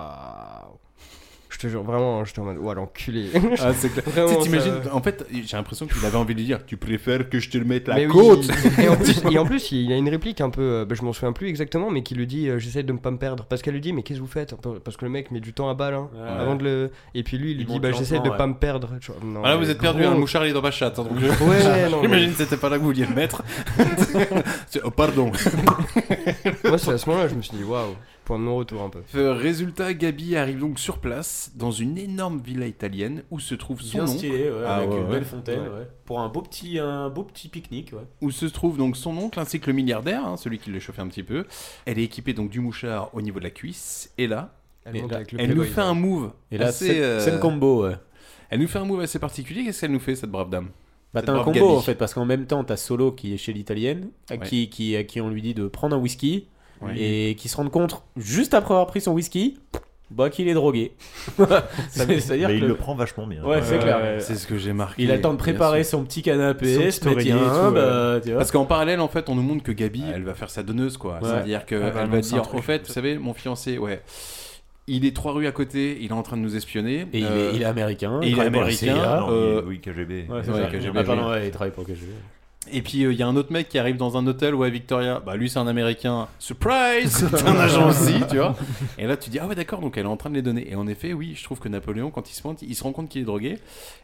[SPEAKER 8] Je te jure vraiment, hein, j'étais en mode waouh l'enculé.
[SPEAKER 2] Ah, c'est clair.
[SPEAKER 8] Vraiment,
[SPEAKER 2] Tu sais, t'imagines,
[SPEAKER 8] ça-
[SPEAKER 2] en fait, j'ai l'impression qu'il avait envie de dire Tu préfères que je te le mette la
[SPEAKER 8] Mais oui.
[SPEAKER 2] côte
[SPEAKER 8] et, en plus, et en plus, il y a une réplique un peu, euh, bah, je m'en souviens plus exactement, mais qui lui dit euh, J'essaie de ne pas me perdre. Parce qu'elle lui dit Mais qu'est-ce que vous faites Parce que le mec met du temps à balle. hein,
[SPEAKER 2] Ouais.
[SPEAKER 8] avant de le... Et puis lui, il lui
[SPEAKER 2] Il
[SPEAKER 8] dit
[SPEAKER 2] monte
[SPEAKER 8] bah, J'essaie de
[SPEAKER 2] lentement,
[SPEAKER 8] ne pas
[SPEAKER 2] ouais.
[SPEAKER 8] me perdre. Tu vois, non,
[SPEAKER 2] Ah là,
[SPEAKER 8] mais
[SPEAKER 2] vous êtes perdu,
[SPEAKER 8] gros.
[SPEAKER 2] hein, le mouchard il est dans ma chatte. hein, donc je-
[SPEAKER 8] Ouais, non, mais-
[SPEAKER 2] J'imagine que c'était pas là que vous vouliez le mettre. C'est- oh, pardon.
[SPEAKER 8] Moi, c'est à ce moment-là, je me suis dit Waouh, point de non-retour un peu.
[SPEAKER 2] Euh, Résultat, Gabi arrive donc sur place dans une énorme villa italienne où se trouve son
[SPEAKER 3] Bien
[SPEAKER 2] oncle.
[SPEAKER 3] stylé, ouais,
[SPEAKER 2] Ah,
[SPEAKER 3] avec
[SPEAKER 2] ouais,
[SPEAKER 3] une
[SPEAKER 2] ouais.
[SPEAKER 3] belle fontaine,
[SPEAKER 2] Ouais.
[SPEAKER 3] ouais. Pour un beau petit, un beau petit pique-nique, ouais.
[SPEAKER 2] Où se trouve donc son oncle ainsi que le milliardaire, hein, celui qui le chauffait un petit peu. Elle est équipée donc du mouchard au niveau de la cuisse et là,
[SPEAKER 8] Elle monte avec le
[SPEAKER 2] elle nous
[SPEAKER 8] Playboy,
[SPEAKER 2] fait
[SPEAKER 8] ouais.
[SPEAKER 2] un move.
[SPEAKER 3] Et là,
[SPEAKER 2] assez, euh,
[SPEAKER 3] c'est- c'est le combo, ouais.
[SPEAKER 2] Elle nous fait un move assez particulier. Qu'est-ce qu'elle nous fait cette brave dame
[SPEAKER 3] Bah
[SPEAKER 2] Cette
[SPEAKER 3] t'as un
[SPEAKER 2] brave
[SPEAKER 3] combo
[SPEAKER 2] Gabi.
[SPEAKER 3] en fait parce qu'en même temps t'as Solo qui est chez l'italienne à
[SPEAKER 2] Ouais.
[SPEAKER 3] qui, qui à qui on lui dit de prendre un whisky
[SPEAKER 2] Ouais.
[SPEAKER 3] et qui se rend compte juste après avoir pris son whisky bah qu'il est drogué. C'est- C'est-à-dire
[SPEAKER 10] Mais il
[SPEAKER 3] que-
[SPEAKER 10] le prend hein. vachement bien.
[SPEAKER 3] Ouais, c'est
[SPEAKER 10] Ouais,
[SPEAKER 3] clair.
[SPEAKER 10] ouais,
[SPEAKER 2] c'est ce que j'ai marqué,
[SPEAKER 3] Il a le temps de
[SPEAKER 2] bien
[SPEAKER 3] préparer
[SPEAKER 2] sûr.
[SPEAKER 3] son petit canapé, se mettre, tiens, bah, tu vois.
[SPEAKER 2] Parce qu'en parallèle, en fait, on nous montre que Gabi, elle va faire sa donneuse, quoi.
[SPEAKER 3] Ouais.
[SPEAKER 2] C'est-à-dire qu'elle
[SPEAKER 3] Elle va
[SPEAKER 2] va
[SPEAKER 3] annoncer un
[SPEAKER 2] dire,
[SPEAKER 3] truc.
[SPEAKER 2] au fait, vous savez, mon fiancé, ouais. Il est trois rues à côté, il est en train de nous espionner.
[SPEAKER 3] Et il est- il est américain,
[SPEAKER 2] Et euh,
[SPEAKER 3] il
[SPEAKER 2] il est
[SPEAKER 3] travaille pour la CIA.
[SPEAKER 2] américain.
[SPEAKER 3] Non,
[SPEAKER 2] euh,
[SPEAKER 3] il- oui, KGB. Ouais, c'est ça. Ah, pardon, ouais, il travaille pour KGB.
[SPEAKER 2] Et puis euh, il y a un autre mec qui arrive dans un hôtel où ouais, Victoria, bah lui c'est un américain, surprise, c'est un agent aussi, tu vois. Et là tu dis ah ouais d'accord, donc elle est en train de les donner. Et en effet, oui, je trouve que Napoléon quand il se pointe, il se rend compte qu'il est drogué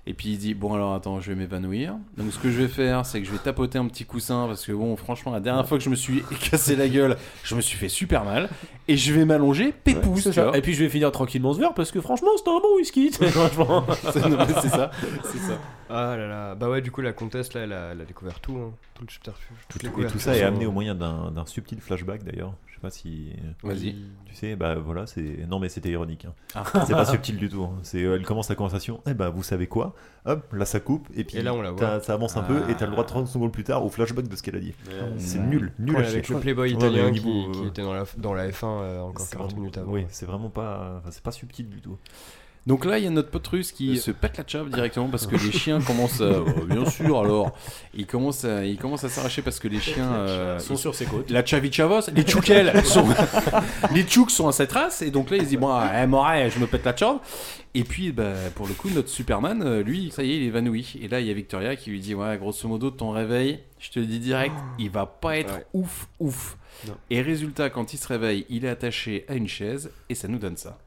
[SPEAKER 2] et puis il dit bon alors attends, je vais m'évanouir. Donc ce que je vais faire, c'est que je vais tapoter un petit coussin parce que bon franchement la dernière fois que je me suis cassé la gueule, je me suis fait super mal et je vais m'allonger pépouze,
[SPEAKER 3] C'est
[SPEAKER 2] tu
[SPEAKER 3] ça.
[SPEAKER 2] vois.
[SPEAKER 3] Et puis je vais finir tranquillement ce verre parce que franchement c'était un bon whisky. franchement.
[SPEAKER 2] C'est- non, mais c'est ça, c'est ça.
[SPEAKER 8] Ah là là, bah ouais, du coup, la comtesse là, elle a, elle a découvert tout, hein, tout le subterfuge.
[SPEAKER 10] Tout,
[SPEAKER 8] toutes les
[SPEAKER 10] et tout
[SPEAKER 8] couvertures
[SPEAKER 10] ça est
[SPEAKER 8] sont-
[SPEAKER 10] amené au moyen d'un d'un subtil flashback d'ailleurs. Je sais pas si.
[SPEAKER 2] Vas-y.
[SPEAKER 10] Tu sais, bah voilà, c'est. Non mais c'était ironique. hein.
[SPEAKER 2] Ah.
[SPEAKER 10] C'est pas subtil du tout. hein. C'est, euh, elle commence la conversation. Eh ben vous savez quoi Hop, là ça coupe et puis
[SPEAKER 8] Et là, on la voit.
[SPEAKER 10] t'as- ça avance un peu
[SPEAKER 8] Ah.
[SPEAKER 10] et t'as le droit de 30 secondes plus tard au flashback de ce qu'elle a dit. C'est
[SPEAKER 8] Ouais.
[SPEAKER 10] nul, nul
[SPEAKER 8] Ouais,
[SPEAKER 10] à chier.
[SPEAKER 8] Avec le Playboy
[SPEAKER 10] Ouais, mais au
[SPEAKER 8] italien qui,
[SPEAKER 10] niveau,
[SPEAKER 8] qui
[SPEAKER 10] euh,
[SPEAKER 8] était dans la, dans la F1 euh, encore
[SPEAKER 10] c'est
[SPEAKER 8] 40
[SPEAKER 10] vraiment-
[SPEAKER 8] minutes avant.
[SPEAKER 10] Oui, c'est vraiment pas. enfin, c'est pas subtil du tout.
[SPEAKER 2] Donc là, il y a notre pote russe qui se pète la chave directement parce que les chiens commencent à... oh, bien sûr, alors. Ils commencent à, ils commencent à s'arracher parce que les chiens... euh,
[SPEAKER 3] Sont sur ses côtes.
[SPEAKER 2] La chavichavos, les tchoukels sont... les tchouks sont à cette race. Et donc là, il se dit, bon, eh, Moret, je me pète la chave. Et puis, bah, pour le coup, notre Superman, euh, lui, ça y est, il est évanoui. Et là, il y a Victoria qui lui dit, ouais, grosso modo, ton réveil, je te le dis direct, il va pas être
[SPEAKER 1] Ouais.
[SPEAKER 2] ouf, ouf.
[SPEAKER 1] Non.
[SPEAKER 2] Et résultat, quand il se réveille, il est attaché à une chaise et ça nous donne ça.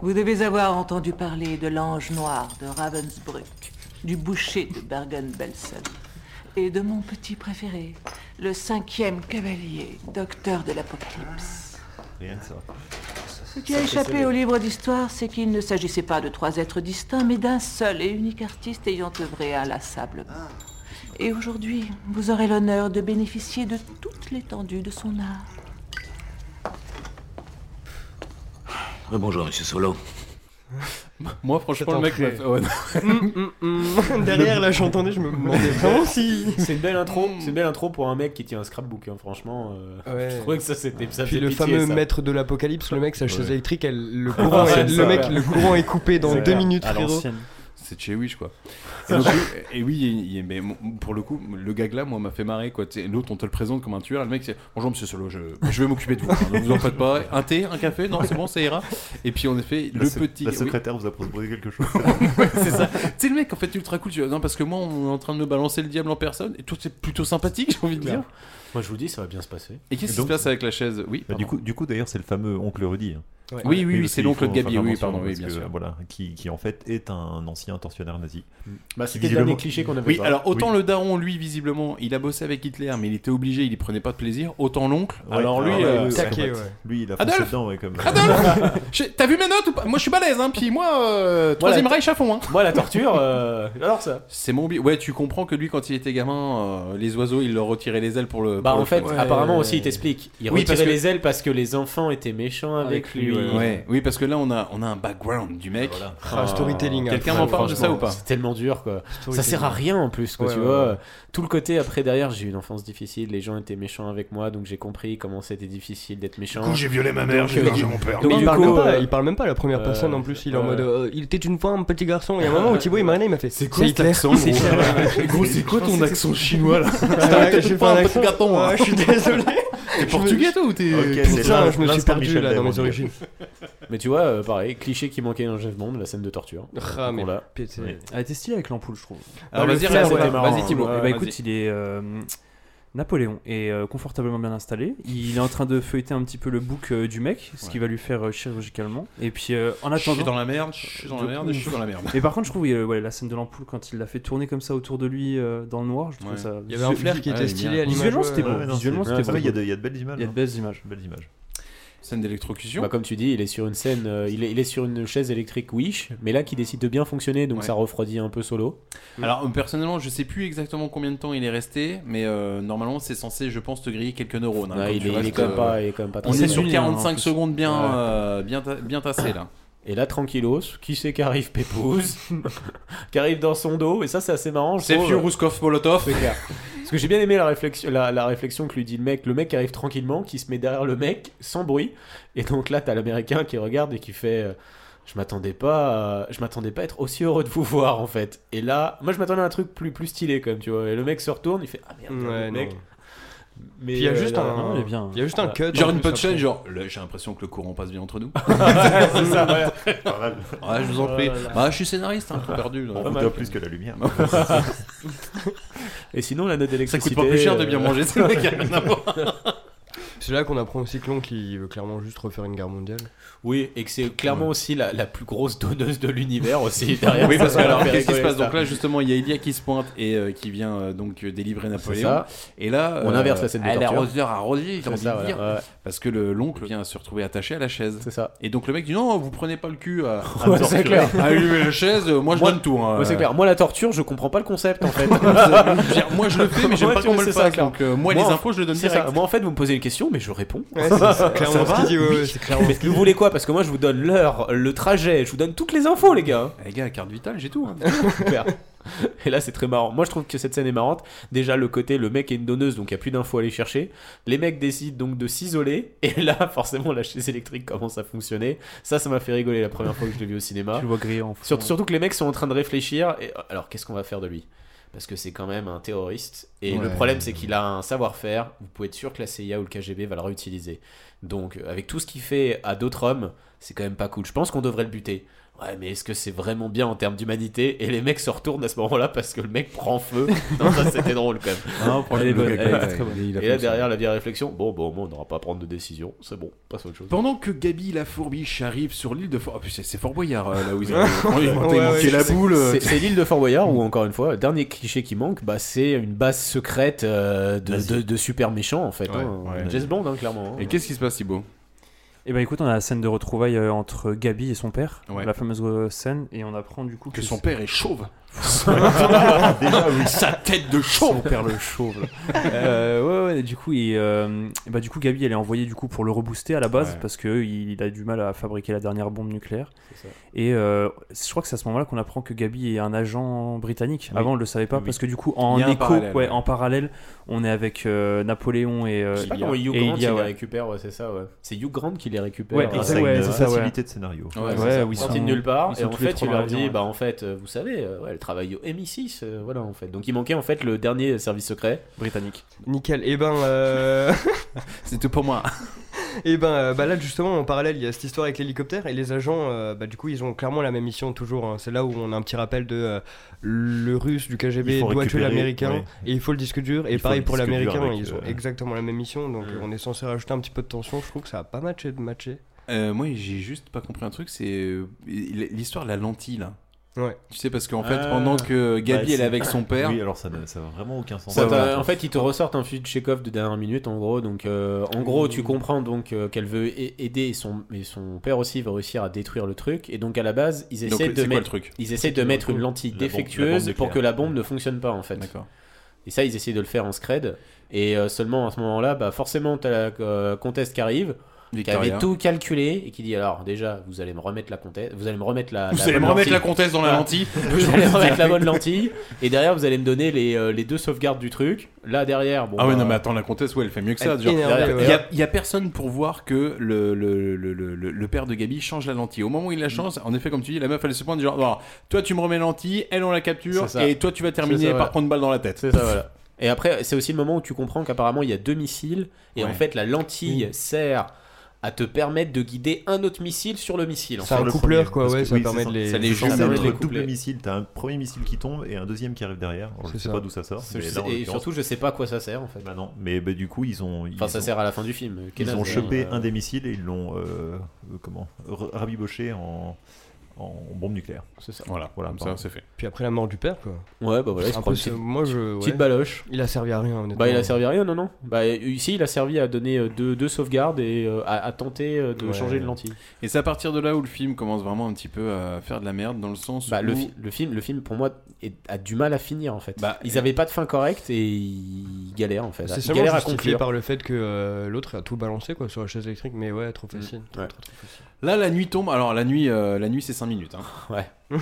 [SPEAKER 16] Vous devez avoir entendu parler de l'ange noir de Ravensbrück, du boucher de Bergen-Belsen et de mon petit préféré, le cinquième cavalier, docteur de l'Apocalypse.
[SPEAKER 10] Rien que ça.
[SPEAKER 16] Ce qui a échappé au livre d'histoire, c'est qu'il ne s'agissait pas de trois êtres distincts, mais d'un seul et unique artiste ayant œuvré inlassablement. Et aujourd'hui, vous aurez l'honneur de bénéficier de toute l'étendue de son art.
[SPEAKER 17] Euh, Bonjour, monsieur Solo.
[SPEAKER 2] Moi, franchement, le mec m'a fait. ouais, non.
[SPEAKER 8] Mm, Derrière, là, j'entendais, je me demandais vraiment si.
[SPEAKER 3] C'est une belle intro, c'est une belle intro pour un mec qui tient un scrapbook, hein, franchement. euh, Je trouvais que ça c'était. Ça
[SPEAKER 8] Puis
[SPEAKER 3] faisait
[SPEAKER 8] le
[SPEAKER 3] pitié,
[SPEAKER 8] fameux
[SPEAKER 3] ça.
[SPEAKER 8] maître de l'apocalypse, le mec, sa chaise
[SPEAKER 3] Ouais.
[SPEAKER 8] électrique, elle, le,
[SPEAKER 3] Ah,
[SPEAKER 8] courant,
[SPEAKER 3] ouais,
[SPEAKER 8] le
[SPEAKER 3] ça,
[SPEAKER 8] mec,
[SPEAKER 3] ouais.
[SPEAKER 8] le courant est coupé dans
[SPEAKER 2] C'est
[SPEAKER 8] deux
[SPEAKER 2] clair.
[SPEAKER 8] minutes, frérot.
[SPEAKER 2] C'est chez Wish, quoi. Et, donc, lui- et oui, il- il- mais mon- pour le coup, le gag là, moi, m'a fait marrer, quoi. Tu sais, L'autre, on te le présente comme un tueur, et le mec, c'est Bonjour, monsieur Solo, je, je vais m'occuper de vous. hein, ne vous en faites pas. Un thé, un café, non, c'est bon, ça ira. Et puis, en effet,
[SPEAKER 10] La
[SPEAKER 2] le
[SPEAKER 10] sec-
[SPEAKER 2] petit.
[SPEAKER 10] La
[SPEAKER 2] oui.
[SPEAKER 10] secrétaire vous a proposé quelque chose.
[SPEAKER 2] Ouais, c'est ça. Tu sais, le mec, en fait, ultra cool. Tu vois, non, parce que moi, on est en train de me balancer le diable en personne, et toi, c'est plutôt sympathique, j'ai envie de dire.
[SPEAKER 3] Moi je vous dis, ça va bien se passer.
[SPEAKER 2] Et qu'est-ce qui se
[SPEAKER 10] donc-
[SPEAKER 2] passe avec la chaise Oui,
[SPEAKER 10] Bah,
[SPEAKER 2] pardon.
[SPEAKER 10] du coup, du coup, d'ailleurs, c'est le fameux oncle Rudy. hein.
[SPEAKER 2] Ouais. Oui, oui, oui,
[SPEAKER 10] parce
[SPEAKER 2] c'est
[SPEAKER 10] qu'il
[SPEAKER 2] l'oncle
[SPEAKER 10] faut
[SPEAKER 2] de Gabi,
[SPEAKER 10] faire
[SPEAKER 2] oui,
[SPEAKER 10] attention,
[SPEAKER 2] pardon, oui,
[SPEAKER 10] parce
[SPEAKER 2] bien
[SPEAKER 10] que,
[SPEAKER 2] sûr.
[SPEAKER 10] Voilà, qui, qui, en fait est un ancien tortionnaire nazi.
[SPEAKER 3] Bah,
[SPEAKER 10] Qui,
[SPEAKER 3] c'était le
[SPEAKER 10] visiblement-
[SPEAKER 3] dernier cliché qu'on avait
[SPEAKER 2] Oui,
[SPEAKER 10] bah,
[SPEAKER 3] pas.
[SPEAKER 2] alors autant le daron, lui, visiblement, il a bossé avec Hitler, mais il était obligé, il y prenait pas de plaisir. Autant l'oncle.
[SPEAKER 10] Ouais, ah,
[SPEAKER 2] alors lui,
[SPEAKER 10] ouais,
[SPEAKER 2] euh,
[SPEAKER 10] ouais,
[SPEAKER 2] taquet,
[SPEAKER 10] ouais.
[SPEAKER 2] ouais.
[SPEAKER 10] Lui, il a foncé
[SPEAKER 2] Adolphe
[SPEAKER 10] dedans, ouais, comme.
[SPEAKER 2] Adolphe Je- T'as vu mes notes ou pas Moi, je suis balèze, hein. Puis moi, euh, troisième
[SPEAKER 3] la-
[SPEAKER 2] Reich à fond, hein.
[SPEAKER 3] Moi, la torture, euh, j'adore ça.
[SPEAKER 2] C'est mon bi- Ouais, tu comprends que lui, quand il était gamin, euh, les oiseaux, il leur retirait les ailes pour le.
[SPEAKER 3] Bah
[SPEAKER 2] pour
[SPEAKER 3] en
[SPEAKER 2] le
[SPEAKER 3] fait,
[SPEAKER 2] fun.
[SPEAKER 3] apparemment aussi il t'explique. Il
[SPEAKER 2] Oui, parce
[SPEAKER 3] retirait
[SPEAKER 2] que-
[SPEAKER 3] les ailes parce que les enfants étaient méchants avec, lui.
[SPEAKER 2] ouais. Ouais, Oui, parce que là, on a, on a un background du mec.
[SPEAKER 3] Ah,
[SPEAKER 8] hein.
[SPEAKER 3] storytelling,
[SPEAKER 2] Quelqu'un
[SPEAKER 3] après,
[SPEAKER 2] m'en parle de ça
[SPEAKER 3] franchement,
[SPEAKER 2] ou pas
[SPEAKER 3] C'est tellement dur quoi. Ça
[SPEAKER 2] Storytelling.
[SPEAKER 3] sert à rien en plus quoi,
[SPEAKER 2] Ouais,
[SPEAKER 3] tu
[SPEAKER 2] ouais,
[SPEAKER 3] vois.
[SPEAKER 2] ouais.
[SPEAKER 3] Tout le côté après derrière, j'ai eu une enfance difficile, les gens étaient méchants avec moi donc j'ai compris comment c'était difficile d'être méchant.
[SPEAKER 8] coup, j'ai violé ma
[SPEAKER 3] Donc,
[SPEAKER 8] mère, j'ai
[SPEAKER 3] euh,
[SPEAKER 8] largué
[SPEAKER 3] du-
[SPEAKER 8] mon père.
[SPEAKER 3] donc,
[SPEAKER 8] Ah, Mais il
[SPEAKER 3] du
[SPEAKER 8] parle
[SPEAKER 3] coup,
[SPEAKER 8] même pas,
[SPEAKER 3] euh,
[SPEAKER 8] il parle même pas à la première
[SPEAKER 3] euh,
[SPEAKER 8] personne en plus, il est en
[SPEAKER 3] euh,
[SPEAKER 8] mode euh, il était une fois un petit garçon. Il y a un moment où Thibaut il m'a regardé, il m'a fait C'est
[SPEAKER 2] quoi cet
[SPEAKER 8] Hitler
[SPEAKER 2] accent, gros Ouais, ouais. Gros, c'est quoi ton accent chinois, là Putain,
[SPEAKER 8] Ouais,
[SPEAKER 2] t'es
[SPEAKER 8] j'ai
[SPEAKER 2] pas
[SPEAKER 8] fait
[SPEAKER 2] un
[SPEAKER 8] un
[SPEAKER 2] petit
[SPEAKER 8] accent.
[SPEAKER 2] gâton, hein.
[SPEAKER 8] Ouais, Je suis désolé.
[SPEAKER 2] T'es portugais, toi, ou t'es- Ok,
[SPEAKER 3] Putain,
[SPEAKER 2] c'est l'Inst-
[SPEAKER 3] je me suis
[SPEAKER 2] l'Instar
[SPEAKER 3] perdu
[SPEAKER 2] Michel
[SPEAKER 3] là dans mes
[SPEAKER 2] Damon.
[SPEAKER 3] origines. Mais tu vois, euh, pareil, cliché qui manquait dans Jeff Bond, la scène de torture.
[SPEAKER 8] Ah, mais
[SPEAKER 3] là.
[SPEAKER 8] pété.
[SPEAKER 11] Elle était stylée avec l'ampoule, je trouve.
[SPEAKER 3] Alors,
[SPEAKER 11] le
[SPEAKER 2] Bah,
[SPEAKER 3] vas-y,
[SPEAKER 11] frère,
[SPEAKER 3] vas-y,
[SPEAKER 11] ouais,
[SPEAKER 3] c'était marrant.
[SPEAKER 11] Vas-y, Thibaut.
[SPEAKER 3] Ouais,
[SPEAKER 11] Eh ben,
[SPEAKER 3] vas-y.
[SPEAKER 11] écoute, il est. euh, Napoléon est euh, confortablement bien installé. Il est en train de feuilleter un petit peu le bouc euh, du mec, ce qui va lui faire euh, chirurgicalement. Et puis euh, en
[SPEAKER 2] Je suis
[SPEAKER 11] attendant.
[SPEAKER 2] dans la merde, je suis dans la
[SPEAKER 11] De
[SPEAKER 2] merde, je suis
[SPEAKER 11] ouf.
[SPEAKER 2] dans la merde.
[SPEAKER 11] Et par contre, je trouve euh, ouais, la scène de l'ampoule quand il l'a fait tourner comme ça autour de lui euh, dans le noir, je trouve
[SPEAKER 10] Ouais.
[SPEAKER 11] ça.
[SPEAKER 10] Il y avait un flair qui était
[SPEAKER 11] Ouais,
[SPEAKER 10] stylé à l'image,
[SPEAKER 11] Visuellement,
[SPEAKER 10] ouais.
[SPEAKER 8] euh,
[SPEAKER 11] c'était beau.
[SPEAKER 10] Ouais, ouais, non,
[SPEAKER 11] Visuellement,
[SPEAKER 10] c'est-
[SPEAKER 11] c'était
[SPEAKER 10] c'est
[SPEAKER 11] beau.
[SPEAKER 10] vrai, il y a de- il y a de belles images,
[SPEAKER 11] Il y a de
[SPEAKER 10] hein.
[SPEAKER 11] belles images.
[SPEAKER 10] Belles images.
[SPEAKER 2] Scène d'électrocution.
[SPEAKER 3] Bah, comme tu dis, il est sur une scène, euh, il, est, il est sur une chaise électrique Wish, mais là qui décide de bien fonctionner, donc
[SPEAKER 2] Ouais.
[SPEAKER 3] ça refroidit un peu solo.
[SPEAKER 2] Alors euh, personnellement, je sais plus exactement combien de temps il est resté, mais euh, normalement c'est censé, je pense, te griller quelques neurones. hein,
[SPEAKER 3] Ouais,
[SPEAKER 2] quand
[SPEAKER 3] Bah, il
[SPEAKER 2] tu
[SPEAKER 3] est- il est
[SPEAKER 2] restes,
[SPEAKER 3] quand même
[SPEAKER 2] euh,
[SPEAKER 3] pas- il est quand même pas
[SPEAKER 2] On
[SPEAKER 3] très
[SPEAKER 2] est sur
[SPEAKER 3] long.
[SPEAKER 2] 45
[SPEAKER 3] Ouais.
[SPEAKER 2] secondes bien,
[SPEAKER 3] Ouais.
[SPEAKER 2] euh, bien, ta- bien tassé là.
[SPEAKER 3] Et là, tranquillos, qui c'est qui arrive Pépouze, qui arrive dans son dos, et ça c'est assez marrant. je
[SPEAKER 2] C'est
[SPEAKER 3] trouve.
[SPEAKER 2] vieux Rouskov Molotov.
[SPEAKER 3] C'est clair. Parce que j'ai bien aimé la réflexion, la, la réflexion que lui dit le mec. Le mec arrive tranquillement, qui se met derrière le mec, sans bruit. Et donc là, t'as l'américain qui regarde et qui fait. euh, Je m'attendais pas, à- je m'attendais pas à être aussi heureux de vous voir en fait. Et là, moi je m'attendais à un truc plus plus stylé quand même, tu vois. Et le mec se retourne, il fait ah merde,
[SPEAKER 8] Ouais,
[SPEAKER 3] le mec. euh,
[SPEAKER 8] non. Puis il y a juste
[SPEAKER 10] Ah.
[SPEAKER 8] un-
[SPEAKER 2] hein.
[SPEAKER 3] non,
[SPEAKER 11] hein.
[SPEAKER 8] il y a juste un
[SPEAKER 3] Ouais.
[SPEAKER 8] cut.
[SPEAKER 2] Genre une punchline, genre là, j'ai l'impression que le courant passe bien entre nous.
[SPEAKER 3] c'est ça, voilà.
[SPEAKER 2] Ouais, je vous en prie.
[SPEAKER 3] Voilà.
[SPEAKER 2] Bah, je suis scénariste, hein, trop perdu. là.
[SPEAKER 3] Pas
[SPEAKER 10] On vous
[SPEAKER 3] mal.
[SPEAKER 10] doit plus que la lumière.
[SPEAKER 3] Et sinon, la note
[SPEAKER 2] Ça
[SPEAKER 3] d'électricité.
[SPEAKER 2] coûte pas plus cher de bien
[SPEAKER 3] euh,
[SPEAKER 2] manger, c'est le mec, y a rien à voir.
[SPEAKER 8] C'est là qu'on apprend aussi que l'oncle il veut clairement juste refaire une guerre mondiale.
[SPEAKER 3] Oui, et que c'est clairement aussi la, la plus grosse donneuse de l'univers aussi derrière.
[SPEAKER 2] Oui, parce que
[SPEAKER 3] Ça,
[SPEAKER 2] alors,
[SPEAKER 3] ça fait
[SPEAKER 2] qu'est-ce qui se
[SPEAKER 3] rigoler,
[SPEAKER 2] passe
[SPEAKER 3] ça.
[SPEAKER 2] Donc là, justement, il y a Elia qui se pointe et euh, qui vient euh, donc euh, délivrer Napoléon.
[SPEAKER 3] ça.
[SPEAKER 2] Et là, euh,
[SPEAKER 3] On inverse la scène de
[SPEAKER 2] Elle
[SPEAKER 3] torture.
[SPEAKER 2] arroseur à Rosier,
[SPEAKER 3] C'est ça, voilà, ouais.
[SPEAKER 2] Parce que le- l'oncle vient se retrouver attaché à la chaise.
[SPEAKER 3] C'est ça.
[SPEAKER 2] Et donc le mec dit non, vous prenez pas le cul à, à me
[SPEAKER 3] Ouais, c'est
[SPEAKER 2] torturer.
[SPEAKER 3] clair.
[SPEAKER 2] À allumer la chaise, euh, moi je donne tout. hein.
[SPEAKER 3] Ouais, c'est clair. Moi, la torture, je comprends pas le concept en fait.
[SPEAKER 2] Je veux dire, moi, je le fais, mais j'aime
[SPEAKER 3] Ouais,
[SPEAKER 2] pas
[SPEAKER 3] tu
[SPEAKER 2] qu'on
[SPEAKER 3] vois,
[SPEAKER 2] me le
[SPEAKER 3] c'est ça,
[SPEAKER 2] fasse,
[SPEAKER 3] clair.
[SPEAKER 2] donc, euh, moi, les
[SPEAKER 3] en-
[SPEAKER 2] infos, je le donne
[SPEAKER 3] c'est
[SPEAKER 2] direct.
[SPEAKER 3] ça. Moi, en fait, vous me posez une question, mais je réponds.
[SPEAKER 8] Ouais, c'est- c'est clairement
[SPEAKER 3] Ça
[SPEAKER 8] ce qu'il
[SPEAKER 3] va
[SPEAKER 8] dit, ouais,
[SPEAKER 3] Oui.
[SPEAKER 8] ouais, c'est clairement
[SPEAKER 3] Mais
[SPEAKER 8] ce qu'il
[SPEAKER 3] vous voulez quoi Parce que moi, je vous donne l'heure, le trajet, je vous donne toutes les infos, les gars.
[SPEAKER 2] Les Eh, gars, carte vitale, j'ai tout. hein.
[SPEAKER 3] Super. Et là, c'est très marrant. Moi, je trouve que cette scène est marrante. Déjà, le côté, le mec est une donneuse, donc il n'y a plus d'infos à aller chercher. Les mecs décident donc de s'isoler. Et là, forcément, la chaise électrique commence à fonctionner. Ça, ça m'a fait rigoler la première fois que je l'ai vu au cinéma.
[SPEAKER 11] Tu le vois griller en fond.
[SPEAKER 3] Surtout, surtout que les mecs sont en train de réfléchir. Et, euh, alors, qu'est-ce qu'on va faire de lui Parce que c'est quand même un terroriste. Et le
[SPEAKER 8] Ouais.
[SPEAKER 3] problème, c'est qu'il a un savoir-faire. Vous pouvez être sûr que la CIA ou le KGB va le réutiliser. Donc, euh, avec tout ce qu'il fait à d'autres hommes, c'est quand même pas cool. Je pense qu'on devrait le buter. Ouais, mais est-ce que c'est vraiment bien en termes d'humanité Et les mecs se retournent à ce moment-là parce que le mec prend feu. Non, ça c'était drôle quand même.
[SPEAKER 2] Non, franchement,
[SPEAKER 3] Elle est bonne,
[SPEAKER 2] Oh, le gars,
[SPEAKER 3] elle est
[SPEAKER 2] Ah, ouais,
[SPEAKER 3] Ah, très bonne.
[SPEAKER 2] il a
[SPEAKER 3] Et là
[SPEAKER 2] fait ça.
[SPEAKER 3] derrière la vieille réflexion, bon, bon, au moins, on n'aura pas à prendre de décision. C'est bon, passe à autre chose.
[SPEAKER 2] Pendant que Gabi la fourbiche arrive sur l'île de Fort... Oh, putain, c'est Fort Boyard, euh, là où ils ont
[SPEAKER 3] Ouais,
[SPEAKER 2] ils ont
[SPEAKER 3] ouais,
[SPEAKER 2] manqué
[SPEAKER 3] ouais,
[SPEAKER 2] la
[SPEAKER 3] c'est-
[SPEAKER 2] boule. euh,
[SPEAKER 3] C'est c'est l'île de Fort Boyard où, encore une fois, le dernier cliché qui manque, bah, c'est une base secrète euh, de, de- de super méchants, en fait.
[SPEAKER 2] Ouais,
[SPEAKER 3] hein.
[SPEAKER 2] ouais.
[SPEAKER 3] James Bond, hein, clairement.
[SPEAKER 2] Et qu'est-ce qui se passe, Thibaut
[SPEAKER 11] Et bah écoute, on a la scène de retrouvailles euh, entre Gabi et son père,
[SPEAKER 2] Ouais.
[SPEAKER 11] la fameuse euh, scène, et on apprend du coup que,
[SPEAKER 2] Que son père est chauve.
[SPEAKER 11] Déjà, oui.
[SPEAKER 2] Sa tête de chauve.
[SPEAKER 11] Son père le chauve. là. Euh, ouais, ouais, du coup, il, euh, et bah, du coup, Gabi, elle est envoyée du coup pour le rebooster à la base
[SPEAKER 2] Ouais.
[SPEAKER 11] parce que euh, il, il a du mal à fabriquer la dernière bombe nucléaire.
[SPEAKER 3] C'est ça.
[SPEAKER 11] Et euh, je crois que c'est à ce moment-là qu'on apprend que Gabi est un agent britannique.
[SPEAKER 2] Oui.
[SPEAKER 11] Avant, on le savait pas
[SPEAKER 2] Oui.
[SPEAKER 11] parce que du coup, en
[SPEAKER 2] Il y a un
[SPEAKER 11] écho,
[SPEAKER 2] parallèle,
[SPEAKER 11] ouais,
[SPEAKER 2] ouais.
[SPEAKER 11] en parallèle, on est avec euh, Napoléon et euh,
[SPEAKER 3] Je sais pas
[SPEAKER 11] Ilia.
[SPEAKER 3] comment Hugh
[SPEAKER 11] Et
[SPEAKER 3] Grant il
[SPEAKER 11] Ilia,
[SPEAKER 3] les
[SPEAKER 11] ouais.
[SPEAKER 3] récupère, ouais, c'est ça, ouais. C'est Hugh Grant qui les récupère.
[SPEAKER 11] Ouais,
[SPEAKER 3] euh,
[SPEAKER 11] exact,
[SPEAKER 3] avec
[SPEAKER 11] ouais,
[SPEAKER 3] une
[SPEAKER 11] c'est ça, ouais.
[SPEAKER 10] facilité de scénario.
[SPEAKER 3] Ouais,
[SPEAKER 11] Ouais,
[SPEAKER 3] c'est ça.
[SPEAKER 11] où ils
[SPEAKER 3] Sortis
[SPEAKER 11] sont-
[SPEAKER 3] de nulle part,
[SPEAKER 11] ils
[SPEAKER 3] et
[SPEAKER 11] sont
[SPEAKER 3] en
[SPEAKER 11] tous les
[SPEAKER 3] fait,
[SPEAKER 11] trois
[SPEAKER 3] tu
[SPEAKER 11] dans
[SPEAKER 3] leur
[SPEAKER 11] l'avion,
[SPEAKER 3] dis,
[SPEAKER 11] ouais.
[SPEAKER 3] bah en fait, euh, vous savez, euh, ouais, elle travaille au MI6, euh, voilà, en fait. Donc il manquait en fait le dernier service secret.
[SPEAKER 11] britannique.
[SPEAKER 8] Nickel. Et ben. euh,
[SPEAKER 2] C'est tout pour moi.
[SPEAKER 8] Et ben euh, bah là justement en parallèle il y a cette histoire avec l'hélicoptère et les agents euh, bah du coup ils ont clairement la même mission toujours hein. c'est là où on a un petit rappel de euh, le russe du
[SPEAKER 10] Il
[SPEAKER 8] KGB
[SPEAKER 10] faut
[SPEAKER 8] doit tuer
[SPEAKER 10] récupérer,
[SPEAKER 8] l'américain
[SPEAKER 10] ouais.
[SPEAKER 8] et il faut le disque dur et
[SPEAKER 10] Il faut
[SPEAKER 8] pareil
[SPEAKER 10] le
[SPEAKER 8] pour
[SPEAKER 10] disque dur
[SPEAKER 8] l'américain
[SPEAKER 10] avec,
[SPEAKER 8] ils ont
[SPEAKER 10] euh,
[SPEAKER 8] exactement la même mission donc euh, on est censé rajouter un petit peu de tension je trouve que ça a pas matché de matcher
[SPEAKER 2] Euh, moi, j'ai juste pas compris un truc, c'est euh, l'histoire de la lentille. là.
[SPEAKER 8] Ouais.
[SPEAKER 2] Tu sais, parce qu'en fait, pendant que Gabi, elle est avec son père.
[SPEAKER 10] Oui, alors ça n'a ça a vraiment aucun sens.
[SPEAKER 3] Ça t'a- en fait, ils te ressortent un fusil de Chekhov de dernière minute, en gros. Donc, euh, en gros,
[SPEAKER 2] Mmh.
[SPEAKER 3] tu comprends donc euh, qu'elle veut a- aider et son, et son père aussi va réussir à détruire le truc. Et donc, à la base, ils
[SPEAKER 2] Donc,
[SPEAKER 3] essaient
[SPEAKER 2] c'est
[SPEAKER 3] de
[SPEAKER 2] quoi
[SPEAKER 3] mettre,
[SPEAKER 2] le truc
[SPEAKER 3] ils essaient de mettre une lentille
[SPEAKER 2] La bombe- la bombe
[SPEAKER 3] défectueuse pour
[SPEAKER 2] nucléaire.
[SPEAKER 3] que la bombe ne fonctionne pas, en fait. Et ça, ils essaient de le faire en scred. Et euh, seulement à ce moment-là, bah, forcément, t'as la euh, comtesse qui arrive. Qui
[SPEAKER 2] Victoria.
[SPEAKER 3] avait tout calculé et qui dit alors déjà vous allez me remettre la comtesse vous allez me remettre la
[SPEAKER 2] Vous
[SPEAKER 3] la
[SPEAKER 2] allez
[SPEAKER 3] bonne
[SPEAKER 2] me remettre
[SPEAKER 3] lentille.
[SPEAKER 2] Ah, la Ah. comtesse dans la
[SPEAKER 3] Voilà.
[SPEAKER 2] lentille.
[SPEAKER 3] vous allez me remettre la bonne lentille et derrière vous allez me donner les, euh, les deux sauvegardes du truc là derrière bon,
[SPEAKER 2] ah ouais,
[SPEAKER 3] bah,
[SPEAKER 2] non, mais attends, la comtesse, ouais, elle fait mieux que ça.
[SPEAKER 3] elle
[SPEAKER 2] genre.
[SPEAKER 3] est énervée,
[SPEAKER 2] Ah, il, Bah, y a,
[SPEAKER 3] ouais.
[SPEAKER 2] il y a personne pour voir que le, le, le, le, le- le père de Gabi change la lentille. Au moment où il
[SPEAKER 3] Mm.
[SPEAKER 2] la change, en effet, comme tu dis, la meuf, elle se pointe, genre, Alors, toi, tu me remets la lentille, elle, on la capture,
[SPEAKER 3] C'est ça.
[SPEAKER 2] et toi, tu vas terminer
[SPEAKER 3] C'est ça,
[SPEAKER 2] par
[SPEAKER 3] voilà.
[SPEAKER 2] prendre une balle dans la tête.
[SPEAKER 3] C'est ça, voilà. Et après, c'est aussi le moment où tu comprends qu'apparemment il y a deux missiles et
[SPEAKER 2] Ouais.
[SPEAKER 3] en fait la lentille sert à te permettre de guider un autre missile sur le missile. en
[SPEAKER 8] C'est un
[SPEAKER 3] fait.
[SPEAKER 10] le
[SPEAKER 8] coupleur,
[SPEAKER 10] premier,
[SPEAKER 8] quoi,
[SPEAKER 10] parce
[SPEAKER 8] ouais,
[SPEAKER 10] que-
[SPEAKER 8] ça
[SPEAKER 10] oui,
[SPEAKER 8] permet
[SPEAKER 10] c'est
[SPEAKER 8] de les-
[SPEAKER 10] ça.
[SPEAKER 8] les
[SPEAKER 10] Ça
[SPEAKER 8] jongler,
[SPEAKER 10] permet
[SPEAKER 8] de les
[SPEAKER 10] de
[SPEAKER 8] coupler.
[SPEAKER 10] double missile. T'as un premier missile qui tombe et un deuxième qui arrive derrière. Alors, je
[SPEAKER 8] C'est
[SPEAKER 10] sais
[SPEAKER 8] ça.
[SPEAKER 10] pas d'où ça sort.
[SPEAKER 3] Je
[SPEAKER 10] mais
[SPEAKER 3] sais-
[SPEAKER 10] là, en
[SPEAKER 3] et
[SPEAKER 10] l'occurrence-
[SPEAKER 3] surtout je sais pas à quoi ça sert en fait.
[SPEAKER 10] Bah non, mais bah, du coup, ils ont. ils
[SPEAKER 3] Enfin, ça
[SPEAKER 10] ont-
[SPEAKER 3] sert à la fin du film.
[SPEAKER 10] Ils
[SPEAKER 3] Kenan,
[SPEAKER 10] ont
[SPEAKER 3] mais,
[SPEAKER 10] chopé
[SPEAKER 3] euh,
[SPEAKER 10] un des missiles et ils l'ont. euh, euh, Comment r- Rabiboché en en bombe nucléaire.
[SPEAKER 3] C'est ça.
[SPEAKER 2] Voilà,
[SPEAKER 10] voilà
[SPEAKER 2] comme ça,
[SPEAKER 10] pardon.
[SPEAKER 2] c'est fait.
[SPEAKER 8] Puis après la mort du père, quoi.
[SPEAKER 3] Ouais, bah voilà, il se
[SPEAKER 8] un
[SPEAKER 3] prend
[SPEAKER 8] peu
[SPEAKER 3] une
[SPEAKER 8] ce-
[SPEAKER 3] petite-
[SPEAKER 8] moi, je, ouais.
[SPEAKER 3] petite baloche.
[SPEAKER 8] Il a servi à rien, honnêtement.
[SPEAKER 3] Bah il a servi à rien, non, non. Bah ici il a servi à donner euh, deux, deux sauvegardes et euh, à, à tenter euh, de
[SPEAKER 2] Ouais.
[SPEAKER 3] changer de lentille.
[SPEAKER 2] Et c'est à partir de là où le film commence vraiment un petit peu à faire de la merde, dans le sens
[SPEAKER 3] Bah,
[SPEAKER 2] où.
[SPEAKER 3] le, fi- le film, le film pour moi est- a du mal à finir en fait.
[SPEAKER 2] Bah,
[SPEAKER 3] ils avaient pas de fin correcte et ils galèrent en fait.
[SPEAKER 8] C'est
[SPEAKER 3] Ils
[SPEAKER 8] seulement
[SPEAKER 3] galèrent à
[SPEAKER 8] justifié
[SPEAKER 3] conclure.
[SPEAKER 8] par le fait que euh, l'autre a tout balancé quoi sur la chaise électrique, mais ouais, trop facile. Trop, trop, trop facile.
[SPEAKER 2] Là, la nuit tombe. Alors, la nuit, euh, la nuit c'est 5 minutes. hein.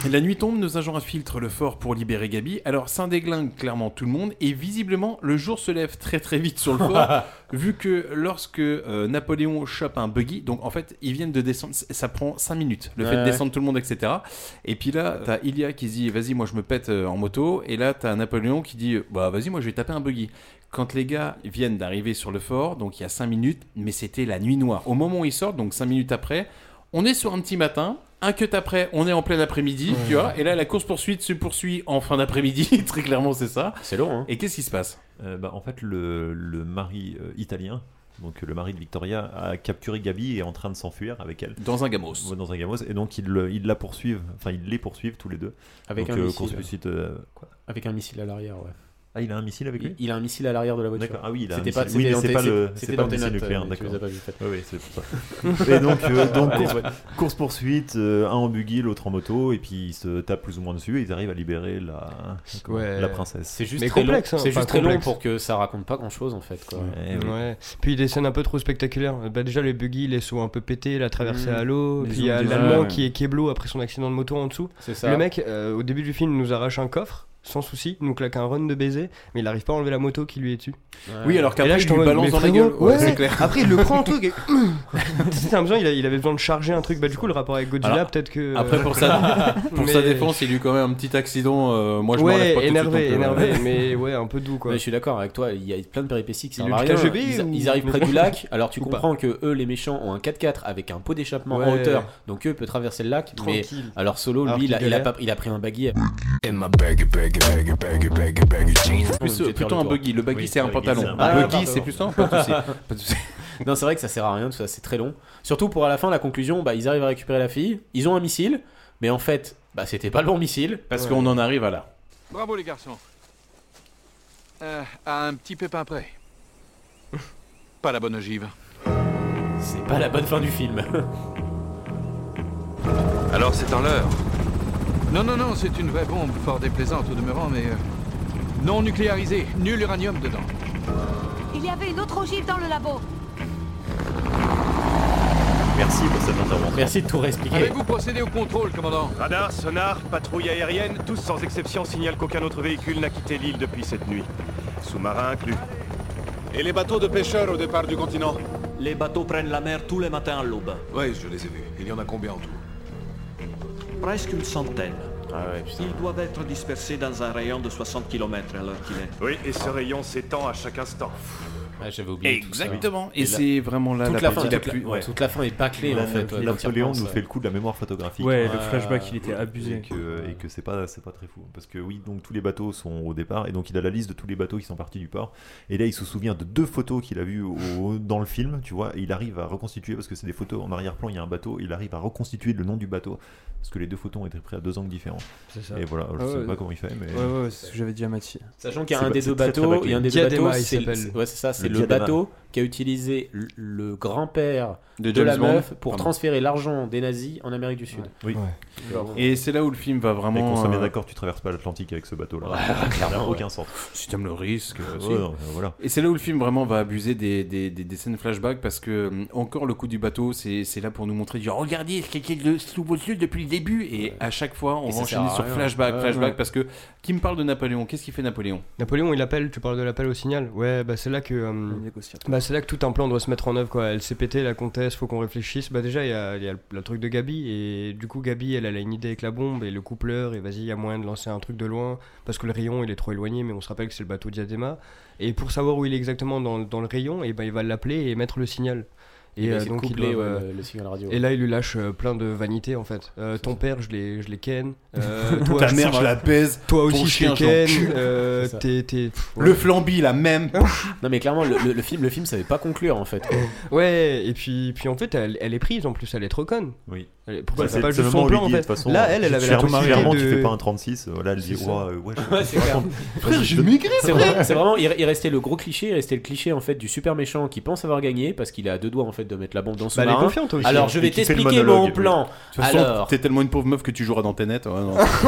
[SPEAKER 2] Et La nuit tombe, nos agents infiltrent le fort pour libérer Gabi. Alors, ça déglingue clairement tout le monde. Et visiblement, le jour se lève très très vite sur le fort. vu que lorsque euh, Napoléon chope un buggy, donc en fait, ils viennent de descendre. c- Ça prend 5 minutes, le fait
[SPEAKER 3] Ouais,
[SPEAKER 2] de
[SPEAKER 3] ouais.
[SPEAKER 2] descendre tout le monde, etc. Et puis là, t'as Ilia qui se dit Vas-y, moi je me pète euh, en moto. Et là, t'as Napoléon qui dit Bah, vas-y, moi je vais taper un buggy. Quand les gars viennent d'arriver sur le fort, donc il y a 5 minutes, mais c'était la nuit noire. Au moment où ils sortent, donc 5 minutes après, on est sur un petit matin. Un cut après, on est en plein après-midi, tu vois. Et là, la course-poursuite se poursuit en fin d'après-midi. Très clairement, c'est ça.
[SPEAKER 3] C'est long, hein.
[SPEAKER 2] Et qu'est-ce qui se passe
[SPEAKER 10] Euh, bah, en fait, le, le mari euh, italien, donc euh, le mari de Victoria, a capturé Gabi et est en train de s'enfuir avec elle.
[SPEAKER 2] Dans un gamos.
[SPEAKER 10] Ouais, dans un gamos. Et donc, ils, le- ils la poursuivent, enfin, ils les poursuivent tous les deux.
[SPEAKER 3] Avec
[SPEAKER 10] donc,
[SPEAKER 3] un
[SPEAKER 10] euh,
[SPEAKER 3] missile.
[SPEAKER 10] course-poursuite, euh, quoi
[SPEAKER 3] Avec un missile à l'arrière, ouais.
[SPEAKER 10] Ah, il a un missile avec
[SPEAKER 3] Il-
[SPEAKER 10] lui
[SPEAKER 3] Il a un missile à l'arrière de la voiture.
[SPEAKER 10] D'accord. Ah oui, il a un
[SPEAKER 3] C'était pas-
[SPEAKER 10] missile. Oui,
[SPEAKER 3] c'était
[SPEAKER 10] mais
[SPEAKER 3] dans
[SPEAKER 10] c'est
[SPEAKER 3] tes-
[SPEAKER 10] pas le,
[SPEAKER 3] c'était
[SPEAKER 10] c'est pas
[SPEAKER 3] dans
[SPEAKER 10] le
[SPEAKER 3] tes
[SPEAKER 10] missile
[SPEAKER 3] notes,
[SPEAKER 10] nucléaire,
[SPEAKER 3] mais tu
[SPEAKER 10] d'accord.
[SPEAKER 3] les as pas vues, peut-être.
[SPEAKER 10] Oui, oui, c'est pour ça. et donc, euh, donc,
[SPEAKER 3] Allez,
[SPEAKER 10] course,
[SPEAKER 3] ouais.
[SPEAKER 10] poursuite, euh, un en buggy, l'autre en moto, et puis ils se tapent plus ou moins dessus, et ils arrivent à libérer la,
[SPEAKER 2] euh,
[SPEAKER 10] comment,
[SPEAKER 8] Ouais.
[SPEAKER 10] la princesse.
[SPEAKER 3] C'est
[SPEAKER 10] Eh
[SPEAKER 3] juste très long. C'est juste très long pour que ça raconte pas grand chose en fait. Quoi.
[SPEAKER 10] oui.
[SPEAKER 8] hein, Ouais. Puis des scènes un peu trop spectaculaires. Bah, déjà les buggy, les sauts un peu pétés, la traversée
[SPEAKER 3] Mmh.
[SPEAKER 8] à l'eau.
[SPEAKER 3] Les
[SPEAKER 8] Puis il y a
[SPEAKER 3] zombies.
[SPEAKER 8] l'allemand
[SPEAKER 3] Ouais.
[SPEAKER 8] qui est keblo après son accident de moto en dessous.
[SPEAKER 3] C'est ça.
[SPEAKER 8] Le mec, euh, au début du film, nous arrache un coffre sans souci, nous claque un run de baiser, mais il arrive pas à enlever la moto qui lui est dessus.
[SPEAKER 2] Oui, alors
[SPEAKER 8] Et
[SPEAKER 2] qu'après,
[SPEAKER 8] là, je
[SPEAKER 2] il
[SPEAKER 8] t'en
[SPEAKER 2] lui
[SPEAKER 8] mode,
[SPEAKER 2] balance
[SPEAKER 8] mais
[SPEAKER 2] dans la
[SPEAKER 8] frérot,
[SPEAKER 2] gueule. Ouais,
[SPEAKER 8] ouais.
[SPEAKER 2] c'est clair.
[SPEAKER 8] Après, il le prend un truc. Et... T'as l'impression, il, a- il avait besoin de charger un truc. Bah, du coup, le rapport avec Godzilla,
[SPEAKER 2] Alors,
[SPEAKER 8] peut-être que. euh,
[SPEAKER 2] Après, pour sa, pour
[SPEAKER 8] Mais-
[SPEAKER 2] sa défense, il y a eu quand même un petit accident. euh, moi, je me
[SPEAKER 8] ouais,
[SPEAKER 2] relève pas tout de suite,
[SPEAKER 8] énervé,
[SPEAKER 2] donc, euh,
[SPEAKER 8] énervé, mais ouais, un peu doux quoi.
[SPEAKER 3] je suis d'accord avec toi, il y a plein de péripéties qui
[SPEAKER 8] Il
[SPEAKER 3] servent
[SPEAKER 8] est du
[SPEAKER 3] à rien.
[SPEAKER 8] KGB
[SPEAKER 3] ils,
[SPEAKER 8] ou-
[SPEAKER 3] ils arrivent près du lac, alors tu
[SPEAKER 8] Ou pas.
[SPEAKER 3] comprends que eux, les méchants, ont un 4x4 avec un pot d'échappement en
[SPEAKER 8] Ouais.
[SPEAKER 3] hauteur, donc eux peuvent traverser le lac. Mais
[SPEAKER 8] Tranquille.
[SPEAKER 3] alors Solo, lui,
[SPEAKER 8] Alors
[SPEAKER 3] il, a,
[SPEAKER 8] qu'il
[SPEAKER 3] il a
[SPEAKER 8] galère.
[SPEAKER 3] pas- il a pris un buggy.
[SPEAKER 2] Plus- plutôt un buggy. Le buggy, c'est un pantalon.
[SPEAKER 3] Ah,
[SPEAKER 2] Un buggy,
[SPEAKER 3] pardon.
[SPEAKER 2] c'est plus un. Pas de souci. Pas de souci.
[SPEAKER 3] non, c'est vrai que ça sert à rien, tout ça, c'est très long. Surtout pour à la fin, la conclusion, bah, ils arrivent à récupérer la fille, ils ont un missile, mais en fait, bah, c'était pas le bon missile.
[SPEAKER 2] Parce qu'on en arrive à là.
[SPEAKER 18] Bravo les garçons. Euh, à un petit pépin près. Pas la bonne ogive.
[SPEAKER 3] C'est pas la bonne fin du film.
[SPEAKER 18] Alors c'est en l'heure. Non, non, non, c'est une vraie bombe, fort déplaisante au demeurant, mais euh, non nucléarisée, nul uranium dedans.
[SPEAKER 13] Il y avait une autre ogive dans le labo.
[SPEAKER 10] Merci pour cette intervention.
[SPEAKER 3] Merci de tout
[SPEAKER 14] Ah
[SPEAKER 3] réexpliquer.
[SPEAKER 18] Avez-vous procédé au contrôle, commandant
[SPEAKER 19] Radar, sonar, patrouille aérienne, tous sans exception signalent qu'aucun autre véhicule n'a quitté l'île depuis cette nuit. Sous-marin inclus.
[SPEAKER 20] Et les bateaux de pêcheurs au départ du continent Les bateaux prennent la mer tous les matins à l'aube.
[SPEAKER 12] Ouais, je les ai vus. Il y en a combien en tout
[SPEAKER 20] Presque une centaine. Ils doivent être dispersés dans un rayon de 60 km à l'heure qu'il est.
[SPEAKER 19] Oui, et ce rayon s'étend à chaque instant.
[SPEAKER 3] Ah, J'avais oublié tout ça.
[SPEAKER 2] Exactement. Et c'est vraiment là
[SPEAKER 3] toute
[SPEAKER 2] la
[SPEAKER 3] la, fin,
[SPEAKER 2] partie la
[SPEAKER 3] toute
[SPEAKER 2] plus-
[SPEAKER 3] ouais, toute la fin est bâclée
[SPEAKER 10] La-
[SPEAKER 3] en fait. ouais,
[SPEAKER 10] Napoléon
[SPEAKER 3] quand tu y
[SPEAKER 10] nous
[SPEAKER 3] repenses,
[SPEAKER 10] fait le coup de la mémoire photographique.
[SPEAKER 11] Ouais, euh, le flashback, il était abusé.
[SPEAKER 10] Et
[SPEAKER 3] euh,
[SPEAKER 10] que, et que c'est pas, c'est pas très fou. Parce que oui, donc tous les bateaux sont au départ, et donc il a la liste de tous les bateaux qui sont partis du port. Et là, il se souvient de deux photos qu'il a vues au- dans le film, tu vois. Et il arrive à reconstituer, parce que c'est des photos en arrière-plan, il y a un bateau, il arrive à reconstituer le nom du bateau. Parce que les deux photos ont été prises à deux angles différents.
[SPEAKER 11] C'est ça.
[SPEAKER 10] Et voilà, je
[SPEAKER 11] Ah
[SPEAKER 10] sais
[SPEAKER 11] ouais.
[SPEAKER 10] pas comment il fait, mais.
[SPEAKER 11] Ouais, ouais, c'est ce que j'avais dit à Mathis.
[SPEAKER 3] Sachant qu'il y a
[SPEAKER 10] C'est
[SPEAKER 3] un
[SPEAKER 10] ba-
[SPEAKER 3] des
[SPEAKER 10] c'est
[SPEAKER 3] deux
[SPEAKER 10] très, très
[SPEAKER 3] bateaux,
[SPEAKER 10] bâclé.
[SPEAKER 3] il y a un des deux
[SPEAKER 10] Diadema,
[SPEAKER 3] bateaux,
[SPEAKER 10] il
[SPEAKER 3] c'est le-
[SPEAKER 10] s'appelle.
[SPEAKER 3] ouais, c'est ça, c'est
[SPEAKER 10] Le
[SPEAKER 3] le,
[SPEAKER 10] Diadema.
[SPEAKER 3] bateau qu'a utilisé le, le grand-père
[SPEAKER 2] De
[SPEAKER 3] de,
[SPEAKER 2] James
[SPEAKER 3] la
[SPEAKER 2] Bond.
[SPEAKER 3] meuf pour
[SPEAKER 2] Pardon.
[SPEAKER 3] transférer l'argent des nazis en Amérique du Sud.
[SPEAKER 10] Oui.
[SPEAKER 3] Genre,
[SPEAKER 2] Et c'est là où le film va vraiment.
[SPEAKER 10] Et qu'on soit bien
[SPEAKER 2] euh,
[SPEAKER 10] d'accord, tu traverses pas l'Atlantique avec ce bateau-là.
[SPEAKER 2] Ouais,
[SPEAKER 10] Ça n'a
[SPEAKER 2] clairement,
[SPEAKER 10] aucun
[SPEAKER 2] ouais.
[SPEAKER 10] sens.
[SPEAKER 2] Si t'aimes le risque,
[SPEAKER 8] Bah,
[SPEAKER 2] euh,
[SPEAKER 10] Ouais,
[SPEAKER 2] si.
[SPEAKER 10] non, mais voilà.
[SPEAKER 2] Et c'est là où le film vraiment va abuser des, des, des, des scènes flashback parce que, hum, encore le coup du bateau, c'est c'est là pour nous montrer du regardez ce qui est le- sous vos yeux depuis le début. Et à chaque fois, on va
[SPEAKER 3] Et ça sert
[SPEAKER 2] enchaîner
[SPEAKER 3] à
[SPEAKER 2] sur
[SPEAKER 3] rien.
[SPEAKER 2] flashback,
[SPEAKER 3] Ouais,
[SPEAKER 2] flashback
[SPEAKER 3] ouais.
[SPEAKER 2] parce que qui me parle de Napoléon Qu'est-ce qu'il fait Napoléon
[SPEAKER 8] Napoléon, il appelle, tu parles de l'appel au signal. Ouais, bah c'est là que. euh, bah c'est là que tout un plan doit se mettre en œuvre, quoi. Elle s'est pété, la comtesse, faut qu'on réfléchisse. Bah déjà, il y a, il y a le, le truc de Gabi, et du coup, Gabi, elle, elle a une idée avec la bombe, et le coupleur, et vas-y, il y a moyen de lancer un truc de loin, parce que le rayon, il est trop éloigné, mais on se rappelle que c'est le bateau Diadema. Et pour savoir où il est exactement dans, dans le rayon, et ben il va l'appeler et mettre le signal.
[SPEAKER 3] Il
[SPEAKER 8] Et
[SPEAKER 3] va
[SPEAKER 8] euh,
[SPEAKER 3] essayer de
[SPEAKER 8] donc il
[SPEAKER 3] coupler,
[SPEAKER 8] doit,
[SPEAKER 3] ouais,
[SPEAKER 8] euh,
[SPEAKER 3] le- le signal radio.
[SPEAKER 8] Et là, il lui lâche euh, plein de vanité en fait. Euh, ton père, je l'ai, je l'ai ken. Euh,
[SPEAKER 2] Ta mère,
[SPEAKER 8] sais
[SPEAKER 2] je
[SPEAKER 8] pas.
[SPEAKER 2] la baise.
[SPEAKER 8] Toi
[SPEAKER 2] Ton
[SPEAKER 8] aussi,
[SPEAKER 2] chien, je
[SPEAKER 8] je l'ai ken.
[SPEAKER 2] l'encule.
[SPEAKER 8] euh,
[SPEAKER 3] C'est ça.
[SPEAKER 8] t'es- t'es- pff,
[SPEAKER 2] Le flambi, la même.
[SPEAKER 3] Non mais clairement, le, le- le film, le film savait pas conclure en fait. quoi.
[SPEAKER 8] Ouais, et puis, puis en fait, elle, elle est prise en plus, elle est trop conne.
[SPEAKER 10] Oui.
[SPEAKER 8] Elle est- Pourquoi
[SPEAKER 10] Bah,
[SPEAKER 8] elle fait pas
[SPEAKER 10] c'est
[SPEAKER 8] juste
[SPEAKER 10] le moment
[SPEAKER 8] son
[SPEAKER 10] où il
[SPEAKER 8] plan en
[SPEAKER 10] dit, de
[SPEAKER 8] fait
[SPEAKER 10] toute façon,
[SPEAKER 8] Là, elle, elle
[SPEAKER 10] tu
[SPEAKER 8] avait
[SPEAKER 10] te
[SPEAKER 8] la
[SPEAKER 10] fermes
[SPEAKER 8] possibilité
[SPEAKER 10] clairement,
[SPEAKER 8] de... Bah,
[SPEAKER 10] tu fais pas un 36. Là, elle dit,
[SPEAKER 8] C'est
[SPEAKER 10] ouah,
[SPEAKER 8] ça.
[SPEAKER 10] euh, ouais,
[SPEAKER 3] Ouais, c'est clair.
[SPEAKER 2] Frère, j'ai migré,
[SPEAKER 3] C'est vrai- c'est vraiment, il il restait le gros cliché, il restait le cliché en fait du super méchant qui pense avoir gagné parce qu'il a deux doigts en fait de mettre la bombe dans son
[SPEAKER 2] Bah, elle est
[SPEAKER 3] marin.
[SPEAKER 2] confiante aussi.
[SPEAKER 3] Alors je
[SPEAKER 2] Et
[SPEAKER 3] vais
[SPEAKER 2] qui fait le
[SPEAKER 3] t'expliquer
[SPEAKER 2] monologue,
[SPEAKER 3] mon plan.
[SPEAKER 2] oui. De toute façon,
[SPEAKER 3] Alors,
[SPEAKER 2] t'es tellement une pauvre meuf que tu joueras dans tes nets.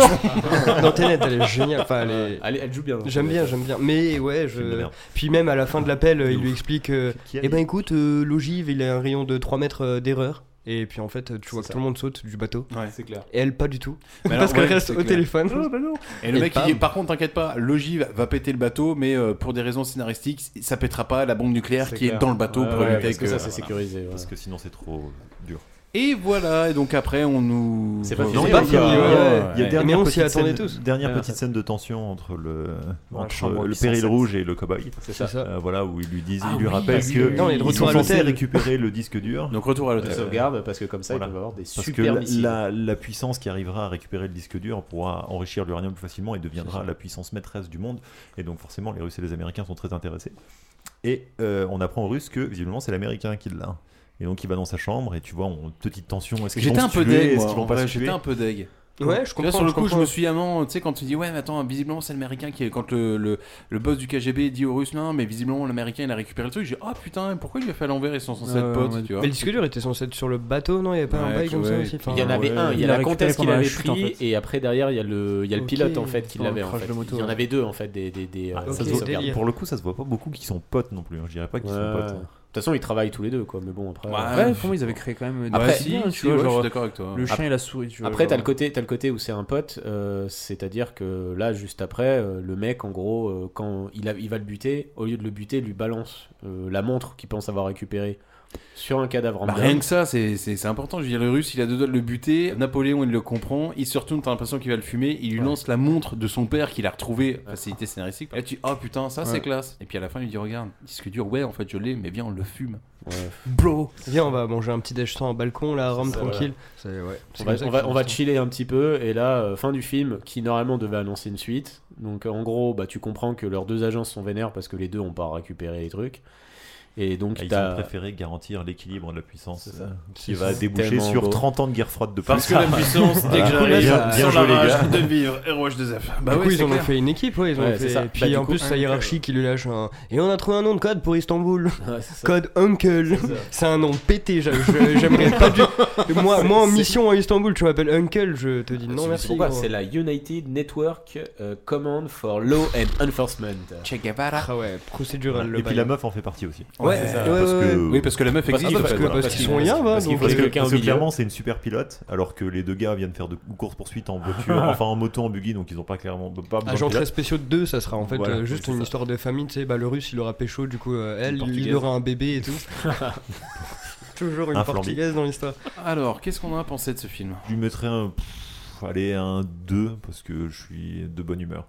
[SPEAKER 8] Non, Tenet, elle est géniale. Enfin, elle,
[SPEAKER 10] Ah,
[SPEAKER 8] est-
[SPEAKER 3] elle, joue bien. hein.
[SPEAKER 8] J'aime bien, j'aime bien. Mais ouais,
[SPEAKER 10] Film Ah, de
[SPEAKER 8] je.
[SPEAKER 10] merde.
[SPEAKER 8] Puis même à la fin de l'appel, euh, il lui explique euh,
[SPEAKER 10] a
[SPEAKER 8] Eh ben écoute, euh, l'ogive, il a un rayon de 3 mètres euh, d'erreur. Et puis en fait, tu vois que tout le monde saute du bateau.
[SPEAKER 3] C'est clair.
[SPEAKER 8] Et elle, pas du tout.
[SPEAKER 2] Mais alors,
[SPEAKER 8] Parce qu'elle
[SPEAKER 2] ouais,
[SPEAKER 8] reste
[SPEAKER 2] c'est
[SPEAKER 8] au
[SPEAKER 2] clair.
[SPEAKER 8] téléphone.
[SPEAKER 2] Oh, bah non. Et le mec, il
[SPEAKER 8] bam.
[SPEAKER 2] dit Par contre, t'inquiète pas, l'ogive va péter le bateau, mais euh, pour des raisons scénaristiques, ça pétera pas la bombe nucléaire
[SPEAKER 3] C'est
[SPEAKER 2] qui est
[SPEAKER 3] clair.
[SPEAKER 2] dans le bateau
[SPEAKER 3] Ouais,
[SPEAKER 2] pour
[SPEAKER 3] ouais,
[SPEAKER 2] éviter
[SPEAKER 3] parce que ça, c'est
[SPEAKER 2] voilà.
[SPEAKER 3] sécurisé, ouais.
[SPEAKER 10] Parce que sinon, c'est trop euh, dur.
[SPEAKER 2] Et voilà, et donc après, on nous. Oh,
[SPEAKER 3] C'est pas
[SPEAKER 2] Non,
[SPEAKER 3] fini,
[SPEAKER 2] pas
[SPEAKER 3] ouais.
[SPEAKER 2] fini, ouais,
[SPEAKER 10] Il y
[SPEAKER 2] ouais.
[SPEAKER 10] a- il y a dernière
[SPEAKER 8] Mais on
[SPEAKER 10] petite
[SPEAKER 8] s'y attendait
[SPEAKER 10] scène-
[SPEAKER 8] tous.
[SPEAKER 10] Dernière
[SPEAKER 8] Ouais.
[SPEAKER 10] petite scène de tension entre le,
[SPEAKER 8] Dans la
[SPEAKER 10] entre
[SPEAKER 8] chambre
[SPEAKER 10] le
[SPEAKER 8] 807.
[SPEAKER 10] péril rouge et le cowboy.
[SPEAKER 8] C'est ça. ça.
[SPEAKER 10] Euh, voilà, où il lui disent,
[SPEAKER 8] Ah
[SPEAKER 10] il lui
[SPEAKER 8] oui,
[SPEAKER 10] rappelle
[SPEAKER 8] parce
[SPEAKER 10] que
[SPEAKER 8] que- Non, il est de
[SPEAKER 10] ils
[SPEAKER 8] retour
[SPEAKER 10] sont
[SPEAKER 8] à
[SPEAKER 10] censés
[SPEAKER 8] l'hôtel.
[SPEAKER 10] récupérer le disque dur.
[SPEAKER 2] Donc, retour à l'hôtel.
[SPEAKER 3] La sauvegarde, parce que comme ça, ils peuvent avoir des
[SPEAKER 10] Parce
[SPEAKER 3] super
[SPEAKER 10] que la-
[SPEAKER 3] missiles.
[SPEAKER 10] la, la puissance qui arrivera à récupérer le disque dur pourra enrichir l'uranium plus facilement et deviendra la puissance maîtresse du monde. Et donc forcément, les Russes et les Américains sont très intéressés. Et euh, on apprend aux Russes que visiblement c'est l'Américain qui l'a. Et donc il va dans sa chambre et tu vois, on, petite tension. Est-ce qu'ils
[SPEAKER 2] J'étais
[SPEAKER 10] vont
[SPEAKER 2] un
[SPEAKER 10] se
[SPEAKER 2] peu
[SPEAKER 10] tuer
[SPEAKER 2] deg,
[SPEAKER 10] Est-ce
[SPEAKER 2] moi,
[SPEAKER 10] qu'ils vont
[SPEAKER 2] en
[SPEAKER 10] pas se
[SPEAKER 2] vrai,
[SPEAKER 10] tuer
[SPEAKER 2] j'étais un peu deg.
[SPEAKER 8] Ouais, je
[SPEAKER 2] Tu vois,
[SPEAKER 8] comprends.
[SPEAKER 2] sur le
[SPEAKER 8] je
[SPEAKER 2] coup,
[SPEAKER 8] comprends.
[SPEAKER 2] je me suis amant, tu sais, quand tu dis, ouais, mais attends, visiblement, c'est l'américain qui est. Quand le, le, le boss du KGB dit aux Russes, non, mais visiblement, l'américain, il a récupéré le truc, j'ai, ah putain, pourquoi il lui a fait à l'envers, ils sont censés
[SPEAKER 11] Ouais,
[SPEAKER 2] être
[SPEAKER 11] ouais, ouais.
[SPEAKER 2] potes, tu vois.
[SPEAKER 8] Mais le disque dur était censé être sur le bateau, non Il y avait pas un
[SPEAKER 2] Ouais,
[SPEAKER 8] bail comme ça
[SPEAKER 2] ouais.
[SPEAKER 8] aussi Enfin,
[SPEAKER 3] Il y en avait
[SPEAKER 2] Ouais.
[SPEAKER 3] un, il y
[SPEAKER 2] Il
[SPEAKER 3] a
[SPEAKER 2] l'a
[SPEAKER 3] la
[SPEAKER 2] récupéré
[SPEAKER 3] comtesse qui
[SPEAKER 2] pendant la
[SPEAKER 3] l'avait
[SPEAKER 2] chute,
[SPEAKER 3] pris,
[SPEAKER 2] en fait.
[SPEAKER 3] et après derrière il y a le, il y a le
[SPEAKER 8] Ok.
[SPEAKER 3] pilote en fait qui
[SPEAKER 8] Dans le
[SPEAKER 3] l'avait en
[SPEAKER 8] crash
[SPEAKER 3] fait.
[SPEAKER 8] de moto,
[SPEAKER 3] il y en
[SPEAKER 8] ouais.
[SPEAKER 3] avait deux en fait des des, des,
[SPEAKER 8] Ah,
[SPEAKER 3] euh,
[SPEAKER 8] ok,
[SPEAKER 3] des sauvegardes.
[SPEAKER 8] délire.
[SPEAKER 10] Pour le coup, ça se voit pas beaucoup qui sont potes non plus. hein. Je dirais pas qu'ils sont
[SPEAKER 3] Ouais.
[SPEAKER 10] potes.
[SPEAKER 3] De toute façon ils travaillent tous les deux quoi, mais bon après. euh,
[SPEAKER 11] Ouais, pour moi, ils avaient créé quand même. des
[SPEAKER 3] Après,
[SPEAKER 11] petits liens,
[SPEAKER 2] si, ouais, je suis d'accord avec toi. Ah,
[SPEAKER 11] Le chien
[SPEAKER 3] Après-
[SPEAKER 11] et la souris, tu vois.
[SPEAKER 3] Après,
[SPEAKER 11] genre.
[SPEAKER 3] t'as le côté, t'as le côté où c'est un pote, euh, c'est-à-dire que là, juste après, euh, le mec, en gros, euh, quand il, a- il va le buter, au lieu de le buter, lui balance euh, la montre qu'il pense avoir récupérée sur un cadavre.
[SPEAKER 2] Bah,
[SPEAKER 3] random.
[SPEAKER 2] rien que ça, c'est- c'est c'est important. Je veux dire, le russe, il a deux doigts de le buter. Napoléon, il le comprend. Il se retourne, t'as l'impression qu'il va le fumer. Il lui lance la montre de son père qu'il a retrouvée. Facilité scénaristique. Et là, tu dis, oh putain, ça c'est
[SPEAKER 8] Ouais.
[SPEAKER 2] classe. Et puis à la fin, il lui dit, regarde, disque dur, ouais, en fait, je l'ai, mais viens, on le fume.
[SPEAKER 3] Ouais.
[SPEAKER 2] Bro
[SPEAKER 8] Viens, on va manger un petit déj sur un balcon, là, à Rome,
[SPEAKER 3] ça,
[SPEAKER 8] tranquille.
[SPEAKER 3] voilà.
[SPEAKER 8] C'est- ouais. C'est
[SPEAKER 3] On
[SPEAKER 8] comme
[SPEAKER 3] va,
[SPEAKER 8] ça
[SPEAKER 3] on
[SPEAKER 8] que
[SPEAKER 3] va-
[SPEAKER 8] je
[SPEAKER 3] on va
[SPEAKER 8] pense.
[SPEAKER 3] chiller un petit peu et là euh, fin du film qui normalement devait annoncer une suite donc en gros bah tu comprends que leurs deux agences sont vénères parce que les deux ont pas récupéré les trucs et donc
[SPEAKER 10] Et Ah, Ils
[SPEAKER 3] t'as-
[SPEAKER 10] ont préféré garantir l'équilibre de la puissance euh, qui
[SPEAKER 3] C'est
[SPEAKER 10] va
[SPEAKER 3] ça.
[SPEAKER 10] déboucher
[SPEAKER 3] Tellement
[SPEAKER 10] sur
[SPEAKER 3] beau.
[SPEAKER 10] 30 ans de guerre froide de plus.
[SPEAKER 2] Parce que la puissance, dès
[SPEAKER 10] Voilà.
[SPEAKER 2] que j'arrive,
[SPEAKER 10] bien, bien
[SPEAKER 2] Euh, sans
[SPEAKER 10] joué,
[SPEAKER 2] la
[SPEAKER 10] les
[SPEAKER 2] rage
[SPEAKER 10] gars.
[SPEAKER 2] de vivre, héros de Zeph. Bah
[SPEAKER 8] du
[SPEAKER 2] ouais,
[SPEAKER 8] coup, ils
[SPEAKER 2] c'est
[SPEAKER 8] en ont
[SPEAKER 2] clair.
[SPEAKER 8] fait une équipe, ouais, ils en
[SPEAKER 3] Ouais,
[SPEAKER 8] ont
[SPEAKER 3] c'est
[SPEAKER 8] fait.
[SPEAKER 3] ça. Bah,
[SPEAKER 8] Puis
[SPEAKER 3] du
[SPEAKER 8] en
[SPEAKER 3] coup,
[SPEAKER 8] plus, sa
[SPEAKER 3] Uncle.
[SPEAKER 8] hiérarchie qui lui lâche un. Et on a trouvé un nom de code pour Istanbul.
[SPEAKER 3] Ouais, c'est ça.
[SPEAKER 8] Code Uncle. C'est un nom pété. j'a- je- J'aimerais pas du. Moi, moi en mission à Istanbul, tu m'appelles Uncle, je te dis non
[SPEAKER 3] C'est-
[SPEAKER 8] merci.
[SPEAKER 3] pourquoi
[SPEAKER 8] gros.
[SPEAKER 3] c'est la United Network euh, Command for Law and Enforcement
[SPEAKER 2] Che Guevara.
[SPEAKER 8] Ah ouais, procédural le
[SPEAKER 10] Et puis
[SPEAKER 8] bail.
[SPEAKER 10] la meuf en fait partie aussi.
[SPEAKER 8] Ouais,
[SPEAKER 10] C'est ça.
[SPEAKER 8] ouais,
[SPEAKER 10] Parce
[SPEAKER 8] ouais,
[SPEAKER 10] que-
[SPEAKER 8] ouais.
[SPEAKER 2] Oui, parce que la meuf
[SPEAKER 8] Parce-
[SPEAKER 2] existe.
[SPEAKER 8] parce
[SPEAKER 2] en fait,
[SPEAKER 8] que-
[SPEAKER 2] voilà.
[SPEAKER 8] parce qu'ils sont liens, va,
[SPEAKER 3] hein, parce qu'il
[SPEAKER 8] donc-
[SPEAKER 3] faut
[SPEAKER 10] Parce que,
[SPEAKER 3] quelqu'un au
[SPEAKER 10] parce que
[SPEAKER 3] milieu.
[SPEAKER 10] clairement, c'est une super pilote, alors que les deux gars viennent faire de course poursuite en voiture, enfin en moto, en buggy, donc ils ont pas clairement pas besoin
[SPEAKER 8] Agent
[SPEAKER 10] de
[SPEAKER 8] très
[SPEAKER 10] pilote.
[SPEAKER 8] spéciaux de 2, ça sera en fait
[SPEAKER 10] Voilà,
[SPEAKER 8] euh, juste
[SPEAKER 10] c'est
[SPEAKER 8] une
[SPEAKER 10] ça.
[SPEAKER 8] histoire de famille, tu sais, bah, le russe il aura pécho, du coup euh, elle, il
[SPEAKER 3] Portugaise.
[SPEAKER 8] aura un bébé et tout. Toujours une
[SPEAKER 10] Un flambi.
[SPEAKER 8] portugaise dans l'histoire.
[SPEAKER 2] Alors, qu'est-ce qu'on en a pensé de ce film
[SPEAKER 10] Je lui mettrais un, pff, allez, un 2, parce que je suis de bonne humeur.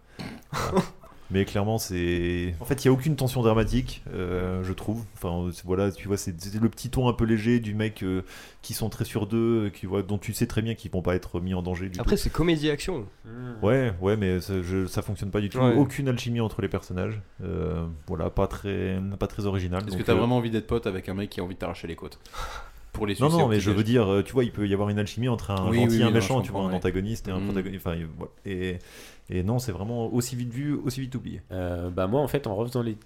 [SPEAKER 10] Voilà. Mais clairement, c'est. En fait, il n'y a aucune tension dramatique, euh, je trouve. Enfin, c'est- voilà, tu vois, c'est c'est le petit ton un peu léger du mec euh, qui sont très sur deux, euh, qui, voit dont tu sais très bien qu'ils vont pas être mis en danger du
[SPEAKER 8] Après,
[SPEAKER 10] tout.
[SPEAKER 8] c'est comédie-action.
[SPEAKER 10] Ouais, ouais, mais ça, je- ça fonctionne pas du tout.
[SPEAKER 8] Ouais.
[SPEAKER 10] Aucune alchimie entre les personnages. Euh, voilà, pas très, pas très original.
[SPEAKER 2] Est-ce
[SPEAKER 10] Donc,
[SPEAKER 2] que t'as
[SPEAKER 10] euh,
[SPEAKER 2] vraiment envie d'être pote avec un mec qui a envie de t'arracher les côtes Pour les
[SPEAKER 10] Non,
[SPEAKER 2] sucer
[SPEAKER 10] non,
[SPEAKER 2] au
[SPEAKER 10] mais
[SPEAKER 2] petit
[SPEAKER 10] je
[SPEAKER 2] déj.
[SPEAKER 10] veux dire, euh, tu vois, il peut y avoir une alchimie entre un
[SPEAKER 2] Oui,
[SPEAKER 10] gentil
[SPEAKER 2] oui,
[SPEAKER 10] et un
[SPEAKER 2] oui, non,
[SPEAKER 10] méchant,
[SPEAKER 2] je
[SPEAKER 10] tu vois, un
[SPEAKER 2] comprends, ouais.
[SPEAKER 10] antagoniste et un
[SPEAKER 2] Mm.
[SPEAKER 10] protagoniste. Enfin, voilà. et, et non, c'est vraiment aussi vite vu, aussi vite oublié.
[SPEAKER 3] Euh, bah moi en fait en refaisant les-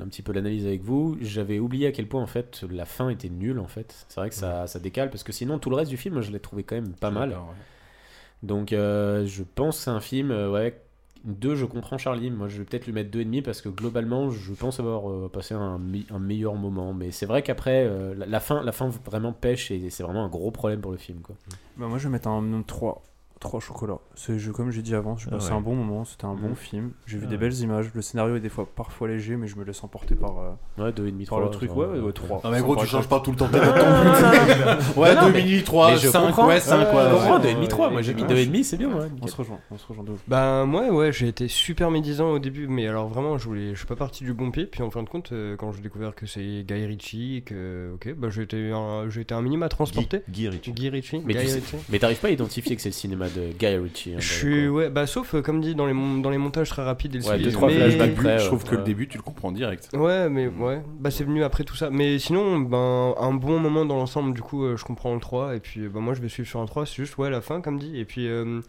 [SPEAKER 3] un petit peu l'analyse avec vous j'avais oublié à quel point en fait la fin était nulle en fait c'est vrai que ça, ça décale parce que sinon tout le reste du film je l'ai trouvé quand même pas mal hein,
[SPEAKER 2] D'accord, ouais.
[SPEAKER 3] donc euh, je pense que c'est un film euh, ouais deux je comprends Charlie moi je vais peut-être lui mettre deux et demi parce que globalement je pense avoir euh, passé un, mi- un meilleur moment mais c'est vrai qu'après euh, la, la fin la fin vraiment pêche et c'est vraiment un gros problème pour le film quoi
[SPEAKER 11] Bah, moi, je vais mettre un 3. 3 chocolats. C'est, je, comme j'ai dit avant, j'ai
[SPEAKER 3] Ah
[SPEAKER 11] passé
[SPEAKER 3] ouais.
[SPEAKER 11] un bon moment, c'était un bon
[SPEAKER 3] Mhm.
[SPEAKER 11] film. J'ai vu
[SPEAKER 3] Ah
[SPEAKER 11] des
[SPEAKER 3] ouais.
[SPEAKER 11] belles images. Le scénario est des fois parfois léger, mais je me laisse emporter par, euh,
[SPEAKER 3] Ouais, deux et demi,
[SPEAKER 11] par
[SPEAKER 3] trois,
[SPEAKER 11] le truc.
[SPEAKER 3] genre,
[SPEAKER 11] Ouais, ouais, ouais,
[SPEAKER 3] ouais.
[SPEAKER 11] 3.
[SPEAKER 2] Ah, mais gros, tu changes pas tout le temps tes
[SPEAKER 11] Non,
[SPEAKER 2] notes
[SPEAKER 11] non,
[SPEAKER 2] non plus,
[SPEAKER 11] non,
[SPEAKER 2] tu sais.
[SPEAKER 11] non, non.
[SPEAKER 2] Ouais,
[SPEAKER 11] Non, non,
[SPEAKER 2] deux
[SPEAKER 11] mais-
[SPEAKER 2] et demi, trois,
[SPEAKER 11] mais je
[SPEAKER 2] Ah, cinq,
[SPEAKER 11] comprends.
[SPEAKER 2] ouais, cinq, ouais,
[SPEAKER 11] je
[SPEAKER 2] ouais.
[SPEAKER 11] comprends, deux et
[SPEAKER 3] demi,
[SPEAKER 11] demi,
[SPEAKER 3] trois,
[SPEAKER 11] trois,
[SPEAKER 3] moi, j'ai mis
[SPEAKER 11] ouais,
[SPEAKER 3] deux et
[SPEAKER 11] ouais.
[SPEAKER 3] demi, c'est bien, ouais,
[SPEAKER 11] On
[SPEAKER 3] nickel.
[SPEAKER 11] se rejoint, on se rejoint de ouf.
[SPEAKER 8] Bah moi ouais j'ai été super médisant au début mais alors vraiment je voulais je suis pas parti du bon pied puis en fin de compte euh, quand j'ai découvert que c'est Guy Ritchie que ok bah j'ai été un, j'ai été un minima transporté
[SPEAKER 10] Guy, Ritchie
[SPEAKER 8] Guy Ritchie
[SPEAKER 3] mais
[SPEAKER 8] Guy
[SPEAKER 3] tu sais-
[SPEAKER 8] Ritchie.
[SPEAKER 3] mais t'arrives pas à identifier que c'est le cinéma de Guy Ritchie hein,
[SPEAKER 8] je
[SPEAKER 3] dans le
[SPEAKER 8] suis ouais bah sauf euh, comme dit dans les mon- dans les montages très rapides et le
[SPEAKER 3] Ouais, deux,
[SPEAKER 8] cinéma,
[SPEAKER 3] trois
[SPEAKER 8] mais-
[SPEAKER 3] flashbacks après,
[SPEAKER 2] Je trouve que
[SPEAKER 3] ouais.
[SPEAKER 2] le début, tu le comprends direct.
[SPEAKER 8] Ouais, mais ouais, bah c'est venu après tout ça. Mais sinon, ben un bon moment dans l'ensemble, du coup, euh, je comprends le 3 et puis euh, ben, moi je vais suivre sur un 3, c'est juste ouais la fin comme dit et puis euh,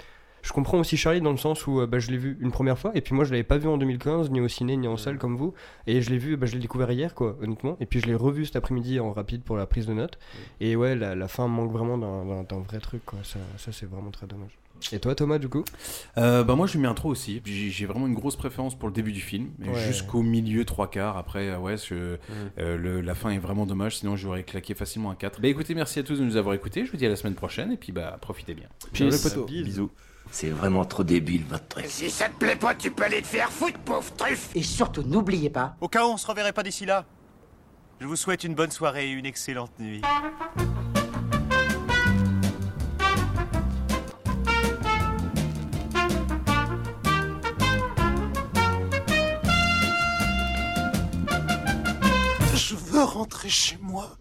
[SPEAKER 8] je comprends aussi Charlie dans le sens où euh, bah, je l'ai vu une première fois et puis moi je l'avais pas vu en 2015 ni au ciné ni en salle comme vous et je l'ai vu bah, je l'ai découvert hier quoi honnêtement et puis je l'ai revu cet après-midi en rapide pour la prise de notes et ouais la, la fin manque vraiment d'un- d'un d'un vrai truc quoi ça, ça c'est vraiment très dommage. Et toi Thomas du coup
[SPEAKER 2] Euh, bah moi je lui mets un 3 aussi. J'ai j'ai vraiment une grosse préférence pour le début du film, mais
[SPEAKER 8] Ouais.
[SPEAKER 2] jusqu'au milieu trois quarts. Après euh, ouais, je- euh, le- la fin est vraiment dommage. Sinon j'aurais claqué facilement un 4. Bah écoutez, merci à tous de nous avoir écoutés. Je vous dis à la semaine prochaine et puis bah profitez bien.
[SPEAKER 10] Bisous.
[SPEAKER 17] C'est vraiment trop débile votre truc.
[SPEAKER 4] Si ça te plaît pas, tu peux aller te faire foutre, pauvre truffe
[SPEAKER 21] Et surtout, n'oubliez pas.
[SPEAKER 22] Au cas où on se reverrait pas d'ici là, je vous souhaite une bonne soirée et une excellente nuit.
[SPEAKER 23] Je veux rentrer chez moi.